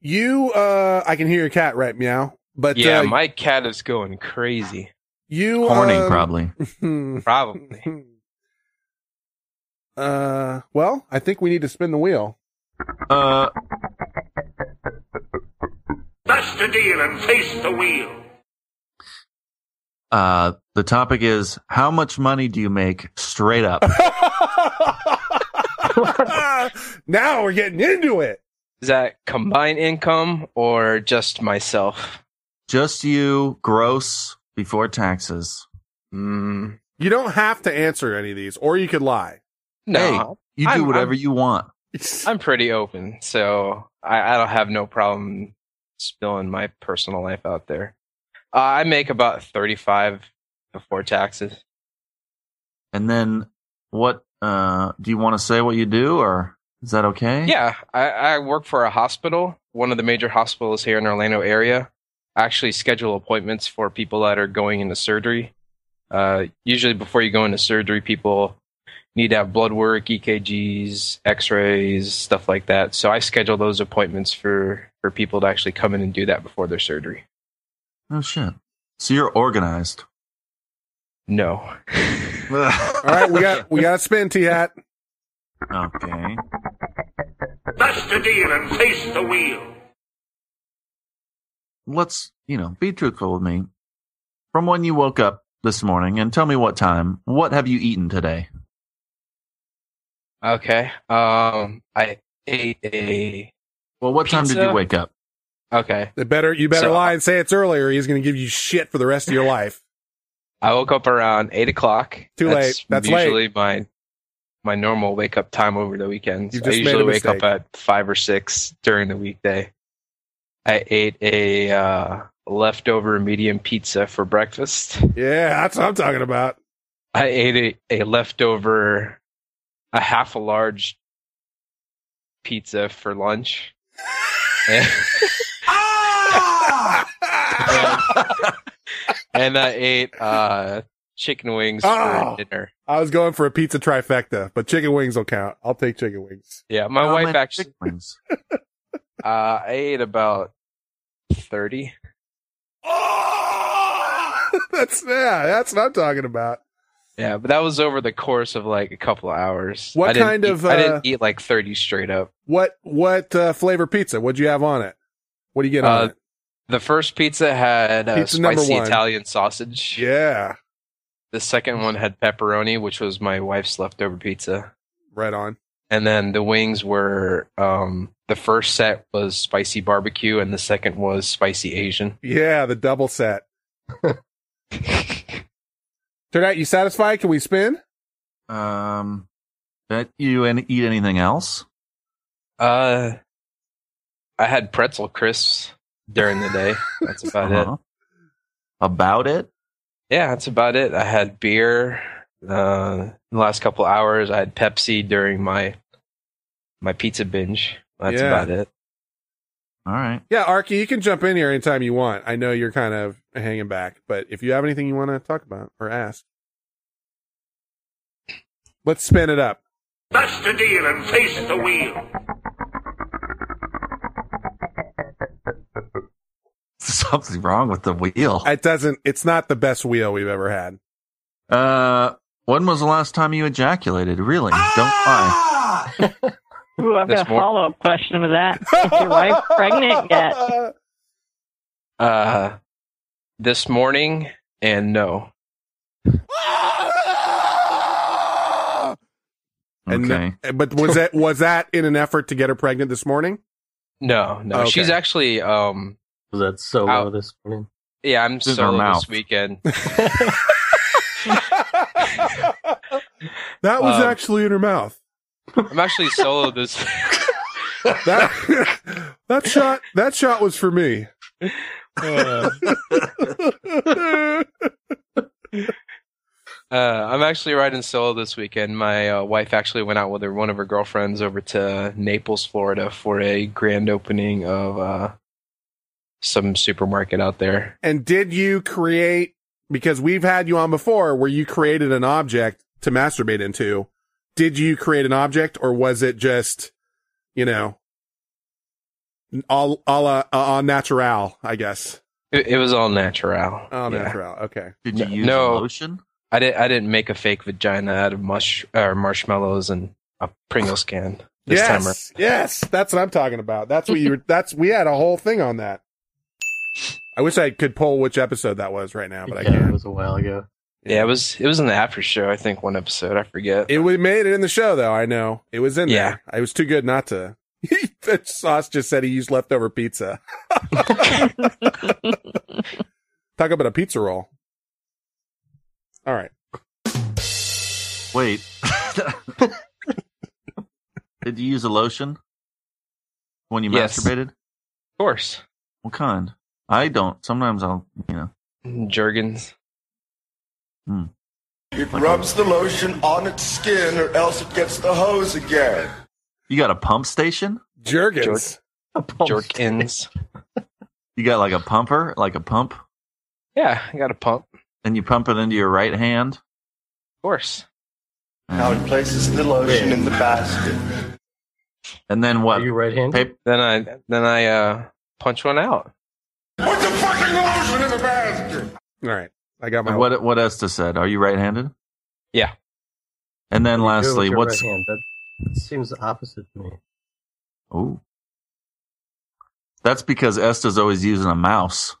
S4: You, uh, I can hear your cat right meow, but
S11: yeah,
S4: uh,
S11: my cat is going crazy.
S4: you
S5: Horny,
S4: um,
S5: probably.
S11: Probably.
S4: <laughs> Uh, well, I think we need to spin the wheel.
S5: Uh,
S12: That's the deal and face the wheel.
S5: Uh, the topic is how much money do you make straight
S11: <laughs>
S5: up?
S4: now we're getting into it.
S11: Is that combined income or just myself?
S5: Just you, gross before taxes.
S11: Mm.
S4: You don't have to answer any of these, or you
S11: <laughs>
S4: could lie.
S5: No, hey, you do
S11: I'm-
S5: whatever
S11: I'm-
S5: you want.
S11: I'm pretty open, so I, I don't have no problem spilling my personal life out there. Uh, I make about thirty-five before taxes.
S5: And then what, uh, do you want to say what you do or is that okay?
S11: Yeah, I, I work for a hospital, one of the major hospitals here in Orlando area. I actually schedule appointments for people that are going into surgery. Uh, usually, before you go into surgery, people need to have blood work, EKGs, X-rays, stuff like that. So I schedule those appointments for for people to actually come in and do that before their surgery.
S5: Oh shit. So you're organized.
S11: No.
S4: All right, we got we got a spin, T hat.
S5: Okay.
S24: That's the deal and face the wheel.
S5: Let's, you know, be truthful with me. From when you woke up this morning and tell me what time, what have you eaten today?
S11: Okay. Um, I ate a.
S5: Well, what time did you wake up?
S11: Okay.
S4: They better you better
S11: So-
S4: lie and say it's earlier. He's going to give you shit for the rest of your life.
S11: I woke up around eight o'clock.
S4: Too late. That's late.
S11: usually my my normal wake up time over the weekends.
S4: You
S11: I
S4: just made
S11: usually
S4: a
S11: wake up
S4: mistake.
S11: at five or six during the weekday. I ate a uh, leftover medium pizza for breakfast.
S4: Yeah, that's what I'm talking about.
S11: I ate a, a leftover, a half a large pizza
S4: <laughs>
S11: for lunch. <laughs> and,
S4: Ah!
S11: and I ate uh, chicken wings
S4: Oh.
S11: for dinner.
S4: I was going for a pizza trifecta, but chicken wings will count. I'll take chicken wings. <laughs>
S11: Yeah, my
S5: How
S11: wife
S5: many
S11: actually.
S5: chickens?
S11: <laughs> Uh, I ate about thirty.
S4: that's yeah, that's what I'm talking about.
S11: Yeah, but that was over the course of like a couple of hours.
S4: What
S11: I didn't
S4: kind
S11: eat-
S4: of,
S11: I
S4: uh,
S11: didn't eat like thirty straight up.
S4: What what uh, flavor pizza? What'd you have on it? What do you get on
S11: Uh,
S4: it?
S11: the first pizza had uh,
S4: Pizza number
S11: spicy
S4: one.
S11: Italian sausage.
S4: Yeah,
S11: The second one had pepperoni, which was my wife's leftover pizza.
S4: right on.
S11: And then the wings were um, the first set was spicy barbecue, and the second was spicy Asian.
S4: Yeah, the double set. Turn out you satisfied? Can we spin?
S5: Um, that you and eat anything else?
S11: Uh, I had pretzel crisps during the day. That's
S5: <laughs>
S11: about it.
S5: Uh-huh. About it?
S11: yeah, that's about it. I had beer uh, the last couple hours. I had Pepsi during my my pizza binge. That's
S4: Yeah.
S11: about it.
S5: All right.
S4: Yeah, Arky, you can jump in here anytime you want. I know you're kind of hanging back, but if you have anything you want to talk about or ask, let's spin it up.
S24: That's the deal and face the wheel.
S5: <laughs> Something's wrong with the wheel.
S4: It doesn't. It's not the best wheel we've ever had.
S5: Uh, when was the last time you ejaculated? Really? Don't
S4: Ah!
S5: lie.
S23: Ooh, I've
S11: This
S23: got a
S11: mor-
S23: follow up question to that. Is <laughs> your wife pregnant yet?
S11: Uh, this morning
S5: <laughs>
S11: and no,
S4: And
S11: <laughs>
S5: Okay.
S4: Eh, but was that was that in an effort to get her pregnant this morning?
S11: no, no.
S4: Okay.
S11: She's actually um.
S6: Was that solo
S11: Out.
S6: this morning?
S11: Yeah, I'm
S5: in her
S11: solo
S5: mouth.
S11: this weekend.
S4: That was
S11: Um,
S4: actually in her mouth.
S11: I'm actually
S5: <laughs>
S11: solo this. <laughs>
S4: That <laughs> that shot that shot was for me.
S11: Uh, I'm actually riding solo this weekend. My uh, wife actually went out with her one of her girlfriends over to Naples, Florida, for a grand opening of uh, some supermarket out there.
S4: And did you create because we've had you on before where you created an object to masturbate into? Did you create an object or was it just, you know, all all la all natural, I guess.
S11: It, it was all natural.
S4: All
S11: Yeah.
S4: natural. Okay.
S5: Did you
S11: No-
S5: use
S11: no.
S5: lotion?
S11: I didn't. I didn't make a fake vagina out of mush or marshmallows and a Pringles can this
S4: yes.
S11: time. around.
S4: Yes, that's what I'm talking about. That's what you were that's we had a whole thing on that. I wish I could pull which episode that was right now, but I
S11: Yeah, it
S4: can't.
S11: was
S6: a while ago.
S11: Yeah, it was it was in the after show. I think one episode. I forget.
S4: It we made it in the show though. I know it was in
S11: Yeah.
S4: there. I was too good not to. <laughs> Sauce just said he used leftover pizza. Talk about a pizza roll. All right.
S5: Wait. <laughs> Did you use a lotion when you
S11: Yes.
S5: masturbated?
S11: Of course.
S5: What kind? I don't. Sometimes I'll, you know.
S11: Jergens.
S18: It rubs the lotion on its skin or else it gets the hose again.
S5: You got a pump station?
S4: Jergens.
S11: Jerkins.
S5: <laughs> You got like a pumper, like a pump,
S11: Yeah, I got a pump. Of
S5: and you pump it into your right hand.
S11: course.
S18: Now it places the lotion in the basket.
S5: And then what? you
S6: right hand?
S11: Then I then I uh punch one out.
S18: Put the fucking lotion in the basket!
S4: All right. I got my.
S5: What what Esther said? Are you right-handed?
S11: Yeah.
S5: And then
S6: What do you do
S5: lastly,
S6: with your
S5: what's
S6: right hand? That seems the opposite to me.
S5: oh? That's because Esther's always using a mouse.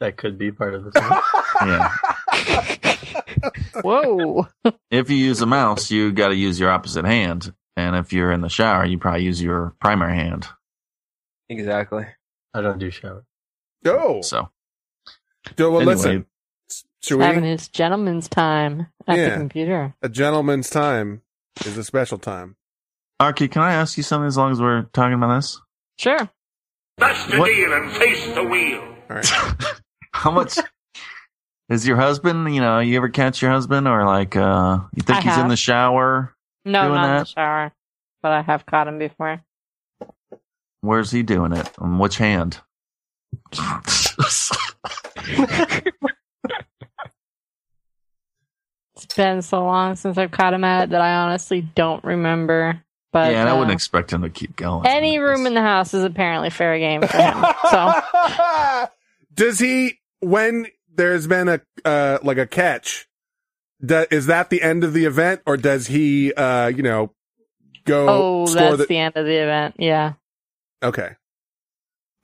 S6: That could be part
S4: <laughs>
S6: of the
S11: <laughs>
S5: Yeah.
S23: <laughs> Whoa.
S5: if you use a mouse, you got to use your opposite hand, and if you're in the shower, you probably use your primary hand.
S11: Exactly.
S6: I don't do shower.
S4: Oh.
S5: So.
S4: Yo, well,
S5: Anyway.
S4: listen. Should
S23: Having
S4: we?
S23: his gentleman's time at
S4: Yeah.
S23: the computer.
S4: A gentleman's time is a special time.
S5: Arky, can I ask you something? As long as we're talking about this,
S23: Sure.
S24: That's the
S5: What-
S24: deal and face the wheel.
S4: All right.
S5: how much is your husband? You know, you ever catch your husband, or like uh you think
S23: I
S5: he's in
S23: have.
S5: the shower?
S23: No,
S5: Doing
S23: not in the
S5: that?
S23: shower. But I have caught
S4: <laughs>
S23: him before.
S5: Where's he doing it? On which hand? <laughs>
S23: It's been so long since I've caught him at it that I honestly don't remember. But
S5: yeah, and I
S23: uh,
S5: wouldn't expect him to keep going.
S23: any room in the house is apparently fair
S4: <laughs>
S23: game for him. so
S4: Does he when there's been a uh, like a catch? Do, is that the end of the event, or does he, uh, you know, go
S23: oh,
S4: score
S23: that's the-, end of the event. Yeah.
S4: Okay,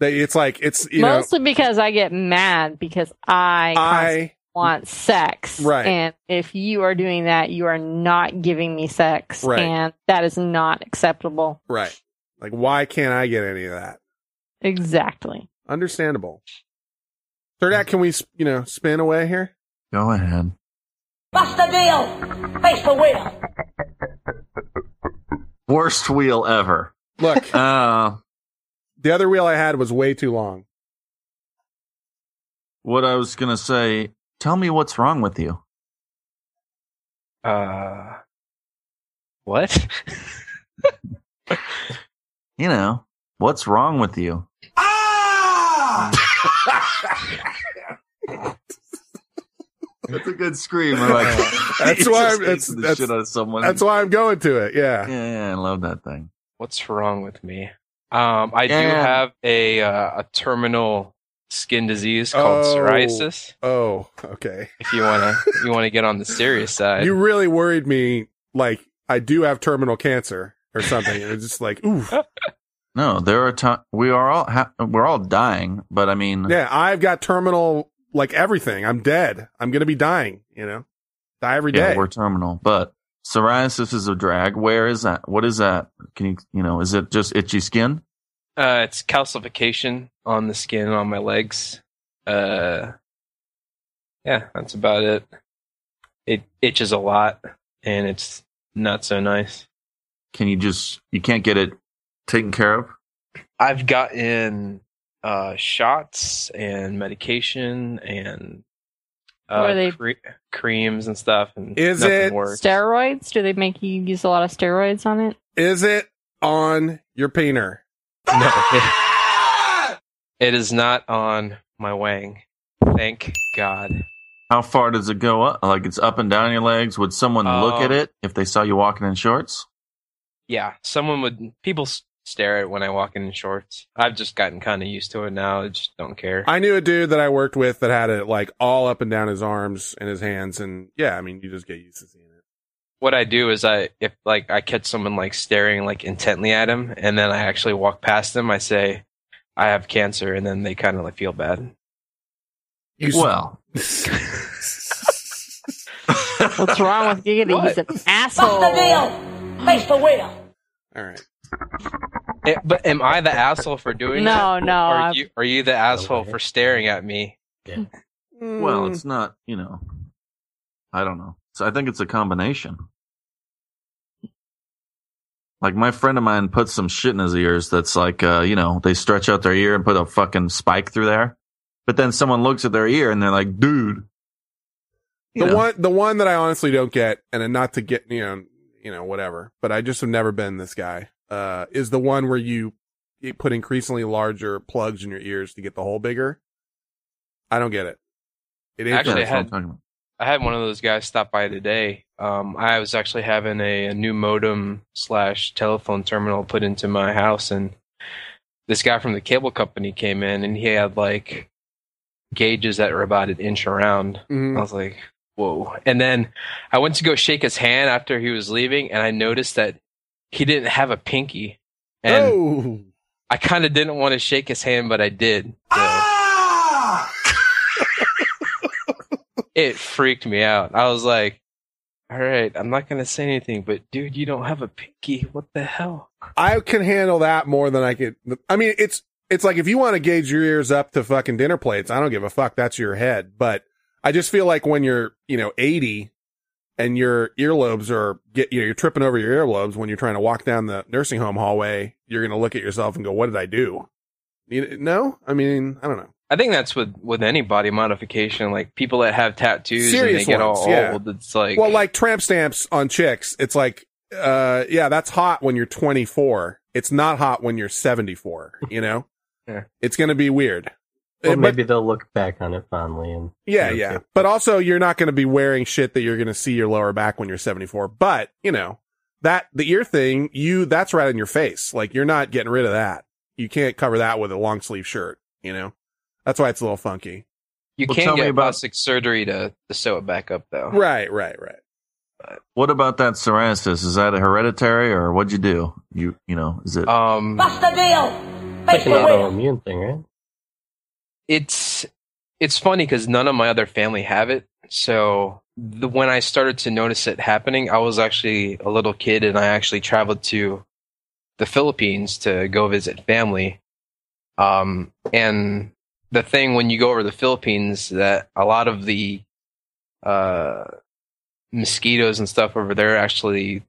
S4: They- it's like it's you
S23: Mostly because I get mad because I,
S4: know I
S23: want sex.
S4: Right.
S23: And if you are doing that, you are not giving me sex.
S4: Right.
S23: And that is not acceptable.
S4: right like why can't I get any of that?
S23: Exactly.
S4: Understandable. Third act, can we sp- you know spin away here?
S5: Go ahead.
S1: What's the deal? Face the wheel.
S5: Worst wheel ever.
S4: Look,
S5: <laughs> Uh,
S4: the other wheel I had was way too long.
S5: what I was gonna say. Tell me what's wrong with you.
S11: Uh what? <laughs>
S5: You know what's wrong with you.
S18: <laughs>
S5: That's a good scream. I'm like, <laughs>
S4: That's
S5: It
S4: why
S5: just
S4: I'm- that's-
S5: beats the
S4: that's-
S5: shit out of someone.
S4: That's why I'm going to it. Yeah.
S5: Yeah, yeah, I love that thing.
S11: What's wrong with me? Um I do
S5: Yeah.
S11: have a uh, a terminal skin disease called
S4: Oh.
S11: psoriasis.
S4: Oh, okay.
S11: If you wanna if you wanna get on the
S4: <laughs>
S11: serious side.
S4: you really worried me. Like I do have terminal cancer or something. and it's just like, <laughs> ooh,
S5: No, there are times we are all ha- we're all dying, but I mean,
S4: yeah, I've got terminal like everything. I'm dead. I'm gonna be dying. You know, die every
S5: yeah,
S4: day.
S5: we're terminal. But psoriasis is a drag. Where is that? What is that? Can you you know? Is it just itchy skin?
S11: Uh, it's calcification on the skin on my legs. Uh, yeah, that's about it. It itches a lot, and it's not so nice.
S5: Can you just you can't get it taken care of?
S11: I've gotten uh, shots and medication and
S23: What
S11: uh,
S23: are they-
S11: cre- creams and stuff, and <laughs>
S4: Is
S11: nothing
S4: it-
S11: works.
S23: Steroids? Do they make you use a lot of steroids
S4: <laughs>
S23: on it?
S4: Is it on your peener?
S23: <laughs>
S11: it is not on my wang. Thank God.
S5: How far does it go up? Like it's up and down your legs. Would someone look
S11: Um,
S5: at it if they saw you walking in shorts?
S11: yeah, someone would people s- stare at when I walk in in shorts. I've just gotten kind of used to it now. I just don't care.
S4: I knew a dude that I worked with that had it like all up and down his arms and his hands, and yeah, I mean, you just get used to seeing it.
S11: what I do is I if like I catch someone like staring like intently at him, and then I actually walk past them. I say, "I have cancer," and then they kind of like feel bad.
S5: well,
S23: What's wrong with Giggity? He's an asshole.
S1: Bust a deal. Face the wheel.
S4: All right.
S11: Eh, but am I the asshole for doing
S23: No,
S11: that?
S23: no,
S11: Are
S23: I'm-
S11: you are you the asshole for staring at me?
S5: well,
S1: hmm.
S4: Mm.
S5: it's not. You know, I don't know. So I think it's a combination. Like my friend of mine puts some shit in his ears that's like, uh, you know, they stretch out their ear and put a fucking spike through there. But then someone looks at their ear and they're like, dude,
S4: The
S5: Yeah.
S4: one, the one that I honestly don't get, and then not to get you know, you know, whatever. But I just have never been this guy. Uh, is the one where you you put increasingly larger plugs in your ears to get the hole bigger. I don't get it. It ain't
S11: Actually,
S4: that
S11: I
S4: fun.
S11: had I had one of those guys stop by today. Um, I was actually having a, a new modem slash telephone terminal put into my house, and this guy from the cable company came in, and he had like gauges that were about an inch around.
S4: Mhm.
S11: I was like, "Whoa!" And then I went to go shake his hand after he was leaving, and I noticed that he didn't have a pinky, and
S4: oh,
S11: I kind of didn't want to shake his hand, but I did.
S4: Ah!
S24: Ah!
S11: it freaked me out. I was like, all right, I'm not going to say anything, but dude, you don't have a pinky. What the hell?
S4: I can handle that more than I could. I mean, it's it's like if you want to gauge your ears up to fucking dinner plates, I don't give a fuck. That's your head. But I just feel like when you're you know eighty and your earlobes are get you know you're tripping over your earlobes when you're trying to walk down the nursing home hallway, you're gonna look at yourself and go, "What did I do?" You, no, I mean, I don't know.
S11: I think that's with, with any body modification. Like people that have tattoos and
S4: Serious
S11: they get
S4: ones,
S11: all
S4: yeah.
S11: old. It's like,
S4: well, like tramp stamps on chicks, it's like, uh, yeah, that's hot when you're 24. It's not hot when you're 74. You know,
S11: Yeah.
S4: it's gonna be weird.
S6: Or
S4: It- but-
S6: maybe they'll look back on it fondly and
S4: Yeah,
S6: Okay.
S4: yeah. But also you're not going to be wearing shit that you're going to see your lower back when you're 74. But, you know, that the ear thing, you that's right in your face. Like you're not getting rid of that. You can't cover that with a long sleeve shirt, you know. That's why it's a little funky.
S11: you
S5: Well, tell
S11: can't
S5: me
S11: get
S5: about-
S11: plastic surgery to, to sew it back up though.
S4: Right, right, right.
S5: what about that psoriasis? Is that a hereditary or what'd you do? You, you know, is it?
S11: Um,
S1: Bust a deal.
S6: It's
S1: Face
S6: an
S1: the wheel.
S6: autoimmune thing, right?
S11: it's it's funny because none of my other family have it. So the, when I started to notice it happening, I was actually a little kid, and I actually traveled to the Philippines to go visit family. Um, and the thing when you go over to the Philippines that a lot of the uh, mosquitoes and stuff over there actually,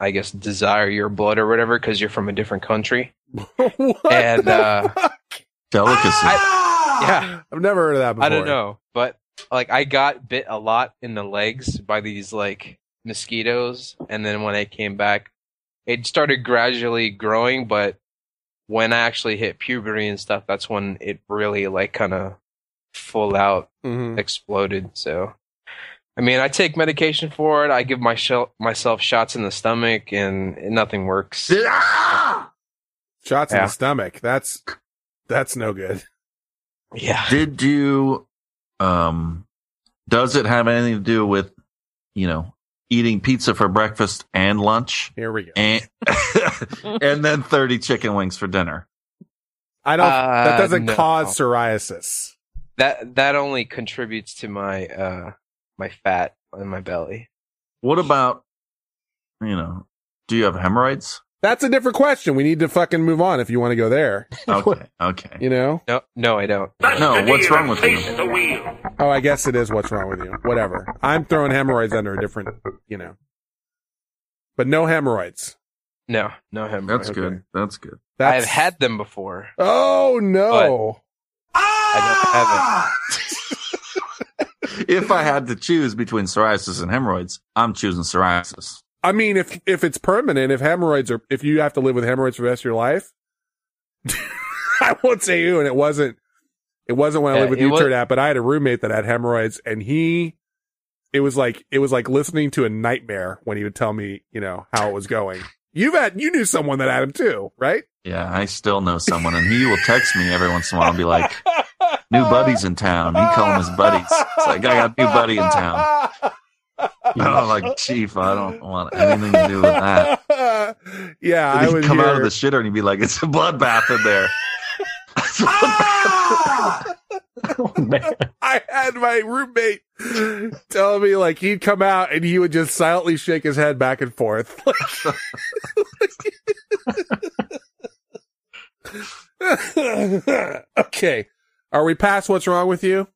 S11: I guess, desire your blood or whatever because you're from a different country.
S4: <laughs> what?
S11: And,
S4: the
S11: uh,
S4: fuck?
S5: Delicacy.
S11: Yeah.
S4: I've never heard of that before.
S11: Ah! I don't know, but like I got bit a lot in the legs by these like mosquitoes, and then when I came back, it started gradually growing. But when I actually hit puberty and stuff, that's when it really like kind of full out
S4: Mhm.
S11: exploded. So, I mean, I take medication for it. I give my shell myself shots in the stomach, and nothing works.
S4: Shots in
S11: Yeah.
S4: the stomach. That's that's no good.
S11: Yeah.
S5: Did you, um, does it have anything to do with, you know, eating pizza for breakfast and lunch
S4: Here we go.
S5: and, <laughs> and then 30 chicken wings for dinner?
S4: <laughs> I don't that
S11: Uh,
S4: doesn't
S11: no.
S4: cause psoriasis.
S11: That that only contributes to my uh my fat in my belly.
S5: What about, you know, do you have hemorrhoids?
S4: That's a different question. We need to fucking move on if you want to go there, <laughs>
S5: Okay. Okay.
S4: you know?
S11: No, no, I don't.
S5: No, what's wrong with you?
S4: Oh, I guess it is what's wrong with you. Whatever. I'm throwing hemorrhoids under a different, you know. But no hemorrhoids.
S11: No, no hemorrhoids.
S5: That's good. That's good.
S4: That's...
S11: I've had them before.
S4: Oh no.
S5: Ah!
S11: I
S5: <laughs> If I had to choose between psoriasis and hemorrhoids, I'm choosing psoriasis.
S4: I mean, if if it's permanent, if hemorrhoids are, if you have to live with hemorrhoids for the rest of your life, <laughs> I won't say you. And it wasn't, it wasn't when I
S11: Yeah,
S4: lived with
S11: it
S4: you,
S11: wa-
S4: Turdat, but I had a roommate that had hemorrhoids, and he, it was like it was like listening to a nightmare when he would tell me, you know, how it was going. You've had, you knew someone that had him too, right?
S5: Yeah, I still know someone, and he will text me every once in a while and be like, "New buddies in town." He call him his buddies. It's like I got a new buddy in town. Oh, like chief, I don't want anything to do with that.
S4: <laughs>
S24: <laughs>
S4: yeah,
S5: And
S4: I
S5: he'd
S4: would
S5: come
S4: hear,
S5: out of the shitter and he'd be like, "It's a bloodbath in there."
S4: I had my roommate tell me like he'd come out and he would just silently shake his head back and forth. <laughs> okay. Are we past what's wrong with you?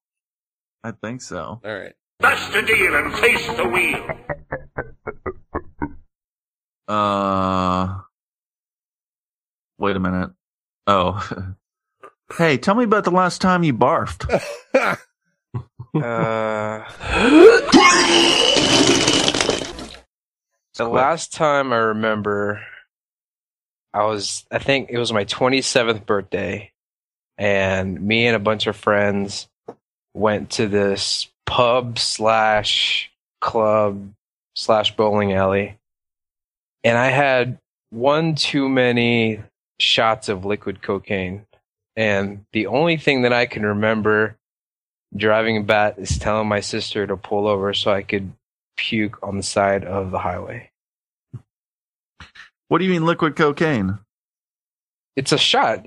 S5: I think so.
S4: All right.
S24: That's the deal and face the wheel.
S5: Uh, wait a minute. Oh, <laughs> hey, tell me about the last time
S4: <laughs>
S5: you barfed.
S11: uh, The last time I remember, I was, I think it was my 27th birthday, and me and a bunch of friends went to this pub slash club slash bowling alley, and I had one too many shots of liquid cocaine. And the only thing that I can remember driving back is telling my sister to pull over so I could puke on the side of the highway.
S5: What do you mean liquid cocaine?
S11: It's a shot.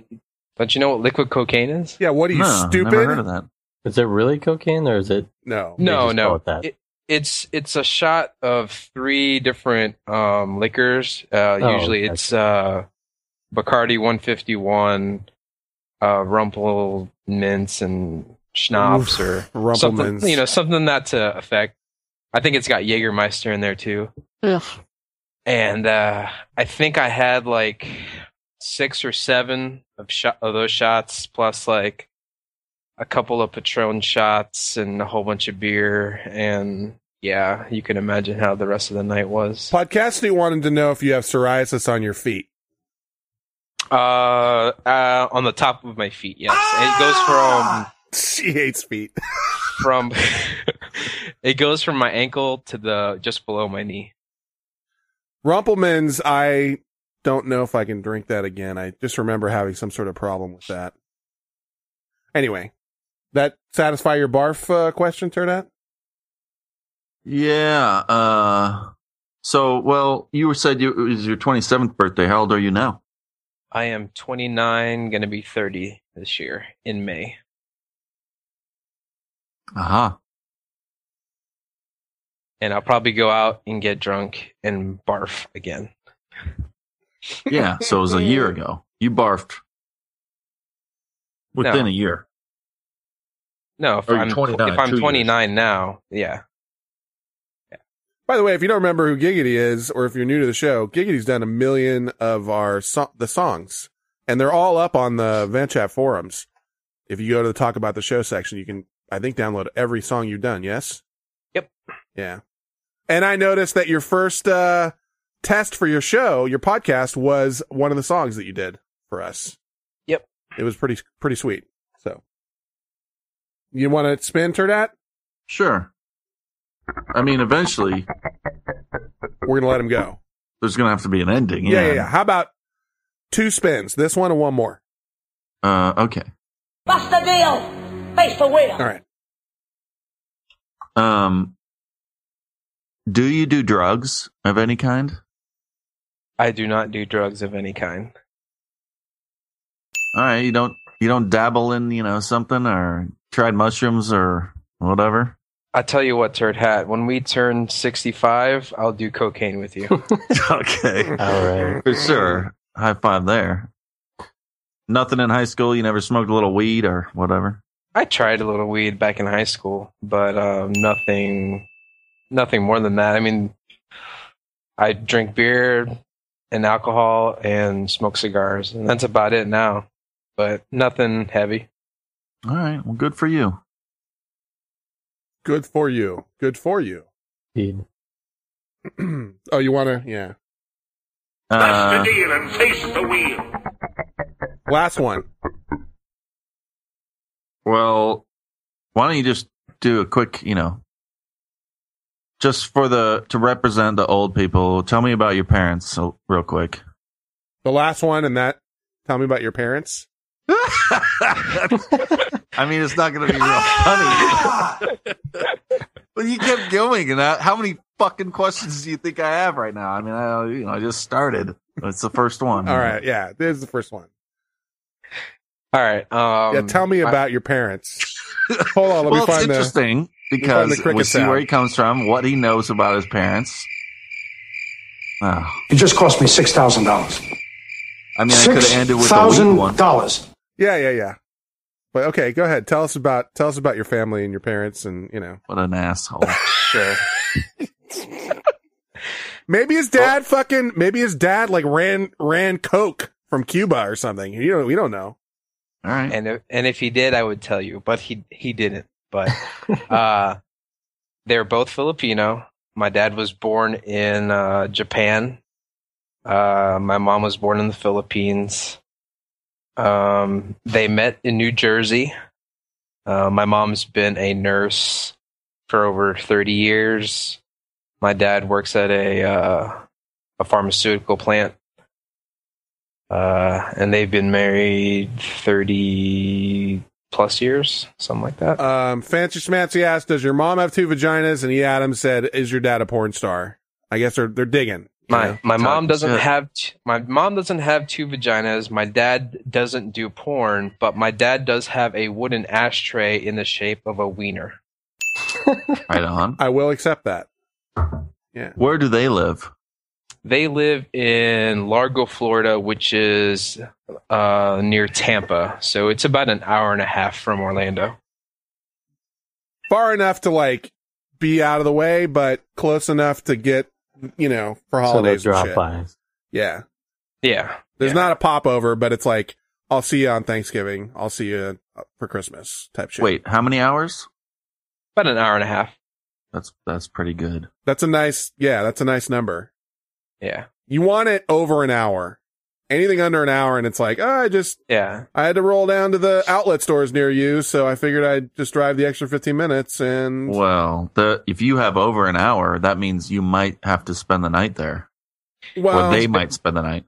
S11: Don't you know what liquid cocaine is?
S4: Yeah, what
S5: that.
S6: Is it really cocaine or is it?
S4: No.
S6: They
S11: No,
S6: just call
S11: no.
S6: it that.
S11: It- it's it's a shot of three different um, liquors. Uh,
S6: Oh,
S11: usually
S6: okay.
S11: it's uh, Bacardi 151, uh, Rumpel Mints, and Schnapps, or
S4: Rumpel
S11: something.
S4: Mints.
S11: You know, something not to affect. I think it's got Jägermeister in there too. and uh, I think I had like six or seven of shot of those shots, plus like a couple of Patron shots and a whole bunch of beer, and yeah, you can imagine how the rest of the night was.
S4: Podcastity wanted to know if you have psoriasis on your feet.
S11: Uh, uh on the top of my feet, yes. It goes from
S4: Ah! <laughs> she hates feet.
S11: from <laughs> it goes from my ankle to the just below my knee.
S4: Rumpelmans, I don't know if I can drink that again. I just remember having some sort of problem with that. Anyway, that satisfy your barf uh, question, Turdat?
S5: Yeah. Uh, so, well, you were said you, it was your 27th birthday. How old are you now?
S11: I am 29, gonna be 30 this year in May.
S5: Aha.
S11: and I'll probably go out and get drunk and barf again.
S5: Yeah, so it was a year ago. You barfed within
S11: No.
S5: a year.
S11: No, if
S5: Or you're
S11: I'm
S5: 29,
S11: if I'm
S5: two
S11: 29 now, yeah.
S4: By the way, if you don't remember who Giggity is, or if you're new to the show, Giggity's done a million of our so- the songs, and they're all up on the VanChat forums. If you go to the talk about the show section, you can, I think, download every song you've done. Yes.
S11: Yep.
S4: Yeah. And I noticed that your first uh, test for your show, your podcast, was one of the songs that you did for us.
S11: Yep.
S4: It was pretty pretty sweet. So, you want to spin Turdat?
S5: Sure. I mean, eventually.
S4: We're gonna let him go.
S5: There's gonna have to be an ending.
S4: Yeah,
S5: Yeah.
S4: yeah, yeah. How about two spins? This one and one more.
S5: Uh, okay.
S1: Bust the deal. Face the wheel.
S4: All right.
S5: Um, do you do drugs of any kind?
S11: I do not do drugs of any kind.
S5: All right, you don't you don't dabble in you know something or tried mushrooms or whatever.
S11: I tell you what, turd hat. When we turn 65, I'll do cocaine
S6: <laughs>
S11: with you.
S5: okay.
S6: All right.
S5: For sure. High five there. Nothing in high school. You never smoked a little weed or whatever.
S11: I tried a little weed back in high school, but um, nothing, nothing more than that. I mean, I drink beer and alcohol and smoke cigars, and that's about it now. But nothing heavy.
S5: All right. Well, good for you.
S4: Good for you. Good for you. <clears throat>
S6: Indeed.
S4: oh, you want to? Yeah.
S5: Uh,
S24: the deal and face the wheel.
S4: Last one.
S5: Well, why don't you just do a quick, you know, just for the to represent the old people. Tell me about your parents, so, real quick.
S4: The last one, and that. Tell me about your
S5: <laughs>
S4: parents.
S22: <laughs>
S5: I mean, it's not going to be real funny. Well, you kept going, and I, how many fucking questions do you think I have right now? I mean, I you know I just started. It's the first one.
S4: All right, yeah, this is the first one.
S11: All right. Um,
S4: yeah, tell me about your parents. Hold on, let
S5: well,
S4: me find
S5: it's
S4: the-
S5: interesting
S4: let me find the
S5: because
S4: cricket
S5: we see
S4: sound.
S5: where he comes from, what he knows about his parents. Oh,
S22: It just cost me six thousand dollars.
S5: I mean, I could have
S22: Six
S5: ended with the weak
S22: thousand
S5: one.
S22: dollars.
S4: Yeah, yeah, yeah. But okay, go ahead. Tell us about tell us about your family and your parents, and you know,
S5: What an
S4: <laughs>
S5: asshole!
S11: Sure.
S4: maybe his dad fucking maybe his dad like ran ran coke from Cuba or something. You don't we don't know.
S5: All right.
S11: and if, and if he did, I would tell you, but he he didn't.
S5: <laughs>
S11: But uh, they're both Filipino. My dad was born in uh, Japan. Uh, my mom was born in the Philippines. Um, they met in New Jersey. Uh, my mom's been a nurse for over thirty years. My dad works at a uh, a pharmaceutical plant uh, and they've been married 30 plus years, something like that.
S4: Um, Fancy Schmancy asked, "Does your mom have two vaginas?" And E. Adams said, "Is your dad a porn star?" I guess they're they're digging.
S11: my my mom
S5: Talking
S11: doesn't
S5: shit.
S11: have t- my mom doesn't have two vaginas. My dad doesn't do porn, but my dad does have a wooden ashtray in the shape of a wiener.
S5: Right on.
S4: <laughs> I will accept that. Yeah.
S5: Where do they live?
S11: They live in Largo, Florida, which is uh, near Tampa, so it's about an hour and a half from Orlando.
S4: Far enough to like be out of the way, but close enough to get you know for
S6: So they
S4: holidays. and
S6: drop
S4: shit.
S6: by.
S4: Yeah.
S11: Yeah,
S4: There's
S11: yeah.
S4: not a pop over, but it's like I'll see you on Thanksgiving. I'll see you uh, for Christmas type shit.
S5: Wait, how many hours?
S11: about an hour and a half.
S5: That's that's pretty good.
S4: That's a nice, yeah, that's a nice number.
S11: Yeah,
S4: You want it over an hour. Anything under an hour, and it's like, oh, I just,
S11: yeah.
S4: I had to roll down to the outlet stores near you, so I figured I'd just drive the extra 15 minutes and.
S5: Well, the if you have over an hour, that means you might have to spend the night there,
S4: Well,
S5: or they might spend the night.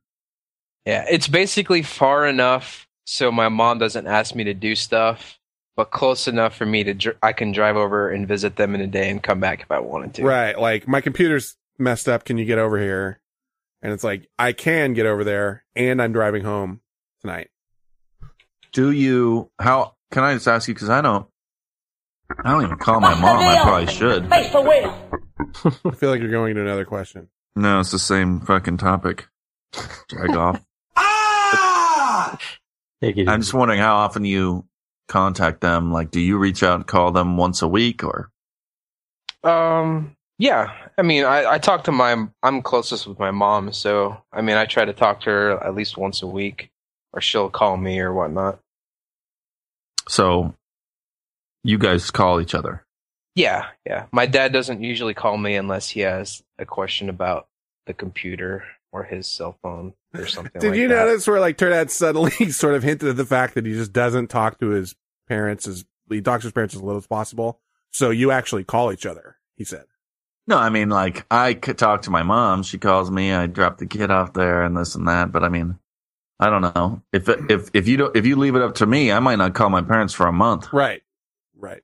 S11: Yeah, it's basically far enough so my mom doesn't ask me to do stuff, but close enough for me to dr- I can drive over and visit them in a day and come back if I wanted to.
S4: right. Like, my computer's messed up. Can you get over here? And it's like, I can get over there, and I'm driving home tonight.
S5: Do you? How can I just ask you? Because I don't. I don't even call my
S1: What's the
S5: mom. I
S1: deal? <laughs>
S5: probably should.
S1: Face the wheel.
S4: I feel like you're going to another question.
S5: No, it's the same fucking topic. Drag off. <laughs>
S6: Take it
S5: I'm
S6: easy.
S5: just wondering how often you contact them. Like, do you reach out and call them once a week, or
S11: Um yeah, I mean I I talk to my I'm closest with my mom, so I mean I try to talk to her at least once a week or she'll call me or whatnot.
S5: so? You guys call each other.
S11: Yeah, yeah. My dad doesn't usually call me unless he has a question about the computer or his cell phone or
S4: <laughs>
S11: something
S4: Did
S11: like
S4: you
S11: that.
S4: notice where like Turdad suddenly <laughs> sort of hinted at the fact that he just doesn't talk to his parents as he talks to his parents as little as possible? So you actually call each other, he said.
S5: No, I mean, like, I could talk to my mom. She calls me. I drop the kid off there and this and that. But I mean, I don't know if if if you don't if you leave it up to me, I might not call my parents for a month.
S4: Right. Right.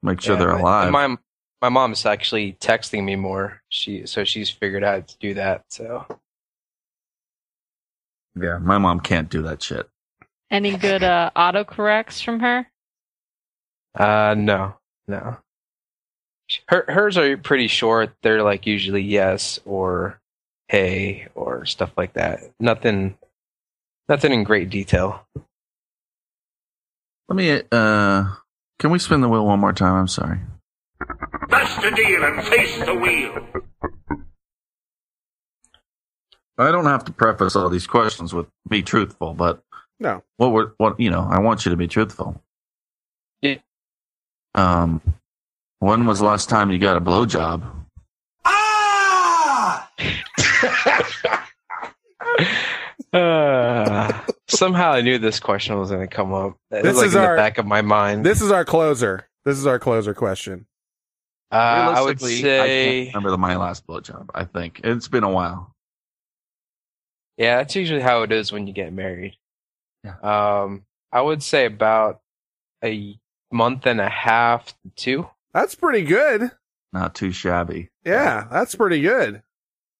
S5: Make sure
S11: Yeah,
S5: they're
S11: but-
S5: alive.
S11: and My my mom's actually texting me more. She so she's figured out how to do that. So
S5: yeah, my mom can't do that shit.
S23: Any good uh, autocorrects from her?
S11: uh no. No. Her hers are pretty short. They're like usually yes or hey or stuff like that. Nothing nothing in great detail.
S5: Let me. uh Can we spin the wheel one more time? I'm sorry.
S24: Bust the deal and face the
S4: <laughs>
S24: wheel.
S5: I don't have to preface all these questions with be truthful, but
S4: No.
S5: what were what you know? I want you to be truthful.
S11: Yeah.
S5: Um. When was the last time you got a blowjob?
S11: Uh, <laughs> somehow I knew this question was going to come up. It
S4: This
S11: was like
S4: is
S11: in
S4: our-
S11: the back of my mind.
S4: This is our closer. This is our closer question.
S11: uh, I would
S5: Realistically, I
S11: say
S5: can't remember the- my last blowjob. I think it's been a while.
S11: Yeah, that's usually how it is when you get married.
S5: Yeah.
S11: Um, I would say about a month and a half to two.
S4: That's pretty good.
S5: Not too shabby.
S4: Yeah, that's pretty good.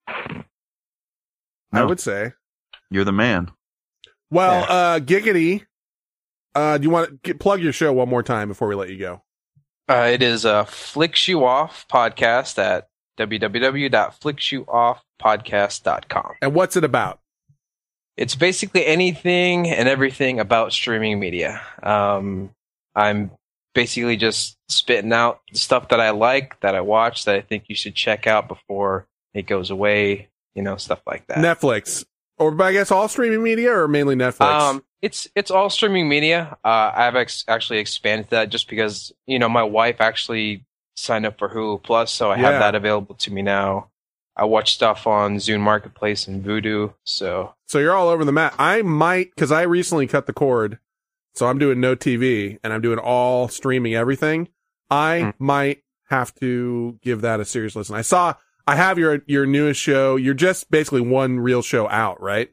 S4: I
S11: Oh.
S5: No.
S4: would say.
S5: You're the man.
S4: Well, uh, Giggity, uh, do you want to plug your show one more time before we let you go?
S11: Uh, it is a Flicks You Off podcast at www.flicksyouoffpodcast.com.
S4: And what's it about?
S11: It's basically anything and everything about streaming media. Um, I'm basically just spitting out stuff that I like, that I watch, that I think you should check out before it goes away, you know, stuff like that.
S4: Netflix, or I guess all streaming media, or mainly Netflix.
S11: Um, it's it's all streaming media. Uh, I've ex- actually expanded that just because you know my wife actually signed up for Hulu Plus, so I
S4: Yeah.
S11: have that available to me now. I watch stuff on Zune Marketplace and Vudu. So
S4: so you're all over the map. I might because I recently cut the cord, so I'm doing no TV and I'm doing all streaming everything.
S11: Hmm.
S4: I might have to give that a serious listen. I saw I have your your newest show. You're just basically one real show out, right?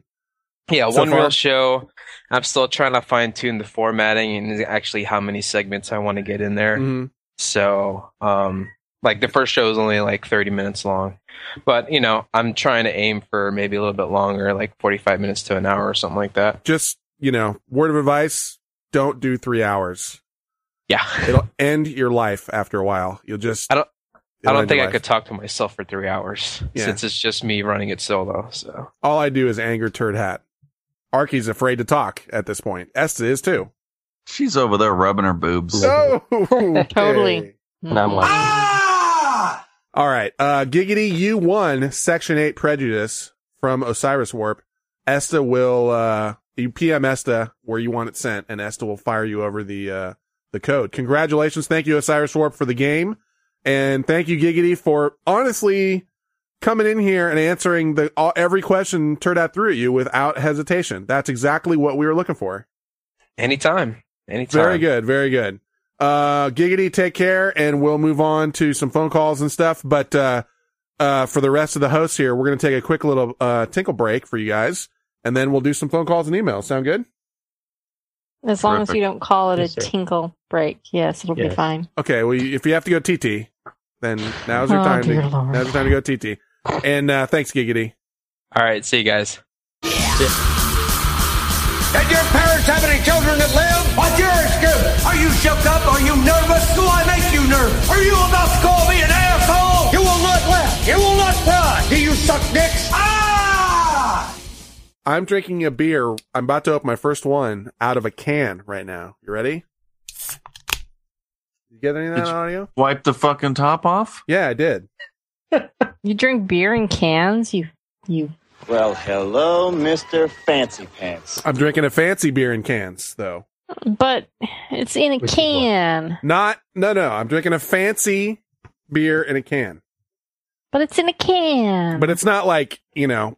S11: yeah,
S4: So
S11: one
S4: far-
S11: real show. I'm still trying to fine tune the formatting and actually how many segments I want to get in there.
S4: Mhm.
S11: So um, like the first show is only like 30 minutes long, but you know I'm trying to aim for maybe a little bit longer, like 45 minutes to an hour or something like that.
S4: Just you know, word of advice: don't do three hours.
S11: Yeah,
S4: it'll end your life after a while. You'll just I
S11: don't. I don't think I could talk to myself for three hours
S4: Yeah.
S11: since it's just me running it solo. So
S4: All I do is anger turd hat. Arky's afraid to talk at this point. Esta is too.
S5: She's over there rubbing her
S4: <laughs>
S5: boobs.
S4: Oh,
S5: Totally.
S6: And I'm like,
S4: Ah! All right. Uh, Giggity, you won Section 8 Prejudice from Osiris Warp. Esta will, uh, you PM Esta where you want it sent, and Esta will fire you over the, uh, the code. Congratulations. Thank you, Osiris Warp, for the game. And thank you, Giggity, for honestly coming in here and answering the all, every question turned out through at you without hesitation. That's exactly what we were looking for.
S11: anytime, anytime.
S4: Very good, very good. Uh Giggity, take care, and we'll move on to some phone calls and stuff. But uh uh for the rest of the hosts here, we're gonna take a quick little uh tinkle break for you guys, and then we'll do some phone calls and emails. Sound good?
S23: As long as
S4: Terrific.
S23: you don't call it
S4: Yes, sir.
S23: a tinkle break. Yes, it'll
S4: <laughs>
S23: be fine.
S4: Okay, well if you have to go TT, then now's your
S23: Oh,
S4: time
S23: dear
S4: to
S23: Lord.
S4: now's your time to go TT. And uh thanks, Giggity.
S11: All right, see you guys.
S24: Did your parents have any children that live? What's your excuse? Are you shook up? Are you nervous? Do I make you nervous? Are you about to call me an asshole? You will not laugh. You will not cry. Do you suck dicks? Ah!
S4: I'm drinking a beer. I'm about to open my first one out of a can right now. You ready? You get any of that
S5: Did you-
S4: audio?
S5: Wipe the fucking top off?
S4: Yeah, I did.
S23: You drink beer in cans? You you
S12: Well, hello, Mr. Fancy Pants.
S4: I'm drinking a fancy beer in cans, though.
S23: but it's in a can.
S4: Not no no. I'm drinking a fancy beer in a can,
S23: But it's in a can.
S4: but it's not like you know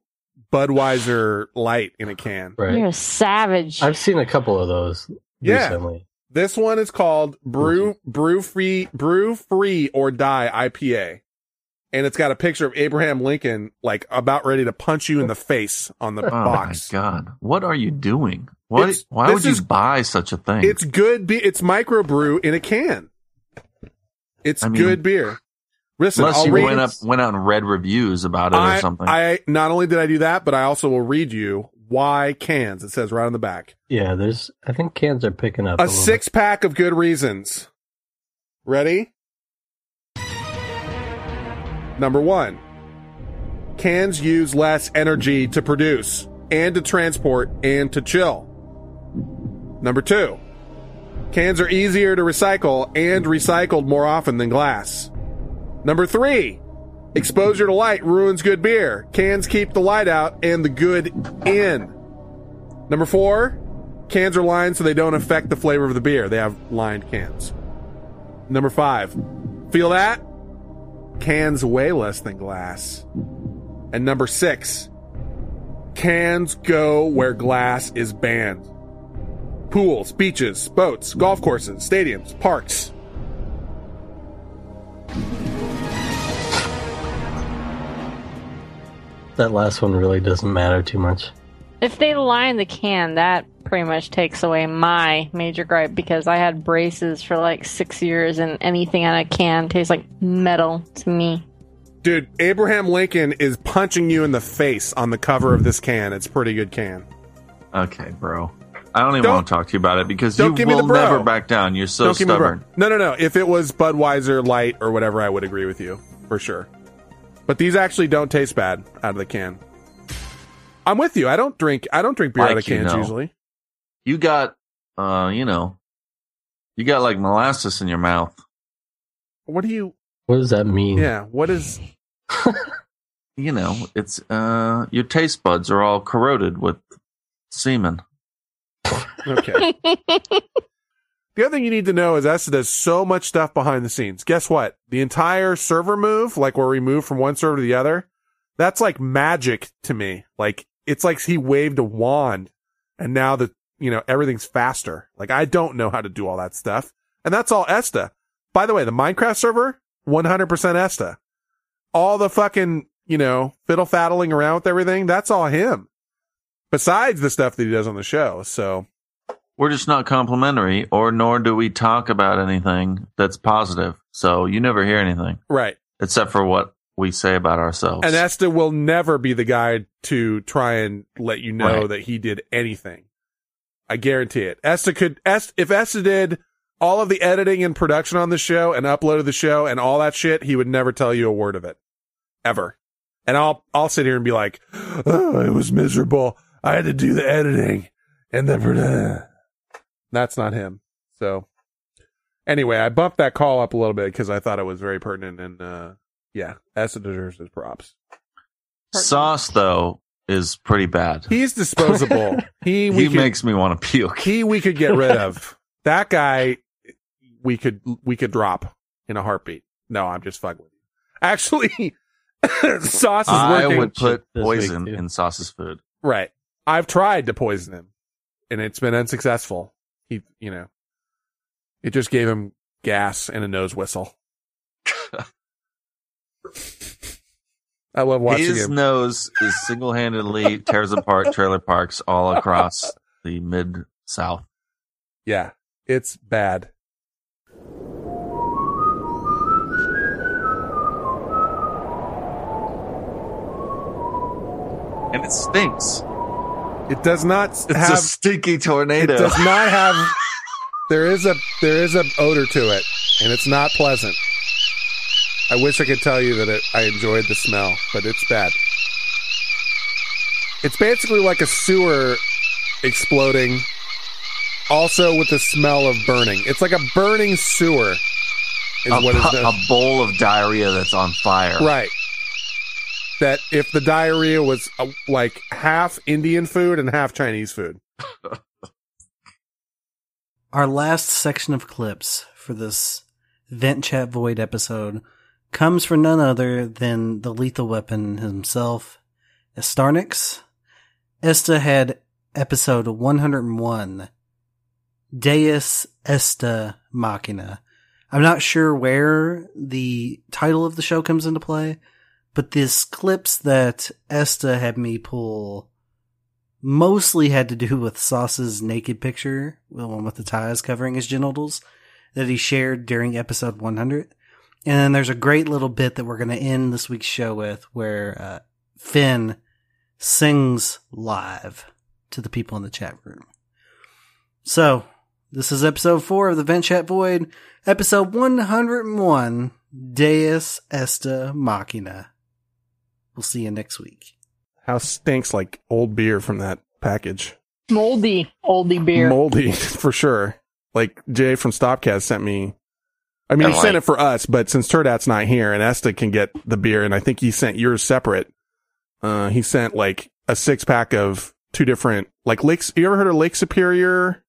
S4: Budweiser light in a can.
S23: You're a savage.
S6: I've seen a couple of those
S4: Yeah.
S6: recently.
S4: This one is called Brew
S5: Mm-hmm.
S4: Brew Free Brew Free or Die IPA, and it's got a picture of Abraham Lincoln like about ready to punch you in the face on the
S5: <laughs> oh
S4: box.
S5: my god. What are you doing? What
S4: It's-
S5: why
S4: this
S5: would you
S4: is-
S5: buy such a thing?
S4: It's good. Be- it's microbrew in a can. It's
S5: I mean-
S4: good beer. Listen,
S5: Unless
S4: I'll
S5: you
S4: read-
S5: went up went out and read reviews about it
S4: I,
S5: or something.
S4: I not only did I do that, but I also will read you why cans. It says right on the back.
S6: Yeah, there's. I think cans are picking up
S4: A
S6: a, little
S4: six pack of good reasons. Ready? Number one. Cans use less energy to produce and to transport and to chill. Number two. Cans are easier to recycle and recycled more often than glass. Number three. Exposure to light ruins good beer. Cans keep the light out and the good in. Number four, cans are lined so they don't affect the flavor of the beer. They have lined cans. Number five, feel that? Cans weigh less than glass. And number six, cans go where glass is banned. Pools, beaches, boats, golf courses, stadiums, parks.
S6: That last one really doesn't matter too much.
S23: If they line the can, that pretty much takes away my major gripe because I had braces for like six years and anything out of can tastes like metal to me.
S4: Dude, Abraham Lincoln is punching you in the face on the cover of this can. It's a pretty good can.
S5: Okay, bro. I don't even
S4: Don't-
S5: want to talk to you about it because
S4: don't
S5: you
S4: give me
S5: will
S4: the bro.
S5: never back down. You're so
S4: Don't give me the bro-
S5: stubborn.
S4: No, no, no. If it was Budweiser Light or whatever, I would agree with you for sure. But these actually don't taste bad out of the can. I'm with you. I don't drink. I don't drink beer out of
S5: Like you
S4: cans
S5: know.
S4: usually.
S5: You got, uh, you know, you got like molasses in your mouth.
S4: What do you?
S6: What does that mean?
S4: Yeah. What is?
S5: You know, it's uh, your taste buds are all corroded with semen.
S4: Okay. the other thing you need to know is Essa does so much stuff behind the scenes. Guess what? The entire server move, like where we move from one server to the other, that's like magic to me. Like it's like he waved a wand and now the you know, everything's faster. Like I don't know how to do all that stuff. And that's all Esta. By the way, the Minecraft server, 100% Esta. All the fucking, you know, fiddle faddling around with everything, that's all him. Besides the stuff that he does on the show. So
S5: We're just not complimentary, or nor do we talk about anything that's positive. So you never hear anything
S4: Right.
S5: except for what we say about ourselves.
S4: And Esta will never be the guy to try and let you know
S5: Right.
S4: that he did anything. I guarantee it. Esta could, Est, if Esta did all of the editing and production on the show and uploaded the show and all that shit, he would never tell you a word of it. Ever. And I'll, I'll sit here and be like, oh, it was miserable. I had to do the <laughs> editing and the, produ-" that's not him. So anyway, I bumped that call up a little bit because I thought it was very pertinent and, uh, yeah, Esta deserves his props.
S5: Sauce though is pretty bad.
S4: He's
S5: <laughs>
S4: disposable. He we
S5: he
S4: could,
S5: makes me want to puke.
S4: he we could get rid
S6: <laughs>
S4: of. That guy we could we could drop in a heartbeat. No, I'm just fucking with you. Actually, <laughs> <laughs> sauce is
S5: I
S4: working.
S5: would put
S6: This week,
S5: poison
S6: too.
S5: in Sauce's food.
S4: right. I've tried to poison him, and it's been unsuccessful. He, you know, it just gave him gas and a nose
S5: <laughs>
S4: whistle. I love watching
S5: His
S4: him.
S5: nose is
S4: <laughs>
S5: single handedly tears apart trailer parks all across the mid south.
S4: yeah, it's bad.
S5: And it stinks.
S4: It does not
S5: It's
S4: have
S5: a stinky
S4: It
S5: tornado.
S4: does not have. There is a there is a odor to it, and it's not pleasant. I wish I could tell you that it, I enjoyed the smell, but it's bad. It's basically like a sewer exploding, also with the smell of burning. It's like a burning sewer, is
S5: a,
S4: what it's
S5: pu- a bowl of diarrhea that's on fire.
S4: right. That if the diarrhea was uh, like half Indian food and half Chinese food.
S2: Our last section of clips for this Vent Chat Void episode comes from none other than the lethal weapon himself, Estarnix. Esta had episode 101, Deus Esta Machina. I'm not sure where the title of the show comes into play, but these clips that Esta had me pull mostly had to do with Sauce's naked picture, the one with the ties covering his genitals, that he shared during episode 100. And then there's a great little bit that we're going to end this week's show with where uh, Finn sings live to the people in the chat room. So, this is episode 4 of the Vent Chat Void, episode 101 Deus Esta Machina. We'll see you next week.
S4: House stinks like old beer from that package.
S23: Moldy, oldie beer. <laughs>
S4: Moldy <laughs> for sure. Like Jay from Stopcast sent me. I mean,
S3: And
S4: he sent
S3: like-
S4: it for us, but since Turdat's not here and Esta can get the beer, and I think he sent yours separate. Uh, he sent like a six pack of two different like lakes. You ever heard of Lake Superior?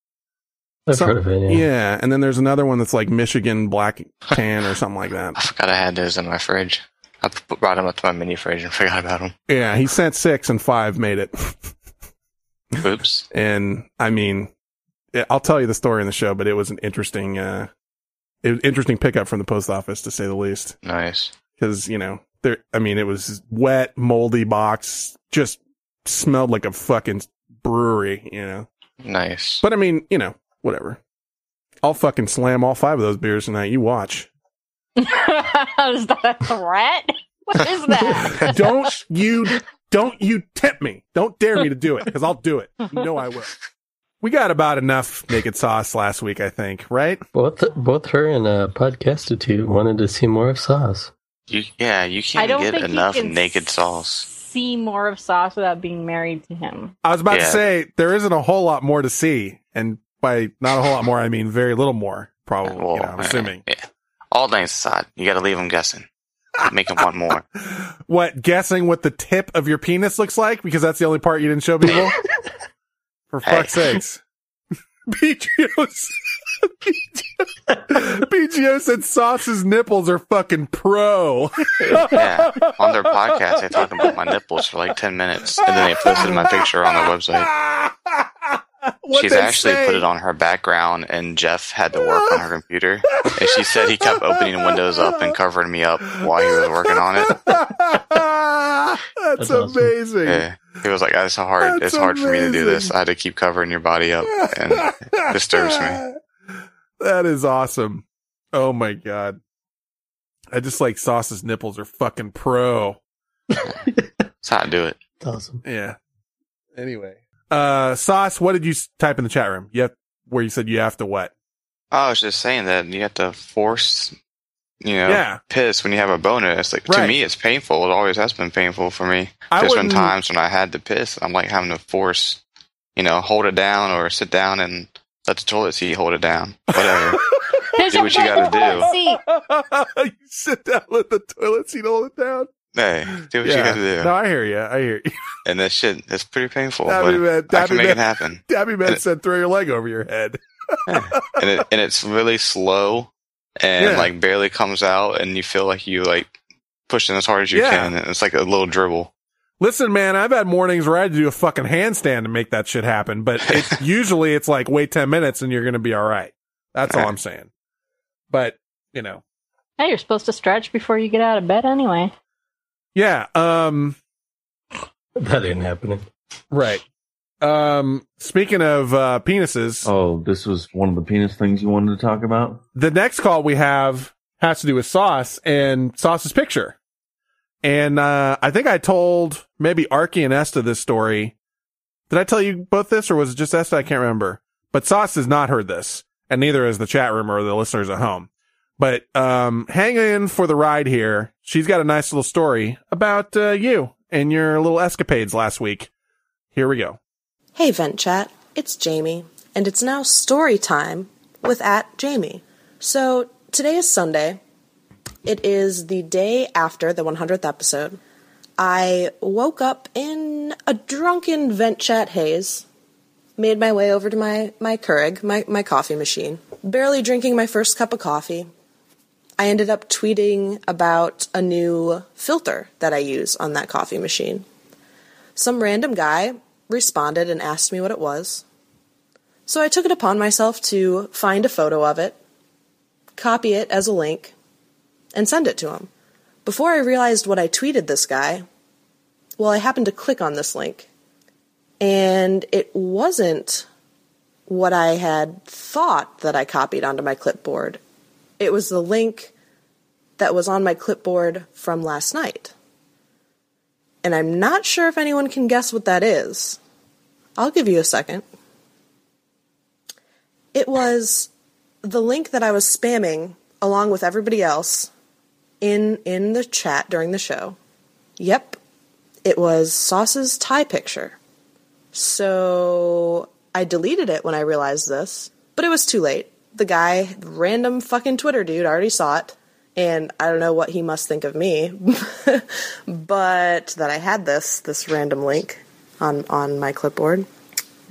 S6: I've
S4: Some-
S6: heard of it.
S4: Yeah.
S6: Yeah.
S4: and then there's another one that's like Michigan Black Tan or something like that.
S3: <laughs> I forgot I had those in my fridge. I p- brought them up to my mini fridge and <laughs> forgot about them.
S4: Yeah, he sent six and five made it.
S3: Oops.
S4: <laughs> and I mean, it- I'll tell you the story in the show, but it was an interesting, uh, it was interesting pickup from the post office to say the least.
S3: Nice.
S4: Cause, you know, there, I mean, it was wet, moldy box, just smelled like a fucking brewery, you know,
S3: Nice.
S4: But I mean, you know, whatever. I'll fucking slam all five of those beers tonight. You watch.
S23: is that a threat? What is that?
S4: <laughs> don't you don't you tempt me. Don't dare me to do it because I'll do it. You know I will. We got about enough naked sauce last week, I think, right?
S6: Both both her and uh, podcastitude wanted to see more of Sauce.
S4: <laughs>
S3: You, yeah, you
S23: I
S3: can't
S23: don't
S3: get
S23: think you
S3: enough
S23: can
S3: naked sauce.
S23: See more of Sauce without being married to him.
S4: I was about to
S3: Yeah.
S4: say there isn't a whole lot more to see, and by not a whole lot more, I mean very little more. Probably, you know, I'm assuming.
S3: Yeah. All things aside, you got to leave them guessing.
S4: <laughs>
S3: Make them want more.
S4: What guessing what the tip of your penis looks like because that's the only part you didn't show people. For
S3: Hey.
S4: fuck's sakes, <laughs> BGO's. <laughs> BGO said Sauce's nipples are fucking pro.
S3: yeah. On their podcast, they talk about my nipples for like 10 minutes, and then they posted my picture on their website.
S4: What'd
S3: She's
S4: they
S3: actually
S4: say? <laughs>
S3: put it on her background, and Jeff had to work on her computer. And she said he kept opening windows up and covering me up while he was working on it.
S4: That's, amazing.
S3: Yeah. He was like, "It's hard.
S4: That's
S3: it's hard for me to do this.
S4: amazing.
S3: I had to keep covering your body up, and it disturbs me."
S4: <laughs> That is awesome. Oh my god. I just like Sauce's nipples are fucking pro.
S3: <laughs> That's how I do it.
S6: Awesome.
S4: Yeah. Anyway. Uh Sauce, what did you s- type in the chat room? Yep, where you said you have to what?
S3: Oh, I was just saying that you have to force, you know,
S4: Yeah.
S3: piss when you have a boner. It's like
S4: Right.
S3: to me, it's painful. It always has been painful for me.
S4: I
S3: There's been
S4: wouldn't-
S3: times when I had to piss, I'm like having to force, you know, hold it down or sit down and let the toilet seat hold it down.
S4: <laughs>
S3: Whatever.
S23: There's
S3: do what you got to do.
S23: See,
S4: you sit down, let the toilet seat hold it down.
S3: Hey, do what you
S4: Yeah.
S3: got to do.
S4: No, I hear you. I hear you.
S3: and that shit is pretty painful,
S4: Dabby Man,
S3: but I
S4: Dabby
S3: can make
S4: Man-
S3: it happen.
S4: Dabby Man
S3: And-
S4: said throw your leg over your head.
S3: and it and it's really slow and
S4: Yeah.
S3: like barely comes out and you feel like you like pushing as hard as you
S4: Yeah.
S3: can and it's like a little dribble.
S4: Listen, man, I've had mornings where I had to do a fucking handstand to make that shit
S25: <laughs>
S4: happen, but it's usually it's like wait ten minutes and you're gonna be all right. That's all I'm saying. But you know,
S23: hey, you're supposed to stretch before you get out of bed anyway.
S4: yeah. Um,
S6: <laughs> That ain't happening.
S4: right. Um, speaking of uh, penises,
S25: Oh, this was one of the penis things you wanted to talk about?
S4: the next call we have has to do with Sauce and Sauce's picture. And uh, I think I told maybe Arky and Esta this story. Did I tell you both this, or was it just Esta? I can't remember. But Sauce has not heard this, and neither has the chat room or the listeners at home. But um, hang in for the ride here. She's got a nice little story about uh, you and your little escapades last week. Here we go.
S15: Hey, Vent Chat, it's Jamie, and it's now story time with at Jamie. So today is Sunday. It is the day after the 100th episode. I woke up in a drunken Vent Chat haze, made my way over to my, my Keurig, my, my coffee machine, barely drinking my first cup of coffee. I ended up tweeting about a new filter that I use on that coffee machine some random guy responded and asked me what it was. So I took it upon myself to find a photo of it, copy it as a link, and send it to him. Before I realized what I tweeted this guy, well, I happened to click on this link, and it wasn't what I had thought that I copied onto my clipboard. It was the link that was on my clipboard from last night and I'm not sure if anyone can guess what that is. I'll give you a second. It was the link that I was spamming along with everybody else in in the chat during the show. Yep. It was Sauce's tie picture. So I deleted it when I realized this, but it was too late. The guy, random fucking Twitter dude, already saw it, and I don't know what he must think of me, but that I had this this random link on on my clipboard.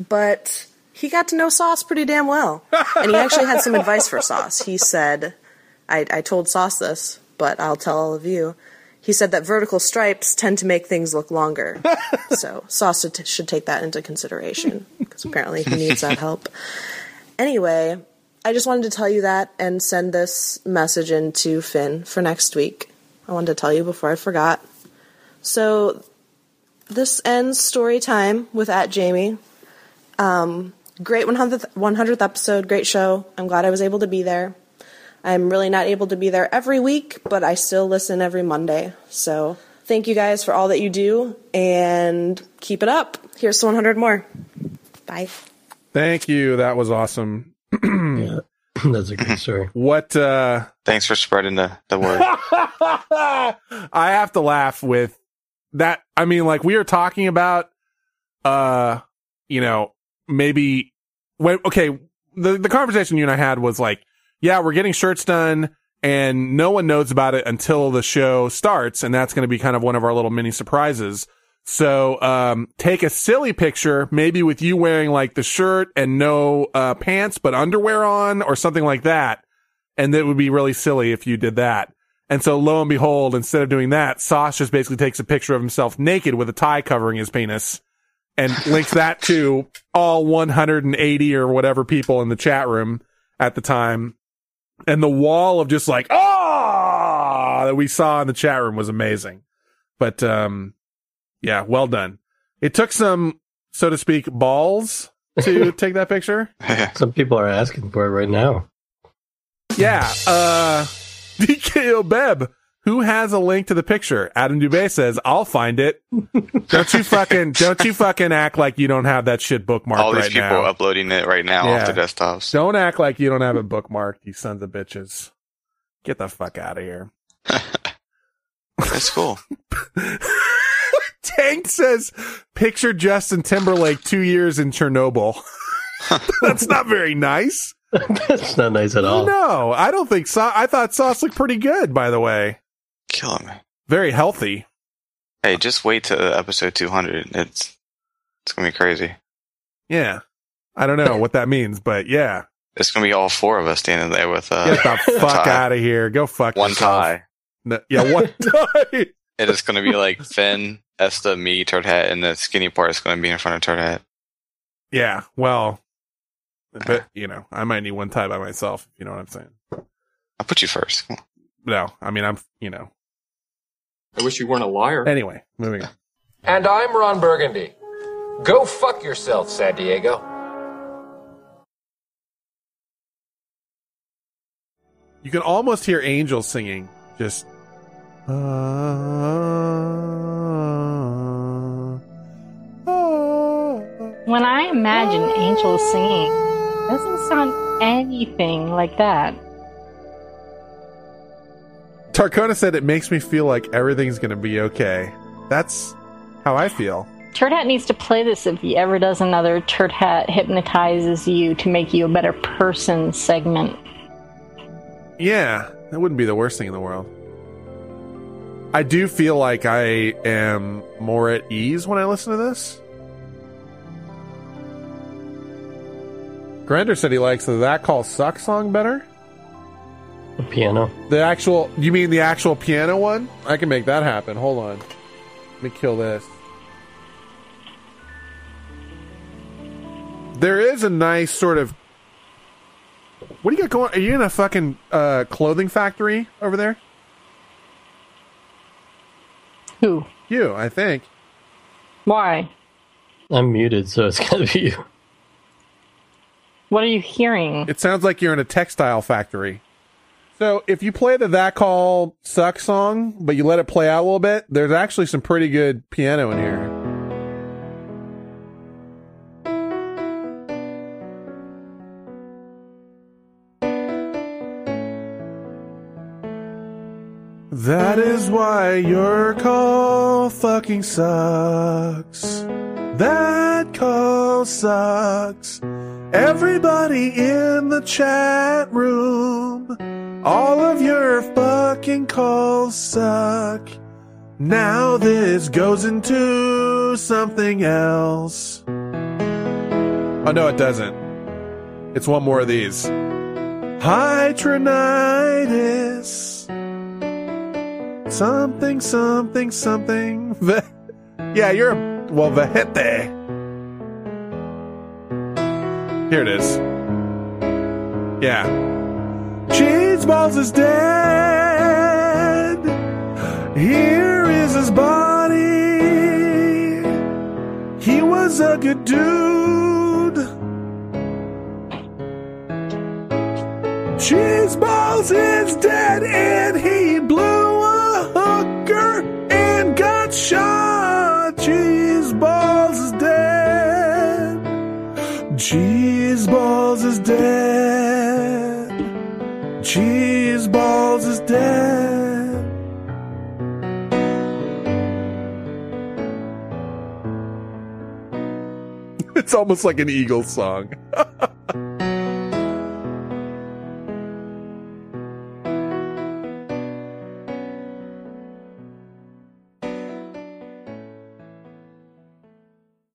S15: But he got to know Sauce pretty damn well, and he actually had <laughs> some advice for Sauce. He said, "I, I told Sauce this, but I'll tell all of you." He said that vertical stripes tend to make things look longer, so Sauce should, should take that into consideration because apparently he needs that help. Anyway, I just wanted to tell you that and send this message in to Finn for next week. I wanted to tell you before I forgot. So this ends story time with at Jamie. Um,
S13: Great 100th, 100th episode, great show. I'm glad I was able to be there. I'm really not able to be there every week, but I still listen every Monday. So thank you guys for all that you do and keep it up. Here's to 100 more. Bye.
S4: Thank you. That was awesome. <clears throat> yeah,
S6: <clears throat> that's
S4: <clears throat>
S6: a good story.
S4: What uh
S3: Thanks for spreading the,
S4: <laughs>
S3: the word.
S4: I have to laugh with that. I mean, like we are talking about, uh, you know, maybe when, okay, the, the conversation you and I had was like, yeah, we're getting shirts done and no one knows about it until the show starts. And that's going to be kind of one of our little mini surprises. So, um, take a silly picture, maybe with you wearing like the shirt and no, uh, pants, but underwear on or something like that. And it would be really silly if you did that. And so lo and behold, instead of doing that, Sauce just basically takes a picture of himself naked with a tie covering his penis and links that to all 180 or whatever people in the chat room at the time. And the wall of just like, ah, that we saw in the chat room was amazing. But, um, yeah, well done. It took some, so to speak, balls to take that picture.
S6: Some people are asking for it right now.
S4: Yeah, uh <laughs> DKO Beb, who has a link to the picture? Adam Dubay says, I'll find it. don't you fucking don't you fucking act like you don't have that shit bookmarked.
S3: All these
S4: right
S3: people
S4: now.
S3: uploading it right now
S4: Yeah.
S3: off their desktops.
S4: Don't act like you don't have it bookmarked, you sons of bitches. Get the fuck out of here.
S3: <laughs> That's cool.
S4: <laughs> Tank says, picture Justin Timberlake two years in Chernobyl. <laughs> That's not very nice.
S6: <laughs> That's not nice at all.
S4: No, I don't think so. I thought Sauce looked pretty good, by the way.
S3: Kill him.
S4: Very healthy.
S3: Hey, just wait till episode 200. It's it's gonna be crazy.
S4: Yeah. I don't know what that means, but yeah.
S3: It's gonna be all four of us standing there with uh,
S4: Get the fuck
S3: <laughs> tie.
S4: out of here. Go fuck
S3: one
S4: yourself.
S3: tie.
S4: No, yeah, one tie.
S3: It is gonna be like Finn, Esta, me, Turd Hat, and the skinny part is gonna be in front of Turd Hat.
S4: Yeah, well, but you know, I might need one tie by myself. You know what I'm saying?
S3: I'll put you first. Come on.
S4: No, I mean I'm, you know.
S19: I wish you weren't a liar.
S4: Anyway, moving on.
S19: And I'm Ron Burgundy. Go fuck yourself, San Diego.
S4: You can almost hear angels singing. Just. Ah.
S9: When I imagine angels singing, it doesn't sound anything like that.
S4: Tarkona said it makes me feel like everything's gonna be okay. That's how I feel.
S9: Turd Hat needs to play this if he ever does another Turd Hat hypnotizes you to make you a better person segment.
S4: Yeah, that wouldn't be the worst thing in the world. I do feel like I am more at ease when I listen to this. Grander said he likes the That Call Sucks song better.
S6: The piano.
S4: The actual, you mean the actual piano one? I can make that happen. Hold on. Let me kill this. There is a nice sort of. What do you got going? Are you in a fucking uh, clothing factory over there?
S9: Who?
S4: You, I think.
S9: Why?
S6: I'm muted, so it's <laughs> gotta be you.
S9: What are you hearing?
S4: It sounds like you're in a textile factory. So if you play the That Call Sucks song, but you let it play out a little bit, there's actually some pretty good piano in here. That is why your call fucking sucks. That call sucks. Everybody in the chat room, all of your fucking calls suck. Now this goes into something else. Oh no, it doesn't. It's one more of these. Hi, Trinitis. Something, something, something. <laughs> Ve- yeah, you're a. Well, Vejete. Here it is. Yeah. Cheese Balls is dead. Here is his body. He was a good dude.
S9: Balls is dead and he blew a hooker and got shot. Cheese Balls is dead. Cheese Balls is dead. Cheese Balls is dead. <laughs> It's almost like an Eagles song.